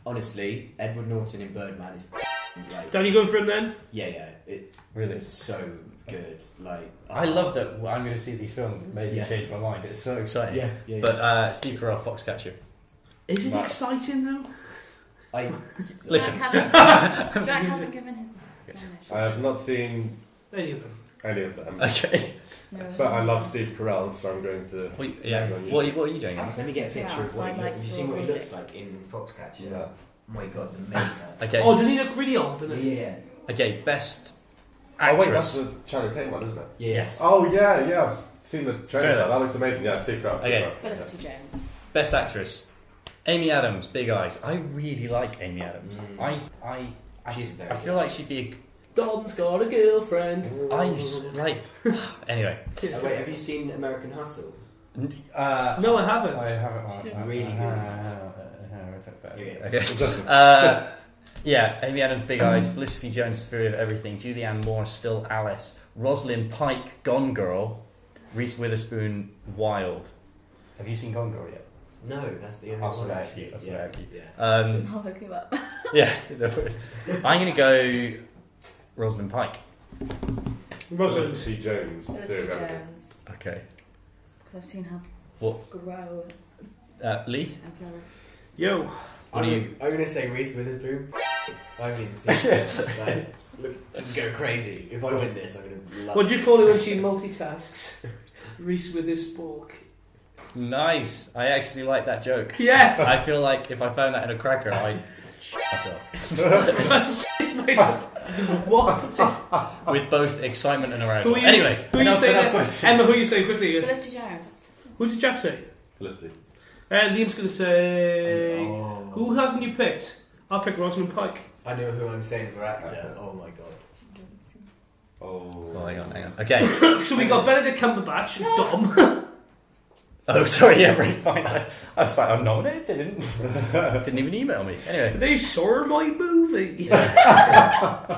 Speaker 6: Honestly, Edward Norton in Birdman is f***ing like.
Speaker 3: Dan, you going for him then?
Speaker 6: Yeah, yeah. It
Speaker 1: Really.
Speaker 6: is so good. Like oh,
Speaker 1: I love that well, I'm going to see these films and maybe
Speaker 6: Yeah.
Speaker 1: change my mind. It's so
Speaker 6: Yeah,
Speaker 1: exciting.
Speaker 6: yeah. yeah.
Speaker 1: But uh, Steve Carell, Foxcatcher.
Speaker 3: Is it
Speaker 4: Right.
Speaker 3: exciting though?
Speaker 6: I
Speaker 1: Listen.
Speaker 9: Jack hasn't, Jack hasn't given his
Speaker 4: I
Speaker 9: nomination.
Speaker 4: have not seen
Speaker 3: Any of them.
Speaker 4: any of them.
Speaker 1: Okay.
Speaker 9: No.
Speaker 4: But I love Steve Carell, so I'm going to.
Speaker 1: What, yeah. What, are you- what are you doing? Emma?
Speaker 6: let me get a picture of what
Speaker 9: I'd
Speaker 6: he
Speaker 9: like
Speaker 6: look- you
Speaker 9: to
Speaker 6: seen what he
Speaker 9: read
Speaker 6: looks
Speaker 9: it.
Speaker 6: like in Foxcatcher.
Speaker 4: Yeah.
Speaker 6: Oh my god, the makeup.
Speaker 1: Okay.
Speaker 3: Oh, did he look really old, didn't he?
Speaker 6: Yeah.
Speaker 1: Okay. Best
Speaker 4: Oh,
Speaker 1: actress.
Speaker 4: wait, that's the Channing Tatum one, isn't it?
Speaker 1: Yes.
Speaker 4: Oh, yeah, yeah, I've seen the trailer.
Speaker 1: Trailer.
Speaker 4: That looks amazing. Yeah, Steve Carell. Steve
Speaker 1: Okay.
Speaker 4: Carell.
Speaker 9: Felicity Jones.
Speaker 1: Best actress. Amy Adams, Big Eyes. I really like Amy Adams.
Speaker 6: Mm.
Speaker 1: I, I, I,
Speaker 6: She's very
Speaker 1: I feel like she'd be a
Speaker 3: Dom's got a girlfriend.
Speaker 1: I s- like. anyway,
Speaker 6: Oh, wait, have you seen American Hustle?
Speaker 1: N- uh,
Speaker 3: No, I haven't.
Speaker 1: haven't.
Speaker 6: uh, Really uh, good. uh, Yeah.
Speaker 1: Okay. Uh, yeah, Amy Adams, Big Eyes, Felicity Jones, Spirit of Everything, Julianne Moore, Still Alice, Rosalind Pike, Gone Girl, Reese Witherspoon, Wild. Have you seen Gone Girl yet?
Speaker 6: No, that's the only
Speaker 1: That's
Speaker 6: one.
Speaker 1: what I
Speaker 6: I've
Speaker 1: have you,
Speaker 6: seen,
Speaker 1: that's
Speaker 6: yeah.
Speaker 1: what I have you.
Speaker 6: Yeah.
Speaker 1: Um,
Speaker 9: I'll look you up.
Speaker 1: yeah, no worries. I'm going to go Rosalind Pike.
Speaker 3: Rosalind.
Speaker 4: Felicity Jones.
Speaker 9: Felicity
Speaker 4: Felicity Jones.
Speaker 9: Jones.
Speaker 1: Okay.
Speaker 9: Because I've seen her
Speaker 1: What?
Speaker 9: grow
Speaker 1: Uh, Lee?
Speaker 9: and flower.
Speaker 3: Yo.
Speaker 1: What
Speaker 6: I'm,
Speaker 1: do you-
Speaker 6: I'm gonna say Reese Witherspoon. I mean, seriously, like, look, let's go crazy. If I win this, I'm gonna love.
Speaker 3: What do you call it when she multitasks? Reese with his fork.
Speaker 1: Nice. I actually like that joke.
Speaker 3: Yes!
Speaker 1: I feel like if I found that in a cracker, I'd shit myself.
Speaker 3: what?
Speaker 1: with both excitement and arousal.
Speaker 3: Who you-
Speaker 1: anyway,
Speaker 3: who you
Speaker 1: enough-
Speaker 3: say
Speaker 1: enough
Speaker 3: that?
Speaker 1: questions.
Speaker 3: Emma, who you say quickly?
Speaker 9: Felicity Jones.
Speaker 3: Who did Jack say?
Speaker 4: Felicity.
Speaker 3: Uh, Liam's going
Speaker 6: Um,
Speaker 3: to say,
Speaker 2: Oh.
Speaker 3: who hasn't you picked? I'll pick Rosamund Pike.
Speaker 2: I know who I'm saying for actor. Oh my god.
Speaker 1: Oh,
Speaker 2: Oh.
Speaker 1: hang on, hang on. Okay.
Speaker 3: so we got Benedict Cumberbatch, Dom.
Speaker 1: Oh, sorry. Yeah, right. Fine. I, I was like, I'm nominated. They didn't. didn't even email me. Anyway.
Speaker 3: they saw my movie. Uh,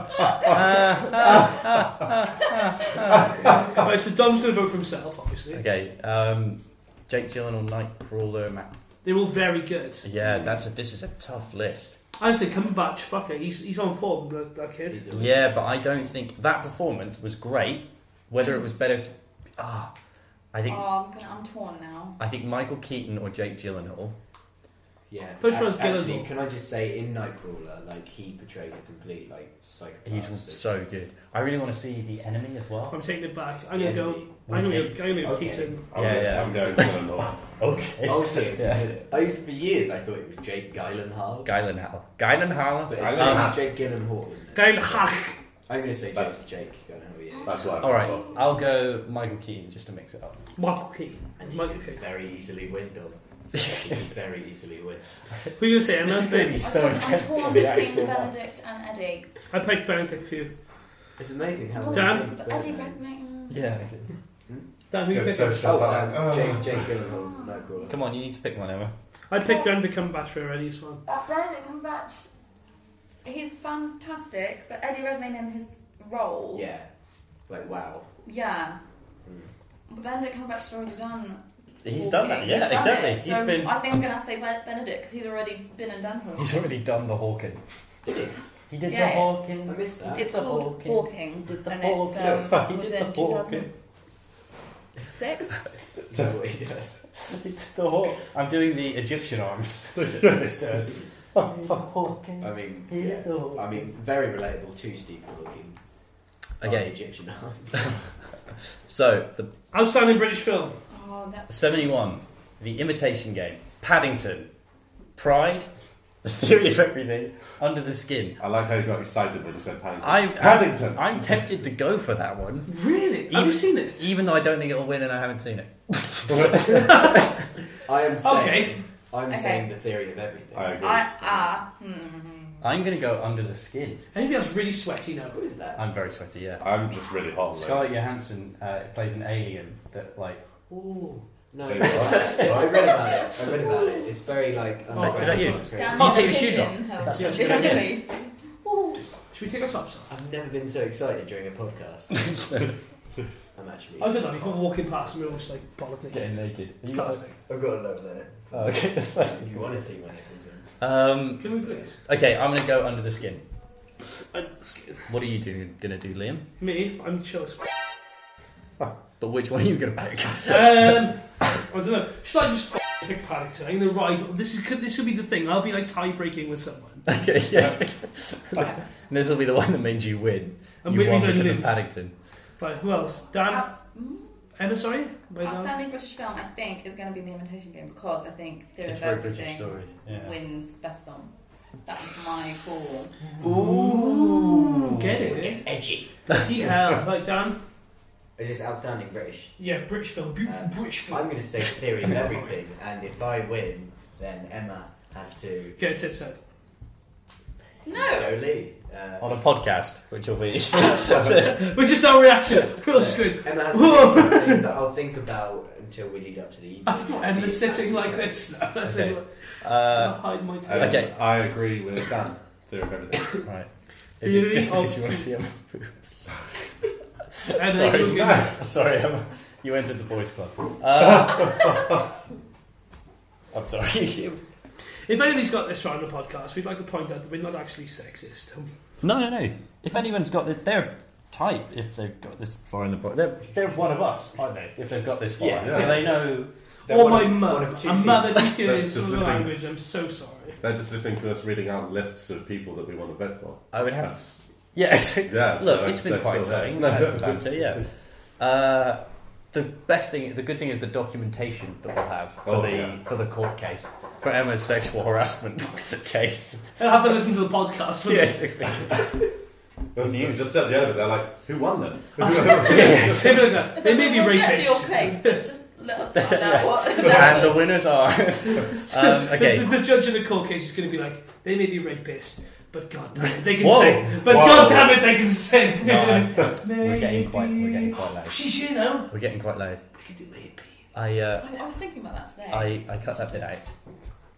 Speaker 3: uh, right, so Dom's going to vote for himself, obviously.
Speaker 1: Okay. Um, Jake Gyllenhaal, Nightcrawler, Matt.
Speaker 3: They're all very good.
Speaker 1: Yeah, that's a, this is a tough list.
Speaker 3: I'd say Cumberbatch, fuck it, he's, he's on form, that, that kid.
Speaker 6: He's a-
Speaker 1: Yeah, but I don't think that performance was great. Whether it was better, to, ah, I think
Speaker 9: Oh, I'm, gonna, I'm torn now.
Speaker 1: I think Michael Keaton or Jake Gyllenhaal.
Speaker 6: Yeah.
Speaker 3: First
Speaker 6: a-
Speaker 3: one's Dylan
Speaker 6: Actually,
Speaker 3: Moore.
Speaker 6: can I just say in Nightcrawler, like he portrays a complete like psychopath.
Speaker 1: He's
Speaker 3: Oh,
Speaker 1: so good. I really want to see The Enemy as well.
Speaker 3: I'm taking it back. I'm going to go.
Speaker 1: Yeah.
Speaker 3: I'm going to go. I'm going to go
Speaker 6: Okay.
Speaker 3: Keaton.
Speaker 4: I'm
Speaker 1: Yeah,
Speaker 4: go-
Speaker 1: yeah.
Speaker 4: I'm going to know.
Speaker 1: Okay.
Speaker 6: I'll see it.
Speaker 1: Yeah.
Speaker 6: I used for years I thought it was Jake Gyllenhaal,
Speaker 1: Gyllenhaal. Gyllenhaal.
Speaker 6: but
Speaker 1: Um,
Speaker 6: it's Jake, Jake Gyllenhaal, isn't it?
Speaker 3: Gail Hach.
Speaker 6: I'm gonna say
Speaker 4: That's-
Speaker 6: Jake, Jake Gyllenhaal. Yeah.
Speaker 4: That's why.
Speaker 1: all right, I'll go Michael Keaton just to mix it up.
Speaker 3: Michael Keaton.
Speaker 6: And he
Speaker 3: Michael
Speaker 6: could
Speaker 3: Keaton.
Speaker 6: very easily win, though. he could very easily win.
Speaker 3: Who are you going to say?
Speaker 1: This is going to be
Speaker 3: Emma?
Speaker 1: so
Speaker 9: I'm
Speaker 1: intense.
Speaker 9: torn
Speaker 6: be
Speaker 9: between
Speaker 6: actually-
Speaker 9: Benedict and Eddie.
Speaker 3: I picked Benedict for you.
Speaker 6: It's amazing how
Speaker 9: Oh,
Speaker 6: many
Speaker 3: Dan?
Speaker 6: things
Speaker 9: but
Speaker 6: both
Speaker 9: Eddie
Speaker 6: know.
Speaker 9: Benedict.
Speaker 1: Yeah.
Speaker 3: Dan, who you
Speaker 4: Yeah,
Speaker 3: pick?
Speaker 4: so stressed
Speaker 6: Oh,
Speaker 4: out.
Speaker 6: um, Jake, Jake Gyllenhaal, Nightcrawler.
Speaker 1: Come on, you need to pick one, Emma.
Speaker 3: I picked Benedict Cumberbatch for already as well.
Speaker 9: Uh, Benedict Cumberbatch. He's fantastic, but Eddie Redmayne in his role.
Speaker 6: Yeah. Like wow.
Speaker 9: Yeah. But Benedict Cumberbatch's already done.
Speaker 1: Mm. He's
Speaker 9: all
Speaker 1: done
Speaker 9: of
Speaker 1: that.
Speaker 9: it.
Speaker 1: Yeah,
Speaker 9: He's done
Speaker 1: exactly.
Speaker 9: it,
Speaker 1: He's
Speaker 9: so
Speaker 1: been.
Speaker 9: I think I'm gonna say Ben- Benedict because he's already been and done her.
Speaker 1: He's already done the Hawking.
Speaker 6: Did it?
Speaker 1: He did
Speaker 9: Yeah.
Speaker 1: the Hawking.
Speaker 6: I missed that.
Speaker 9: It's
Speaker 1: the
Speaker 9: called
Speaker 1: Hawking.
Speaker 9: Hawking,
Speaker 1: Did the
Speaker 9: and it's um,
Speaker 1: Hawking. He
Speaker 9: was
Speaker 1: did the
Speaker 9: in
Speaker 1: Hawking.
Speaker 9: 2006.
Speaker 6: Totally, yes.
Speaker 1: It's the Hawk. I'm doing the Egyptian arms. this does. Hawking.
Speaker 6: I mean,
Speaker 1: He's
Speaker 6: yeah.
Speaker 1: the Hawking.
Speaker 6: I mean, very relatable to Stephen Hawking.
Speaker 1: Okay.
Speaker 6: Oh, Egyptian arms.
Speaker 1: So the
Speaker 3: Outstanding British film.
Speaker 9: Oh, that
Speaker 1: 71, The Imitation Game, Paddington, Pride, The Theory of Everything, Under the Skin.
Speaker 4: I like how you got excited when you said Paddington.
Speaker 1: I,
Speaker 4: Paddington.
Speaker 1: I'm tempted to go for that one,
Speaker 3: Really? Have
Speaker 1: Even-
Speaker 3: you seen it?
Speaker 1: even though I don't think it'll win and I haven't seen it.
Speaker 6: I am saying,
Speaker 3: Okay.
Speaker 6: I'm
Speaker 9: Okay.
Speaker 6: saying the theory of everything.
Speaker 4: I agree.
Speaker 9: I ah. hmm.
Speaker 1: I'm going to go Under the Skin.
Speaker 3: Anybody else really sweaty now?
Speaker 6: What is that?
Speaker 1: I'm very sweaty, yeah.
Speaker 4: I'm just Oh, really hot. though.
Speaker 1: Scarlett Johansson uh, plays an alien that, like,
Speaker 6: Ooh. No,
Speaker 4: There
Speaker 6: I
Speaker 4: you are.
Speaker 6: read about it. I read about it. It's very like. oh,
Speaker 1: that- is that you?
Speaker 9: Damn
Speaker 1: you take your
Speaker 9: pigeon
Speaker 1: shoes off?
Speaker 9: held
Speaker 1: That's
Speaker 9: you
Speaker 1: such a good idea.
Speaker 9: released. Ooh.
Speaker 3: Should we take our tops off?
Speaker 6: I've never been so excited during a podcast. I'm actually.
Speaker 3: I don't know. People walking past and we're all just like bollocked.
Speaker 1: getting
Speaker 3: naked.
Speaker 1: naked. Have you got-
Speaker 3: Plastic.
Speaker 6: I've got it over there.
Speaker 1: Oh, okay, that's fine.
Speaker 6: If you want to see my nipples in.
Speaker 1: Um,
Speaker 3: Can we please?
Speaker 1: okay, I'm going to go Under the Skin.
Speaker 3: Uh, excuse-
Speaker 1: What are you do, going to do, Liam?
Speaker 3: Me, I'm chill as fuck.
Speaker 1: But which one are you going to pick?
Speaker 3: Um, I don't know. Should I just f- pick Paddington? I'm gonna ride. This is this will be the thing. I'll be like tie breaking with someone.
Speaker 1: Okay, yes. and this will be the one that made you win.
Speaker 3: And
Speaker 1: you
Speaker 3: Whitney
Speaker 1: won
Speaker 3: don't
Speaker 1: because of
Speaker 3: lose.
Speaker 1: Paddington.
Speaker 3: Right, who else? Dan,
Speaker 9: Outs- mm,
Speaker 3: Emma, sorry. Wait, Dan?
Speaker 9: Outstanding British film, I think, is going to be The Imitation Game because I think Theory
Speaker 1: It's
Speaker 9: of
Speaker 1: very British
Speaker 9: Everything
Speaker 1: story. Yeah.
Speaker 9: wins Best Film. That's my call.
Speaker 3: Ooh, get it.
Speaker 6: Edgy.
Speaker 3: Bloody hell. Right, Dan.
Speaker 6: Is this outstanding British?
Speaker 3: Yeah, British film. Beautiful
Speaker 6: Uh,
Speaker 3: British
Speaker 6: I'm
Speaker 3: film.
Speaker 6: going to say theory of everything, and if I win, then Emma has to
Speaker 3: Get a tits out.
Speaker 9: No.
Speaker 6: go Lee. Uh,
Speaker 1: On a podcast, which will be.
Speaker 3: Which is our reaction. We're all just going.
Speaker 6: Emma has to do something that I'll think about until we lead up to the evening.
Speaker 3: I'm not ever sitting like this. now. That's
Speaker 1: Okay.
Speaker 3: it. I'm
Speaker 1: uh,
Speaker 3: gonna hide my
Speaker 4: I,
Speaker 3: tits.
Speaker 1: Okay.
Speaker 4: I agree with Dan. Theory of everything.
Speaker 1: right. Is it just
Speaker 3: Theory
Speaker 1: because
Speaker 3: of-
Speaker 1: you want to see Emma's boobs?
Speaker 3: And then
Speaker 1: Sorry.
Speaker 3: we'll give-
Speaker 1: sorry, Emma. You entered the boys' club. Uh, I'm sorry.
Speaker 3: If anybody's got this round of podcast, we'd like to point out that we're not actually sexist.
Speaker 1: No, no, no. If anyone's got this, they're tight if they've got this far in the book. They're, they're one of us, aren't they? If they've got this far.
Speaker 6: Yeah.
Speaker 1: So they know.
Speaker 3: or my
Speaker 6: one
Speaker 3: mum.
Speaker 6: of two
Speaker 3: A mother who
Speaker 4: That's
Speaker 3: can
Speaker 4: just
Speaker 3: some
Speaker 4: the thing.
Speaker 3: language. I'm so sorry.
Speaker 4: They're just listening to us reading out lists of people that we want to vote for.
Speaker 1: I would have.
Speaker 4: That's
Speaker 1: Yes.
Speaker 4: yeah. so
Speaker 1: Look,
Speaker 4: that's-
Speaker 1: it's been
Speaker 4: that's
Speaker 1: quite
Speaker 4: still there.
Speaker 1: exciting. We've had some time to, yeah. Uh, the best thing, the good thing is the documentation that we'll have for
Speaker 4: Oh,
Speaker 1: the
Speaker 4: yeah.
Speaker 1: for the court case for Emma's sexual harassment case.
Speaker 3: They'll have to listen to the podcast. won't
Speaker 1: Yes, exactly. Reviews.
Speaker 4: Just at the end of it, they're like, "Who won then?"
Speaker 3: they? They'll be like that.
Speaker 9: It's
Speaker 3: They
Speaker 9: like,
Speaker 3: may be
Speaker 9: we'll get to your
Speaker 3: rapists.
Speaker 9: case, but just Let us find out what.
Speaker 1: and the winners are. um,
Speaker 3: The,
Speaker 1: okay.
Speaker 3: the, the judge in the court case is going to be like, they may be rapists, but god damn it, they can
Speaker 1: Whoa.
Speaker 3: sing. But
Speaker 4: Whoa.
Speaker 3: god damn it, they can sing. Oh,
Speaker 1: No, I'm- we're getting quite. We're getting quite loud.
Speaker 3: She's you know,
Speaker 1: We're getting quite loud.
Speaker 3: we can do maybe.
Speaker 1: I uh,
Speaker 9: I was thinking about that today.
Speaker 1: I I cut that bit out.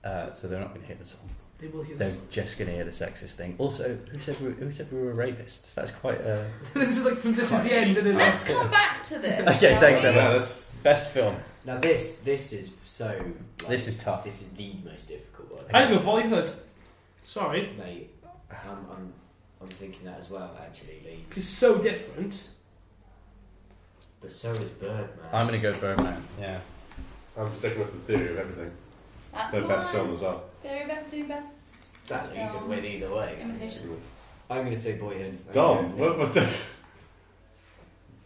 Speaker 1: Uh, so they're not going to hear the song.
Speaker 3: They will hear
Speaker 1: They're
Speaker 3: this.
Speaker 1: just going to hear the sexist thing. Also, who said we, who said we were rapists? That's quite uh, a
Speaker 3: this is like this is the end. And
Speaker 9: Let's
Speaker 3: it's
Speaker 9: come back to this.
Speaker 1: Okay,
Speaker 9: shall
Speaker 1: thanks,
Speaker 9: we?
Speaker 1: Emma.
Speaker 4: Yeah, that's
Speaker 1: best film.
Speaker 6: Now this this is so. Like,
Speaker 1: This is tough.
Speaker 6: This is the most difficult one.
Speaker 3: I go boyhood. Sorry,
Speaker 6: Mate, I'm, I'm I'm thinking that as well actually, Lee.
Speaker 3: it's so different.
Speaker 6: But so is Birdman.
Speaker 1: I'm going to go Birdman. Yeah.
Speaker 4: I'm sticking with the theory of everything.
Speaker 9: That's
Speaker 4: The best
Speaker 9: mine.
Speaker 4: film as well.
Speaker 9: Go back to best
Speaker 6: That you can win either way.
Speaker 9: imitation.
Speaker 6: I'm going to say Boyhood. I'm gonna
Speaker 4: Dom,
Speaker 6: go
Speaker 4: what,
Speaker 6: Lee.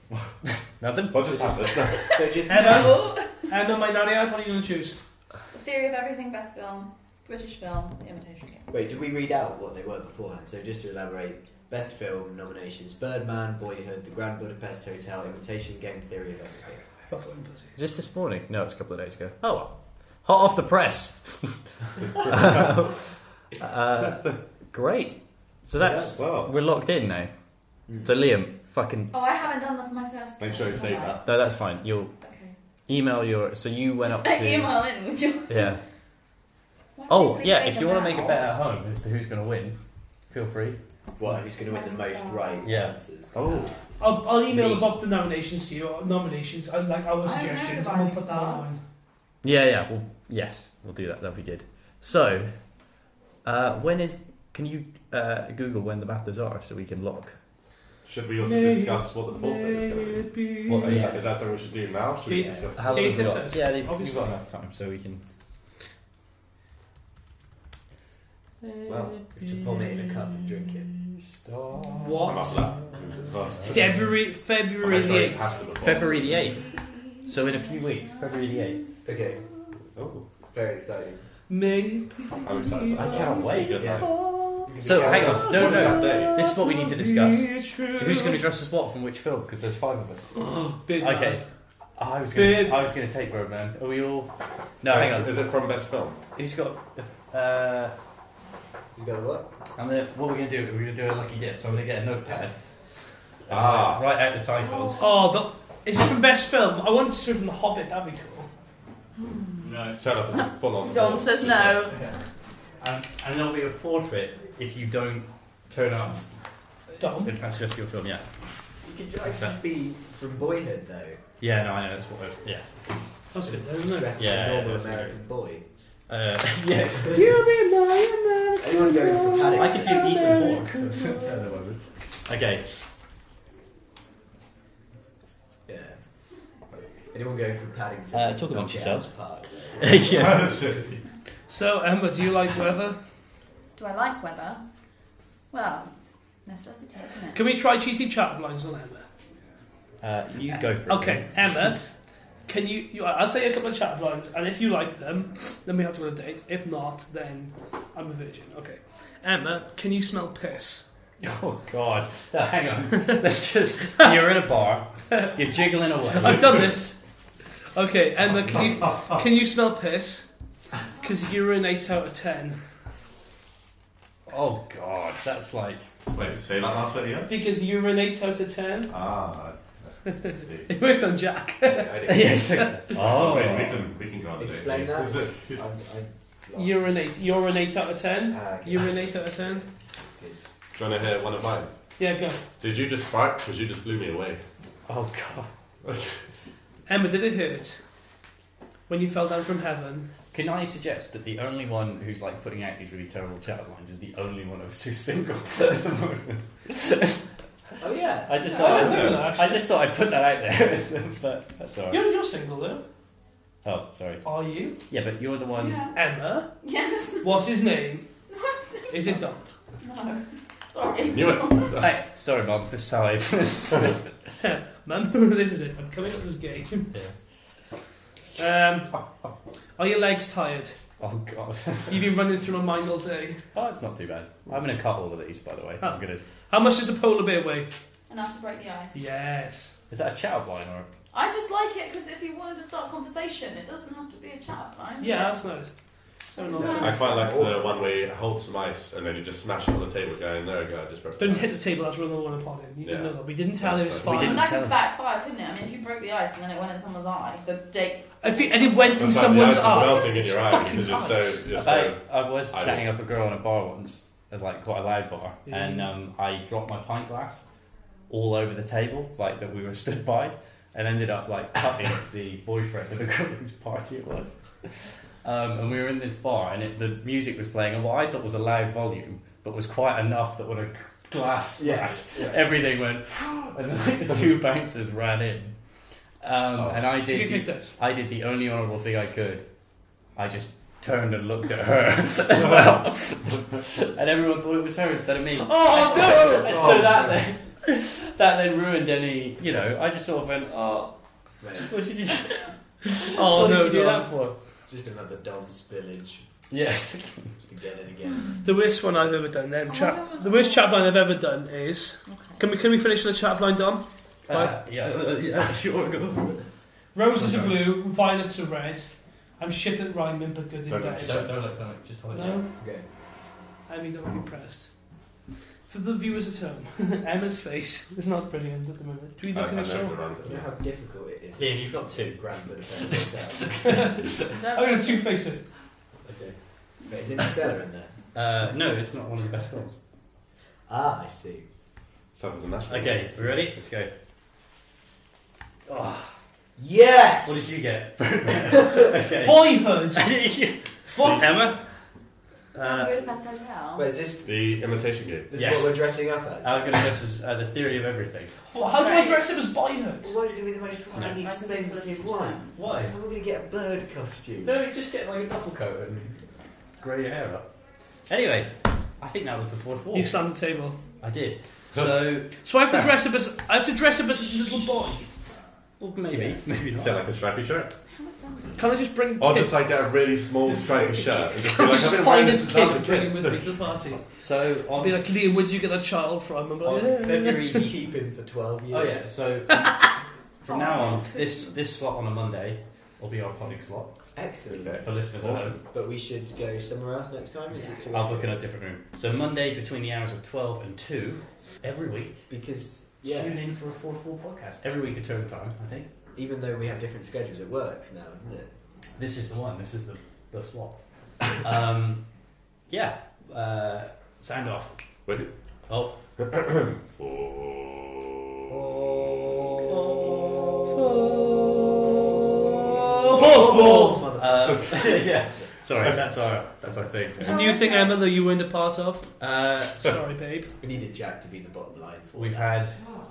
Speaker 4: what, the,
Speaker 1: Nothing.
Speaker 4: what just happened?
Speaker 6: So just
Speaker 3: Emma,
Speaker 9: Oh,
Speaker 3: Emma, my nanny, what are you going to choose?
Speaker 9: the theory of everything, best film, British film, The imitation game.
Speaker 6: wait, did we read out what they were beforehand? So just to elaborate, best film nominations: Birdman, Boyhood, The Grand Budapest Hotel, Imitation Game, Theory of Everything.
Speaker 3: Fuck one pussy.
Speaker 1: Is this this morning? No, it's a couple of days ago. Oh well. Hot off the press. Uh, great. So that's
Speaker 4: Yeah, wow.
Speaker 1: we're locked in now. So Liam, fucking.
Speaker 9: Oh, I haven't done that for my first.
Speaker 4: Make sure you
Speaker 9: one,
Speaker 4: save
Speaker 9: have I?
Speaker 4: that.
Speaker 1: No, that's fine. You'll
Speaker 9: Okay.
Speaker 1: email your. So you went up to.
Speaker 9: Email in with your.
Speaker 1: Yeah.
Speaker 9: Why
Speaker 1: Oh
Speaker 9: don't
Speaker 1: yeah.
Speaker 9: save
Speaker 1: If you
Speaker 9: them
Speaker 1: want to make a
Speaker 9: now?
Speaker 1: bet at home as to who's going to win, feel free.
Speaker 6: What? Who's going to win the most right
Speaker 1: Yeah.
Speaker 6: answers?
Speaker 4: Oh,
Speaker 3: I'll, I'll email
Speaker 6: Me.
Speaker 3: above the nominations to you. or Nominations, I like our
Speaker 9: I don't know
Speaker 3: suggestions.
Speaker 9: the
Speaker 3: and we'll
Speaker 9: Rising
Speaker 3: put them
Speaker 9: Stars.
Speaker 3: online.
Speaker 1: Yeah, yeah. Well, yes, we'll do that. That'll be good. So, uh, when is? Can you uh, Google when the Baftas are so we can lock?
Speaker 4: should we also
Speaker 3: Maybe.
Speaker 4: discuss what the fourth thing is going to be?
Speaker 3: Maybe.
Speaker 1: What are
Speaker 4: Is
Speaker 1: you-
Speaker 4: that- is that something we should do now? Should we
Speaker 3: Yeah.
Speaker 4: discuss?
Speaker 1: How long have we
Speaker 3: Data
Speaker 1: got?
Speaker 3: says,
Speaker 1: Yeah, they've we've
Speaker 3: obviously.
Speaker 1: got enough time, so we can.
Speaker 4: Well,
Speaker 6: You have to vomit in a cup and drink it.
Speaker 4: I'm up
Speaker 3: What?
Speaker 4: for that.
Speaker 3: February,
Speaker 4: I'm
Speaker 3: February
Speaker 4: actually
Speaker 3: the
Speaker 4: already
Speaker 3: eighth.
Speaker 4: Oh, past it before.
Speaker 1: February the eighth. So in a few weeks, February the eighth.
Speaker 6: Okay,
Speaker 4: Oh,
Speaker 6: very exciting.
Speaker 3: May.
Speaker 4: I'm excited. for
Speaker 1: I
Speaker 4: that.
Speaker 1: cannot
Speaker 4: It's
Speaker 1: wait.
Speaker 4: a good
Speaker 6: Yeah.
Speaker 4: night.
Speaker 1: So hang on, no,
Speaker 4: What is that
Speaker 1: no.
Speaker 4: day?
Speaker 1: This is what we need to discuss. Who's
Speaker 3: Who's
Speaker 1: going to dress as what from which film? Because there's five of us.
Speaker 3: Big
Speaker 1: Okay. I was
Speaker 3: Bid.
Speaker 1: gonna, I was going to take Birdman. Are we all? No, hang on.
Speaker 4: Is it from Best Film?
Speaker 1: Who's got? the- Uh,
Speaker 6: Who's got what?
Speaker 1: I'm gonna. What we're going to do? We're going to do a lucky dip. So I'm going to get a notepad. and
Speaker 4: Ah.
Speaker 1: Write out the titles.
Speaker 3: Oh, the, is it from best film? I want it to be from The Hobbit. That'd be cool.
Speaker 1: No.
Speaker 4: Set up as a full on.
Speaker 9: Dom says no.
Speaker 1: And, Um, and there'll be a forfeit if you don't turn up
Speaker 3: Dom.
Speaker 1: and transgress your film. Yeah.
Speaker 6: You could just be from Boyhood though.
Speaker 1: Yeah. No, I know. That's what. we're- Yeah.
Speaker 3: That's good, though, isn't it?
Speaker 6: Dressed
Speaker 1: Yeah,
Speaker 6: as a normal
Speaker 1: yeah, that's
Speaker 6: American boy.
Speaker 1: Uh, yes.
Speaker 6: Anyone going for
Speaker 1: I
Speaker 6: Paddington?
Speaker 1: could do Ethan Hawke. okay.
Speaker 6: Yeah. Anyone going for Paddington?
Speaker 1: Uh, talk amongst
Speaker 6: Knock it
Speaker 1: yourselves.
Speaker 6: out of the park.
Speaker 1: yeah.
Speaker 3: So, Emma, do you like weather?
Speaker 9: Do I like weather? Well, it's necessity, isn't it?
Speaker 3: Can we try cheesy chat lines on Emma?
Speaker 1: Uh, you go for it.
Speaker 3: Okay, Emma, can you, you? I'll say a couple of chat lines, and if you like them, then we have to go on a date. If not, then I'm a virgin. Okay, Emma, can you smell piss?
Speaker 1: Oh God! No, hang on. Let's just. You're in a bar. You're jiggling away.
Speaker 3: I've done this. Okay, Emma, can you can you smell piss? Because you're an eight out of ten.
Speaker 1: Oh God! That's like.
Speaker 4: Wait, say that last bit again?
Speaker 3: Because you're an eight out of ten.
Speaker 4: Ah. I see.
Speaker 3: It worked on Jack.
Speaker 6: I don't-
Speaker 1: Yes.
Speaker 4: Oh,
Speaker 1: oh.
Speaker 4: wait, we can, we can go on a date.
Speaker 6: Explain that. I'm, I'm
Speaker 3: You're an eight. You're an eight out of ten.
Speaker 6: Ah, okay.
Speaker 3: You're an eight out of ten.
Speaker 4: Do you want to hear one of mine?
Speaker 3: Yeah, go.
Speaker 4: Did you just fart? Because you just blew me away.
Speaker 1: Oh God!
Speaker 3: Emma, did it hurt when you fell down from heaven?
Speaker 1: Can I suggest that the only one who's like putting out these really terrible chat lines is the only one of us who's single at the moment?
Speaker 6: Oh yeah.
Speaker 1: I just
Speaker 3: I
Speaker 1: thought.
Speaker 3: don't think
Speaker 1: I'd,
Speaker 3: that, actually.
Speaker 1: I just thought I'd put that out there, but that's alright.
Speaker 3: You're, you're single though.
Speaker 1: Oh, sorry.
Speaker 3: Are you?
Speaker 1: Yeah, but you're the one.
Speaker 9: Yeah.
Speaker 3: Emma.
Speaker 9: Yes.
Speaker 3: What's his name?
Speaker 9: No, I'm saying
Speaker 3: Is it Dom?
Speaker 9: no. Sorry.
Speaker 4: Knew it.
Speaker 1: Hey, sorry, Mom. This time.
Speaker 3: Mum, this is it. I'm coming up with this game. Um, are your legs tired?
Speaker 1: oh God!
Speaker 3: You've been running through my mind all day.
Speaker 1: Oh, it's not too bad. I'm gonna cut all of these, by the way.
Speaker 3: Oh.
Speaker 1: I'm gonna.
Speaker 3: How much does a polar bear weigh?
Speaker 9: Enough to break the ice.
Speaker 3: Yes.
Speaker 1: Is that a chat line or?
Speaker 9: I just like it because if you wanted to start conversation, it doesn't have to be a chat line.
Speaker 3: Yeah, that's nice. So nonsense.
Speaker 4: I quite like the one where you hold some ice and then you just smash it on the table going, there we go, I just broke
Speaker 3: Don't
Speaker 4: the
Speaker 3: hit
Speaker 4: ice."
Speaker 3: the table, that's another one upon him. You didn't
Speaker 4: Yeah.
Speaker 3: know that. We didn't tell him it's
Speaker 4: That's right. We
Speaker 3: fine.
Speaker 9: And that could backfire, couldn't it? I mean, if you broke the ice and then it went in someone's eye, the date.
Speaker 3: If it, and it went in someone's
Speaker 4: Sometimes the ice is
Speaker 3: eye.
Speaker 4: melting in your
Speaker 3: It's
Speaker 4: eye
Speaker 3: fucking
Speaker 4: because you're
Speaker 3: ice.
Speaker 4: so, you're
Speaker 1: I,
Speaker 4: so
Speaker 1: I was
Speaker 4: I
Speaker 1: chatting up a girl in a bar once, at, like quite a loud bar,
Speaker 3: Yeah.
Speaker 1: and um, I dropped my pint glass all over the table, like that we were stood by, and ended up like cutting the boyfriend of the girl whose party it was. Um, and we were in this bar, and it, the music was playing, and what I thought was a loud volume, but was quite enough that when a glass smashed, everything went, and like the two bouncers ran in. Um, And I
Speaker 3: You
Speaker 1: did.
Speaker 3: kicked out.
Speaker 1: I did the only honourable thing I could. I just turned and looked at her as well. and everyone thought it was her instead of me.
Speaker 3: Oh,
Speaker 1: and
Speaker 3: no!
Speaker 1: so, and so that then that then ruined any you know, I just sort of went, Oh what did you do?
Speaker 3: Oh,
Speaker 1: what
Speaker 3: no,
Speaker 1: did you do
Speaker 3: Dom.
Speaker 1: that for?
Speaker 2: Just another dumb spillage.
Speaker 1: Yes.
Speaker 2: Just to get it again.
Speaker 3: The worst one I've ever done. Um,
Speaker 9: Oh,
Speaker 3: chat,
Speaker 9: no.
Speaker 3: the worst chat line I've ever done is. Can we can we finish the chat line, Dom?
Speaker 1: Uh, yeah, uh, yeah, sure, go for it.
Speaker 3: Roses are blue, violets are red. I'm shit at rhyming, but good
Speaker 4: Don't-
Speaker 3: at best.
Speaker 1: Don't don't look, don't look, just hold it.
Speaker 3: No,
Speaker 2: Okay.
Speaker 3: I mean that would be impressed. For the viewers at home, Emma's face is not brilliant at the moment. Do we
Speaker 4: I,
Speaker 3: look
Speaker 4: uh, I
Speaker 3: at
Speaker 4: know
Speaker 3: her
Speaker 4: the
Speaker 3: shoulder?
Speaker 4: one.
Speaker 2: You know how difficult it is.
Speaker 1: Liam, you've got two.
Speaker 2: Grand Budapest Hotel.
Speaker 9: I'm
Speaker 3: I'm gonna two face it.
Speaker 2: okay. But is Interstellar in there?
Speaker 1: Uh, no, it's not one of the best films.
Speaker 2: Ah, I see.
Speaker 4: Sounds unnatural.
Speaker 1: Okay, we ready? Let's go. Oh,
Speaker 2: Yes!
Speaker 1: what did you get? okay.
Speaker 3: Boyhood.
Speaker 1: what, Emma? Uh,
Speaker 9: Budapest Hotel.
Speaker 2: Wait, is this,
Speaker 4: The imitation game.
Speaker 2: this
Speaker 1: Yes.
Speaker 2: is what we're dressing up as?
Speaker 1: I'm going to guess is uh, the theory of everything.
Speaker 3: Well, how do I dress up as boyhood?
Speaker 2: Well, why is it going to be the most
Speaker 9: I've
Speaker 2: fucking
Speaker 9: been
Speaker 2: expensive
Speaker 9: for the
Speaker 2: one?
Speaker 1: Why?
Speaker 2: How are we going to get a bird costume?
Speaker 1: No, just get like a duffel coat and grey your hair up. Anyway, I think that was the fourth wall.
Speaker 3: You slammed the table.
Speaker 1: I did. So,
Speaker 3: So I have
Speaker 4: Ah.
Speaker 3: to dress up as I have to dress up as a little boy.
Speaker 1: well, maybe, maybe
Speaker 4: Just get
Speaker 1: not.
Speaker 4: like a stripy shirt.
Speaker 3: Can I just bring?
Speaker 4: Or
Speaker 3: kid-
Speaker 4: just like get a really small stripy shirt. And just be
Speaker 3: I'll
Speaker 4: like,
Speaker 3: just
Speaker 4: I've been
Speaker 3: find
Speaker 4: wearing
Speaker 3: a kid
Speaker 4: this since I was a
Speaker 3: and bring him with
Speaker 4: kid.
Speaker 3: me to the party.
Speaker 1: So
Speaker 3: I'll
Speaker 1: on,
Speaker 3: be like, Liam, where did you get that child from? And be like,
Speaker 1: on
Speaker 3: yeah.
Speaker 1: February.
Speaker 2: Keep him for 12 years.
Speaker 1: Oh yeah. So from now on, this this slot on a Monday will be our podding slot
Speaker 2: Excellent.
Speaker 1: for listeners. at home.
Speaker 2: But we should go somewhere else next time, is it? too
Speaker 1: I'll
Speaker 2: early?
Speaker 1: book in a different room. So Monday between the hours of twelve and two every week.
Speaker 2: Because, yeah,
Speaker 1: Tune in for a fourth wall podcast every week at term time. I think
Speaker 2: even though we have different schedules, it works now, doesn't it?
Speaker 1: this is the one. This is the the slot. um, yeah. Uh, sound off.
Speaker 4: Wait.
Speaker 1: Oh,
Speaker 3: Fourth wall.
Speaker 1: um, yeah. Sorry, that's our that's our thing.
Speaker 3: It's a new thing, Emma, that you weren't a part of.
Speaker 1: Uh,
Speaker 3: Sorry, babe.
Speaker 2: We needed Jack to be the bottom line for
Speaker 1: we've had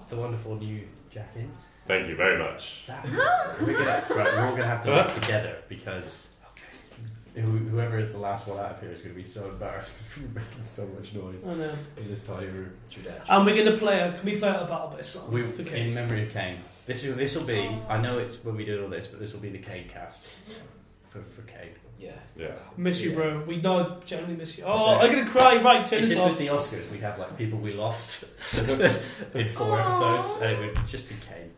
Speaker 1: the wonderful new jack-ins.
Speaker 4: Thank you very much.
Speaker 1: That- we're, gonna, right, we're all gonna have to work together because who- whoever is the last one out of here is gonna be so embarrassed. 'cause We're making so much noise
Speaker 3: I know.
Speaker 1: in this tiny room.
Speaker 2: Trudetch.
Speaker 3: And we're gonna play. A, can we play out a battle bit song?
Speaker 1: We,
Speaker 3: for Kane?
Speaker 1: in memory of Kane. This is this will be. I know it's when we did all this, but this will be the Kane cast for for Kane.
Speaker 2: Yeah.
Speaker 4: Yeah.
Speaker 3: Miss you, bro. We know generally miss you. Oh,
Speaker 1: Sorry.
Speaker 3: I'm gonna cry. Right, turn
Speaker 1: If
Speaker 3: this
Speaker 1: this
Speaker 3: off.
Speaker 1: was the Oscars, we'd have like people we lost in four episodes, and it would just be Kane.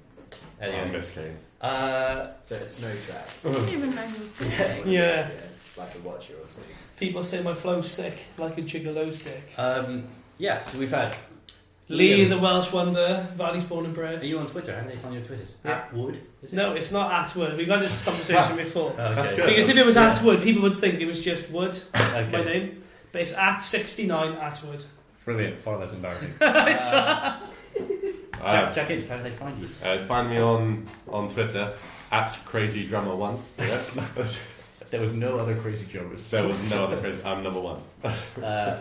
Speaker 4: I
Speaker 1: Anyway,
Speaker 4: miss Kane.
Speaker 1: uh,
Speaker 2: So it's Snow Track.
Speaker 1: yeah.
Speaker 3: Yeah.
Speaker 2: Like a watcher or something.
Speaker 3: People say my flow's sick, like a gigolo stick.
Speaker 1: Um, yeah. So we've had
Speaker 3: Lee,
Speaker 1: Liam.
Speaker 3: the Welsh wonder, Valley's born and
Speaker 1: Are
Speaker 3: bred.
Speaker 1: you on Twitter? How do they find your Twitters?
Speaker 3: Yeah.
Speaker 1: At Wood. Is it?
Speaker 3: No, it's not Atwood. We've had this conversation before.
Speaker 1: Okay.
Speaker 4: That's good.
Speaker 3: Because if it was
Speaker 1: Yeah.
Speaker 3: Atwood, people would think it was just Wood,
Speaker 1: Okay.
Speaker 3: my name. But it's at 69 Atwood.
Speaker 1: Brilliant. Far less embarrassing.
Speaker 4: Uh, Ah.
Speaker 1: Jack, Ah. Jack Innes, how do they find you?
Speaker 4: uh, find me on, on Twitter at crazydrummer1. Yeah.
Speaker 1: There was no other crazy jokers.
Speaker 4: there was no other crazy. I'm number one.
Speaker 1: Uh,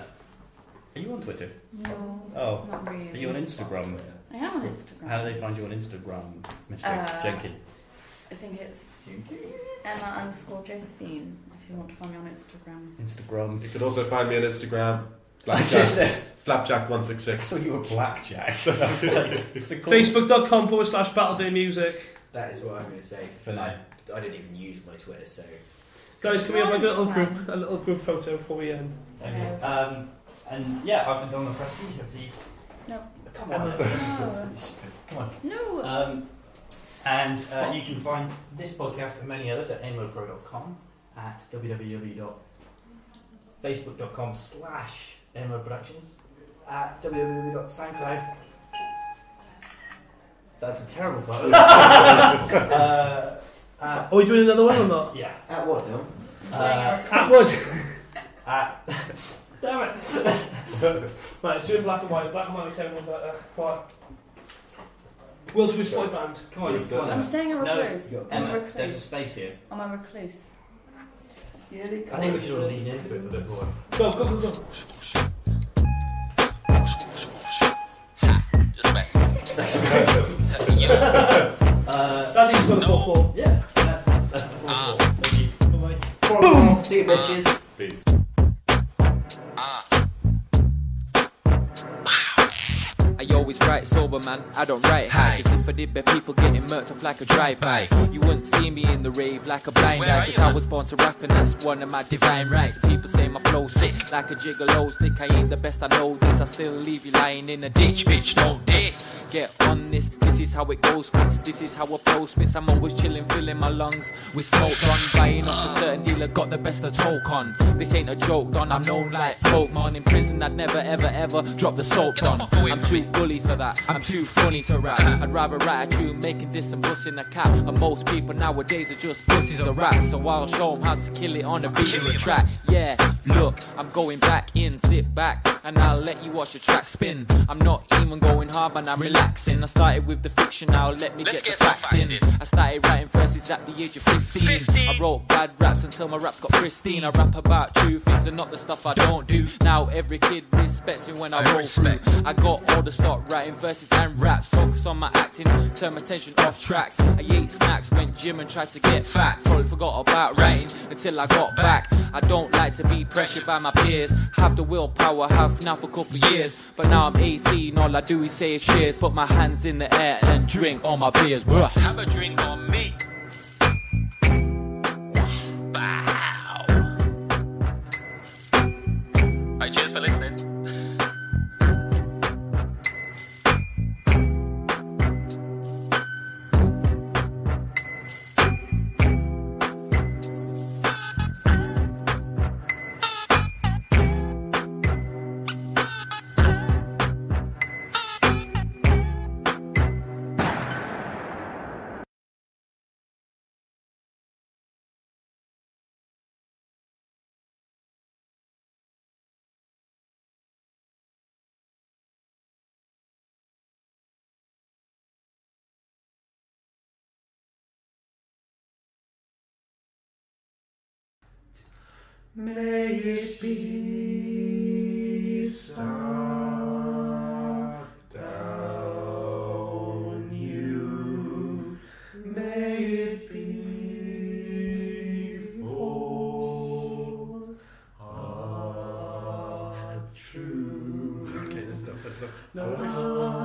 Speaker 1: are you on Twitter?
Speaker 9: No,
Speaker 1: Oh.
Speaker 9: not
Speaker 1: Are
Speaker 9: really.
Speaker 1: you on Instagram?
Speaker 9: I am on Instagram.
Speaker 1: How do they find you on Instagram, Mr.
Speaker 9: Uh,
Speaker 1: Jenkins?
Speaker 9: I think it's Emma underscore Josephine if you want to find me on Instagram.
Speaker 1: Instagram.
Speaker 4: You can also find me on Instagram, Flapjack,
Speaker 1: I
Speaker 4: Flapjack166.
Speaker 1: saw you were blackjack. it's a cool
Speaker 3: Facebook.com forward slash battle bit music.
Speaker 2: That is what I'm going to say.
Speaker 1: For now.
Speaker 2: I, I didn't even use my Twitter, so.
Speaker 3: Guys, can we have like a little
Speaker 9: Instagram.
Speaker 3: group, a little group photo before we end?
Speaker 1: Okay. Um, and yeah, I've been on the prestige of the.
Speaker 9: No.
Speaker 1: Come on.
Speaker 9: No.
Speaker 1: Come on.
Speaker 9: No.
Speaker 1: Um, And uh, you can find this podcast and many others at aimlowpro.com, at www.facebook.com slash Productions, at www.soundcloud. That's a terrible photo. uh, at,
Speaker 3: Are we doing another one or not?
Speaker 1: yeah.
Speaker 2: At what, though?
Speaker 1: Uh,
Speaker 3: Atwood.
Speaker 1: at, damn it.
Speaker 3: Right, it's doing black and white. Black and white makes everyone better. Quiet. Will Smith's boy band. Come on.
Speaker 1: Go on,
Speaker 9: I'm
Speaker 1: Emma.
Speaker 9: staying a
Speaker 1: No,
Speaker 9: recluse. I'm a
Speaker 1: Emma, there's a
Speaker 9: recluse.
Speaker 1: space here.
Speaker 9: I'm a recluse.
Speaker 1: I think we should all lean into it a bit more.
Speaker 3: Go, go, go, go.
Speaker 1: Uh,
Speaker 3: That is for the fourth wall.
Speaker 1: Yeah, that's that's the full uh, Thank you. Bye bye.
Speaker 3: Boom!
Speaker 6: See you, bitches.
Speaker 4: Peace.
Speaker 10: I always write sober, man. I don't write high. Cause if I did, bet people getting murked up like a drive-by. You wouldn't see me in the rave like a blind guy. Cause I was born to rap, and that's one of my divine rights. People say my flow sick, like a gigolo stick. I ain't the best, I know this. I still leave you lying in a ditch, bitch. Don't diss. Get on this, this is how it goes. quick. This is how a pro spits. I'm always chilling, filling my lungs with smoke on. Buying off a certain dealer, got the best of talk on. This ain't a joke, done. I'm known like Pokemon. In prison, I'd never, ever, ever drop the soap on. I'm too bully for that. I'm too funny to rap. I'd rather write a tune, making this and busting a cap. And most people nowadays are just pussies or rats. So I'll show 'em how to kill it on a beat or a track. Yeah, look, I'm going back in, sit back, and I'll let you watch the track spin. I'm not even going hard, man, I'm relaxing. I started with the fiction, now let me get, the facts in. I started writing verses at the age of 15. I wrote bad raps until my raps got pristine. I rap about true things and not the stuff I don't do. Now every kid respects me when I, roll through. I got all the stock writing verses and raps. Focus on my acting, turn my attention off tracks. I ate snacks, went gym and tried to get fat. Totally forgot about writing until I got back. I don't like to be pressured by my peers. Have the willpower, have now for a couple of years. But now I'm 18, all I do is say is cheers. Put my hands in the air and drink all my beers, bruh.
Speaker 11: Have a drink on me. Wow. Alright, cheers for listening.
Speaker 1: May it be star down you. May it be full of true. Okay, that's enough. That's enough. No,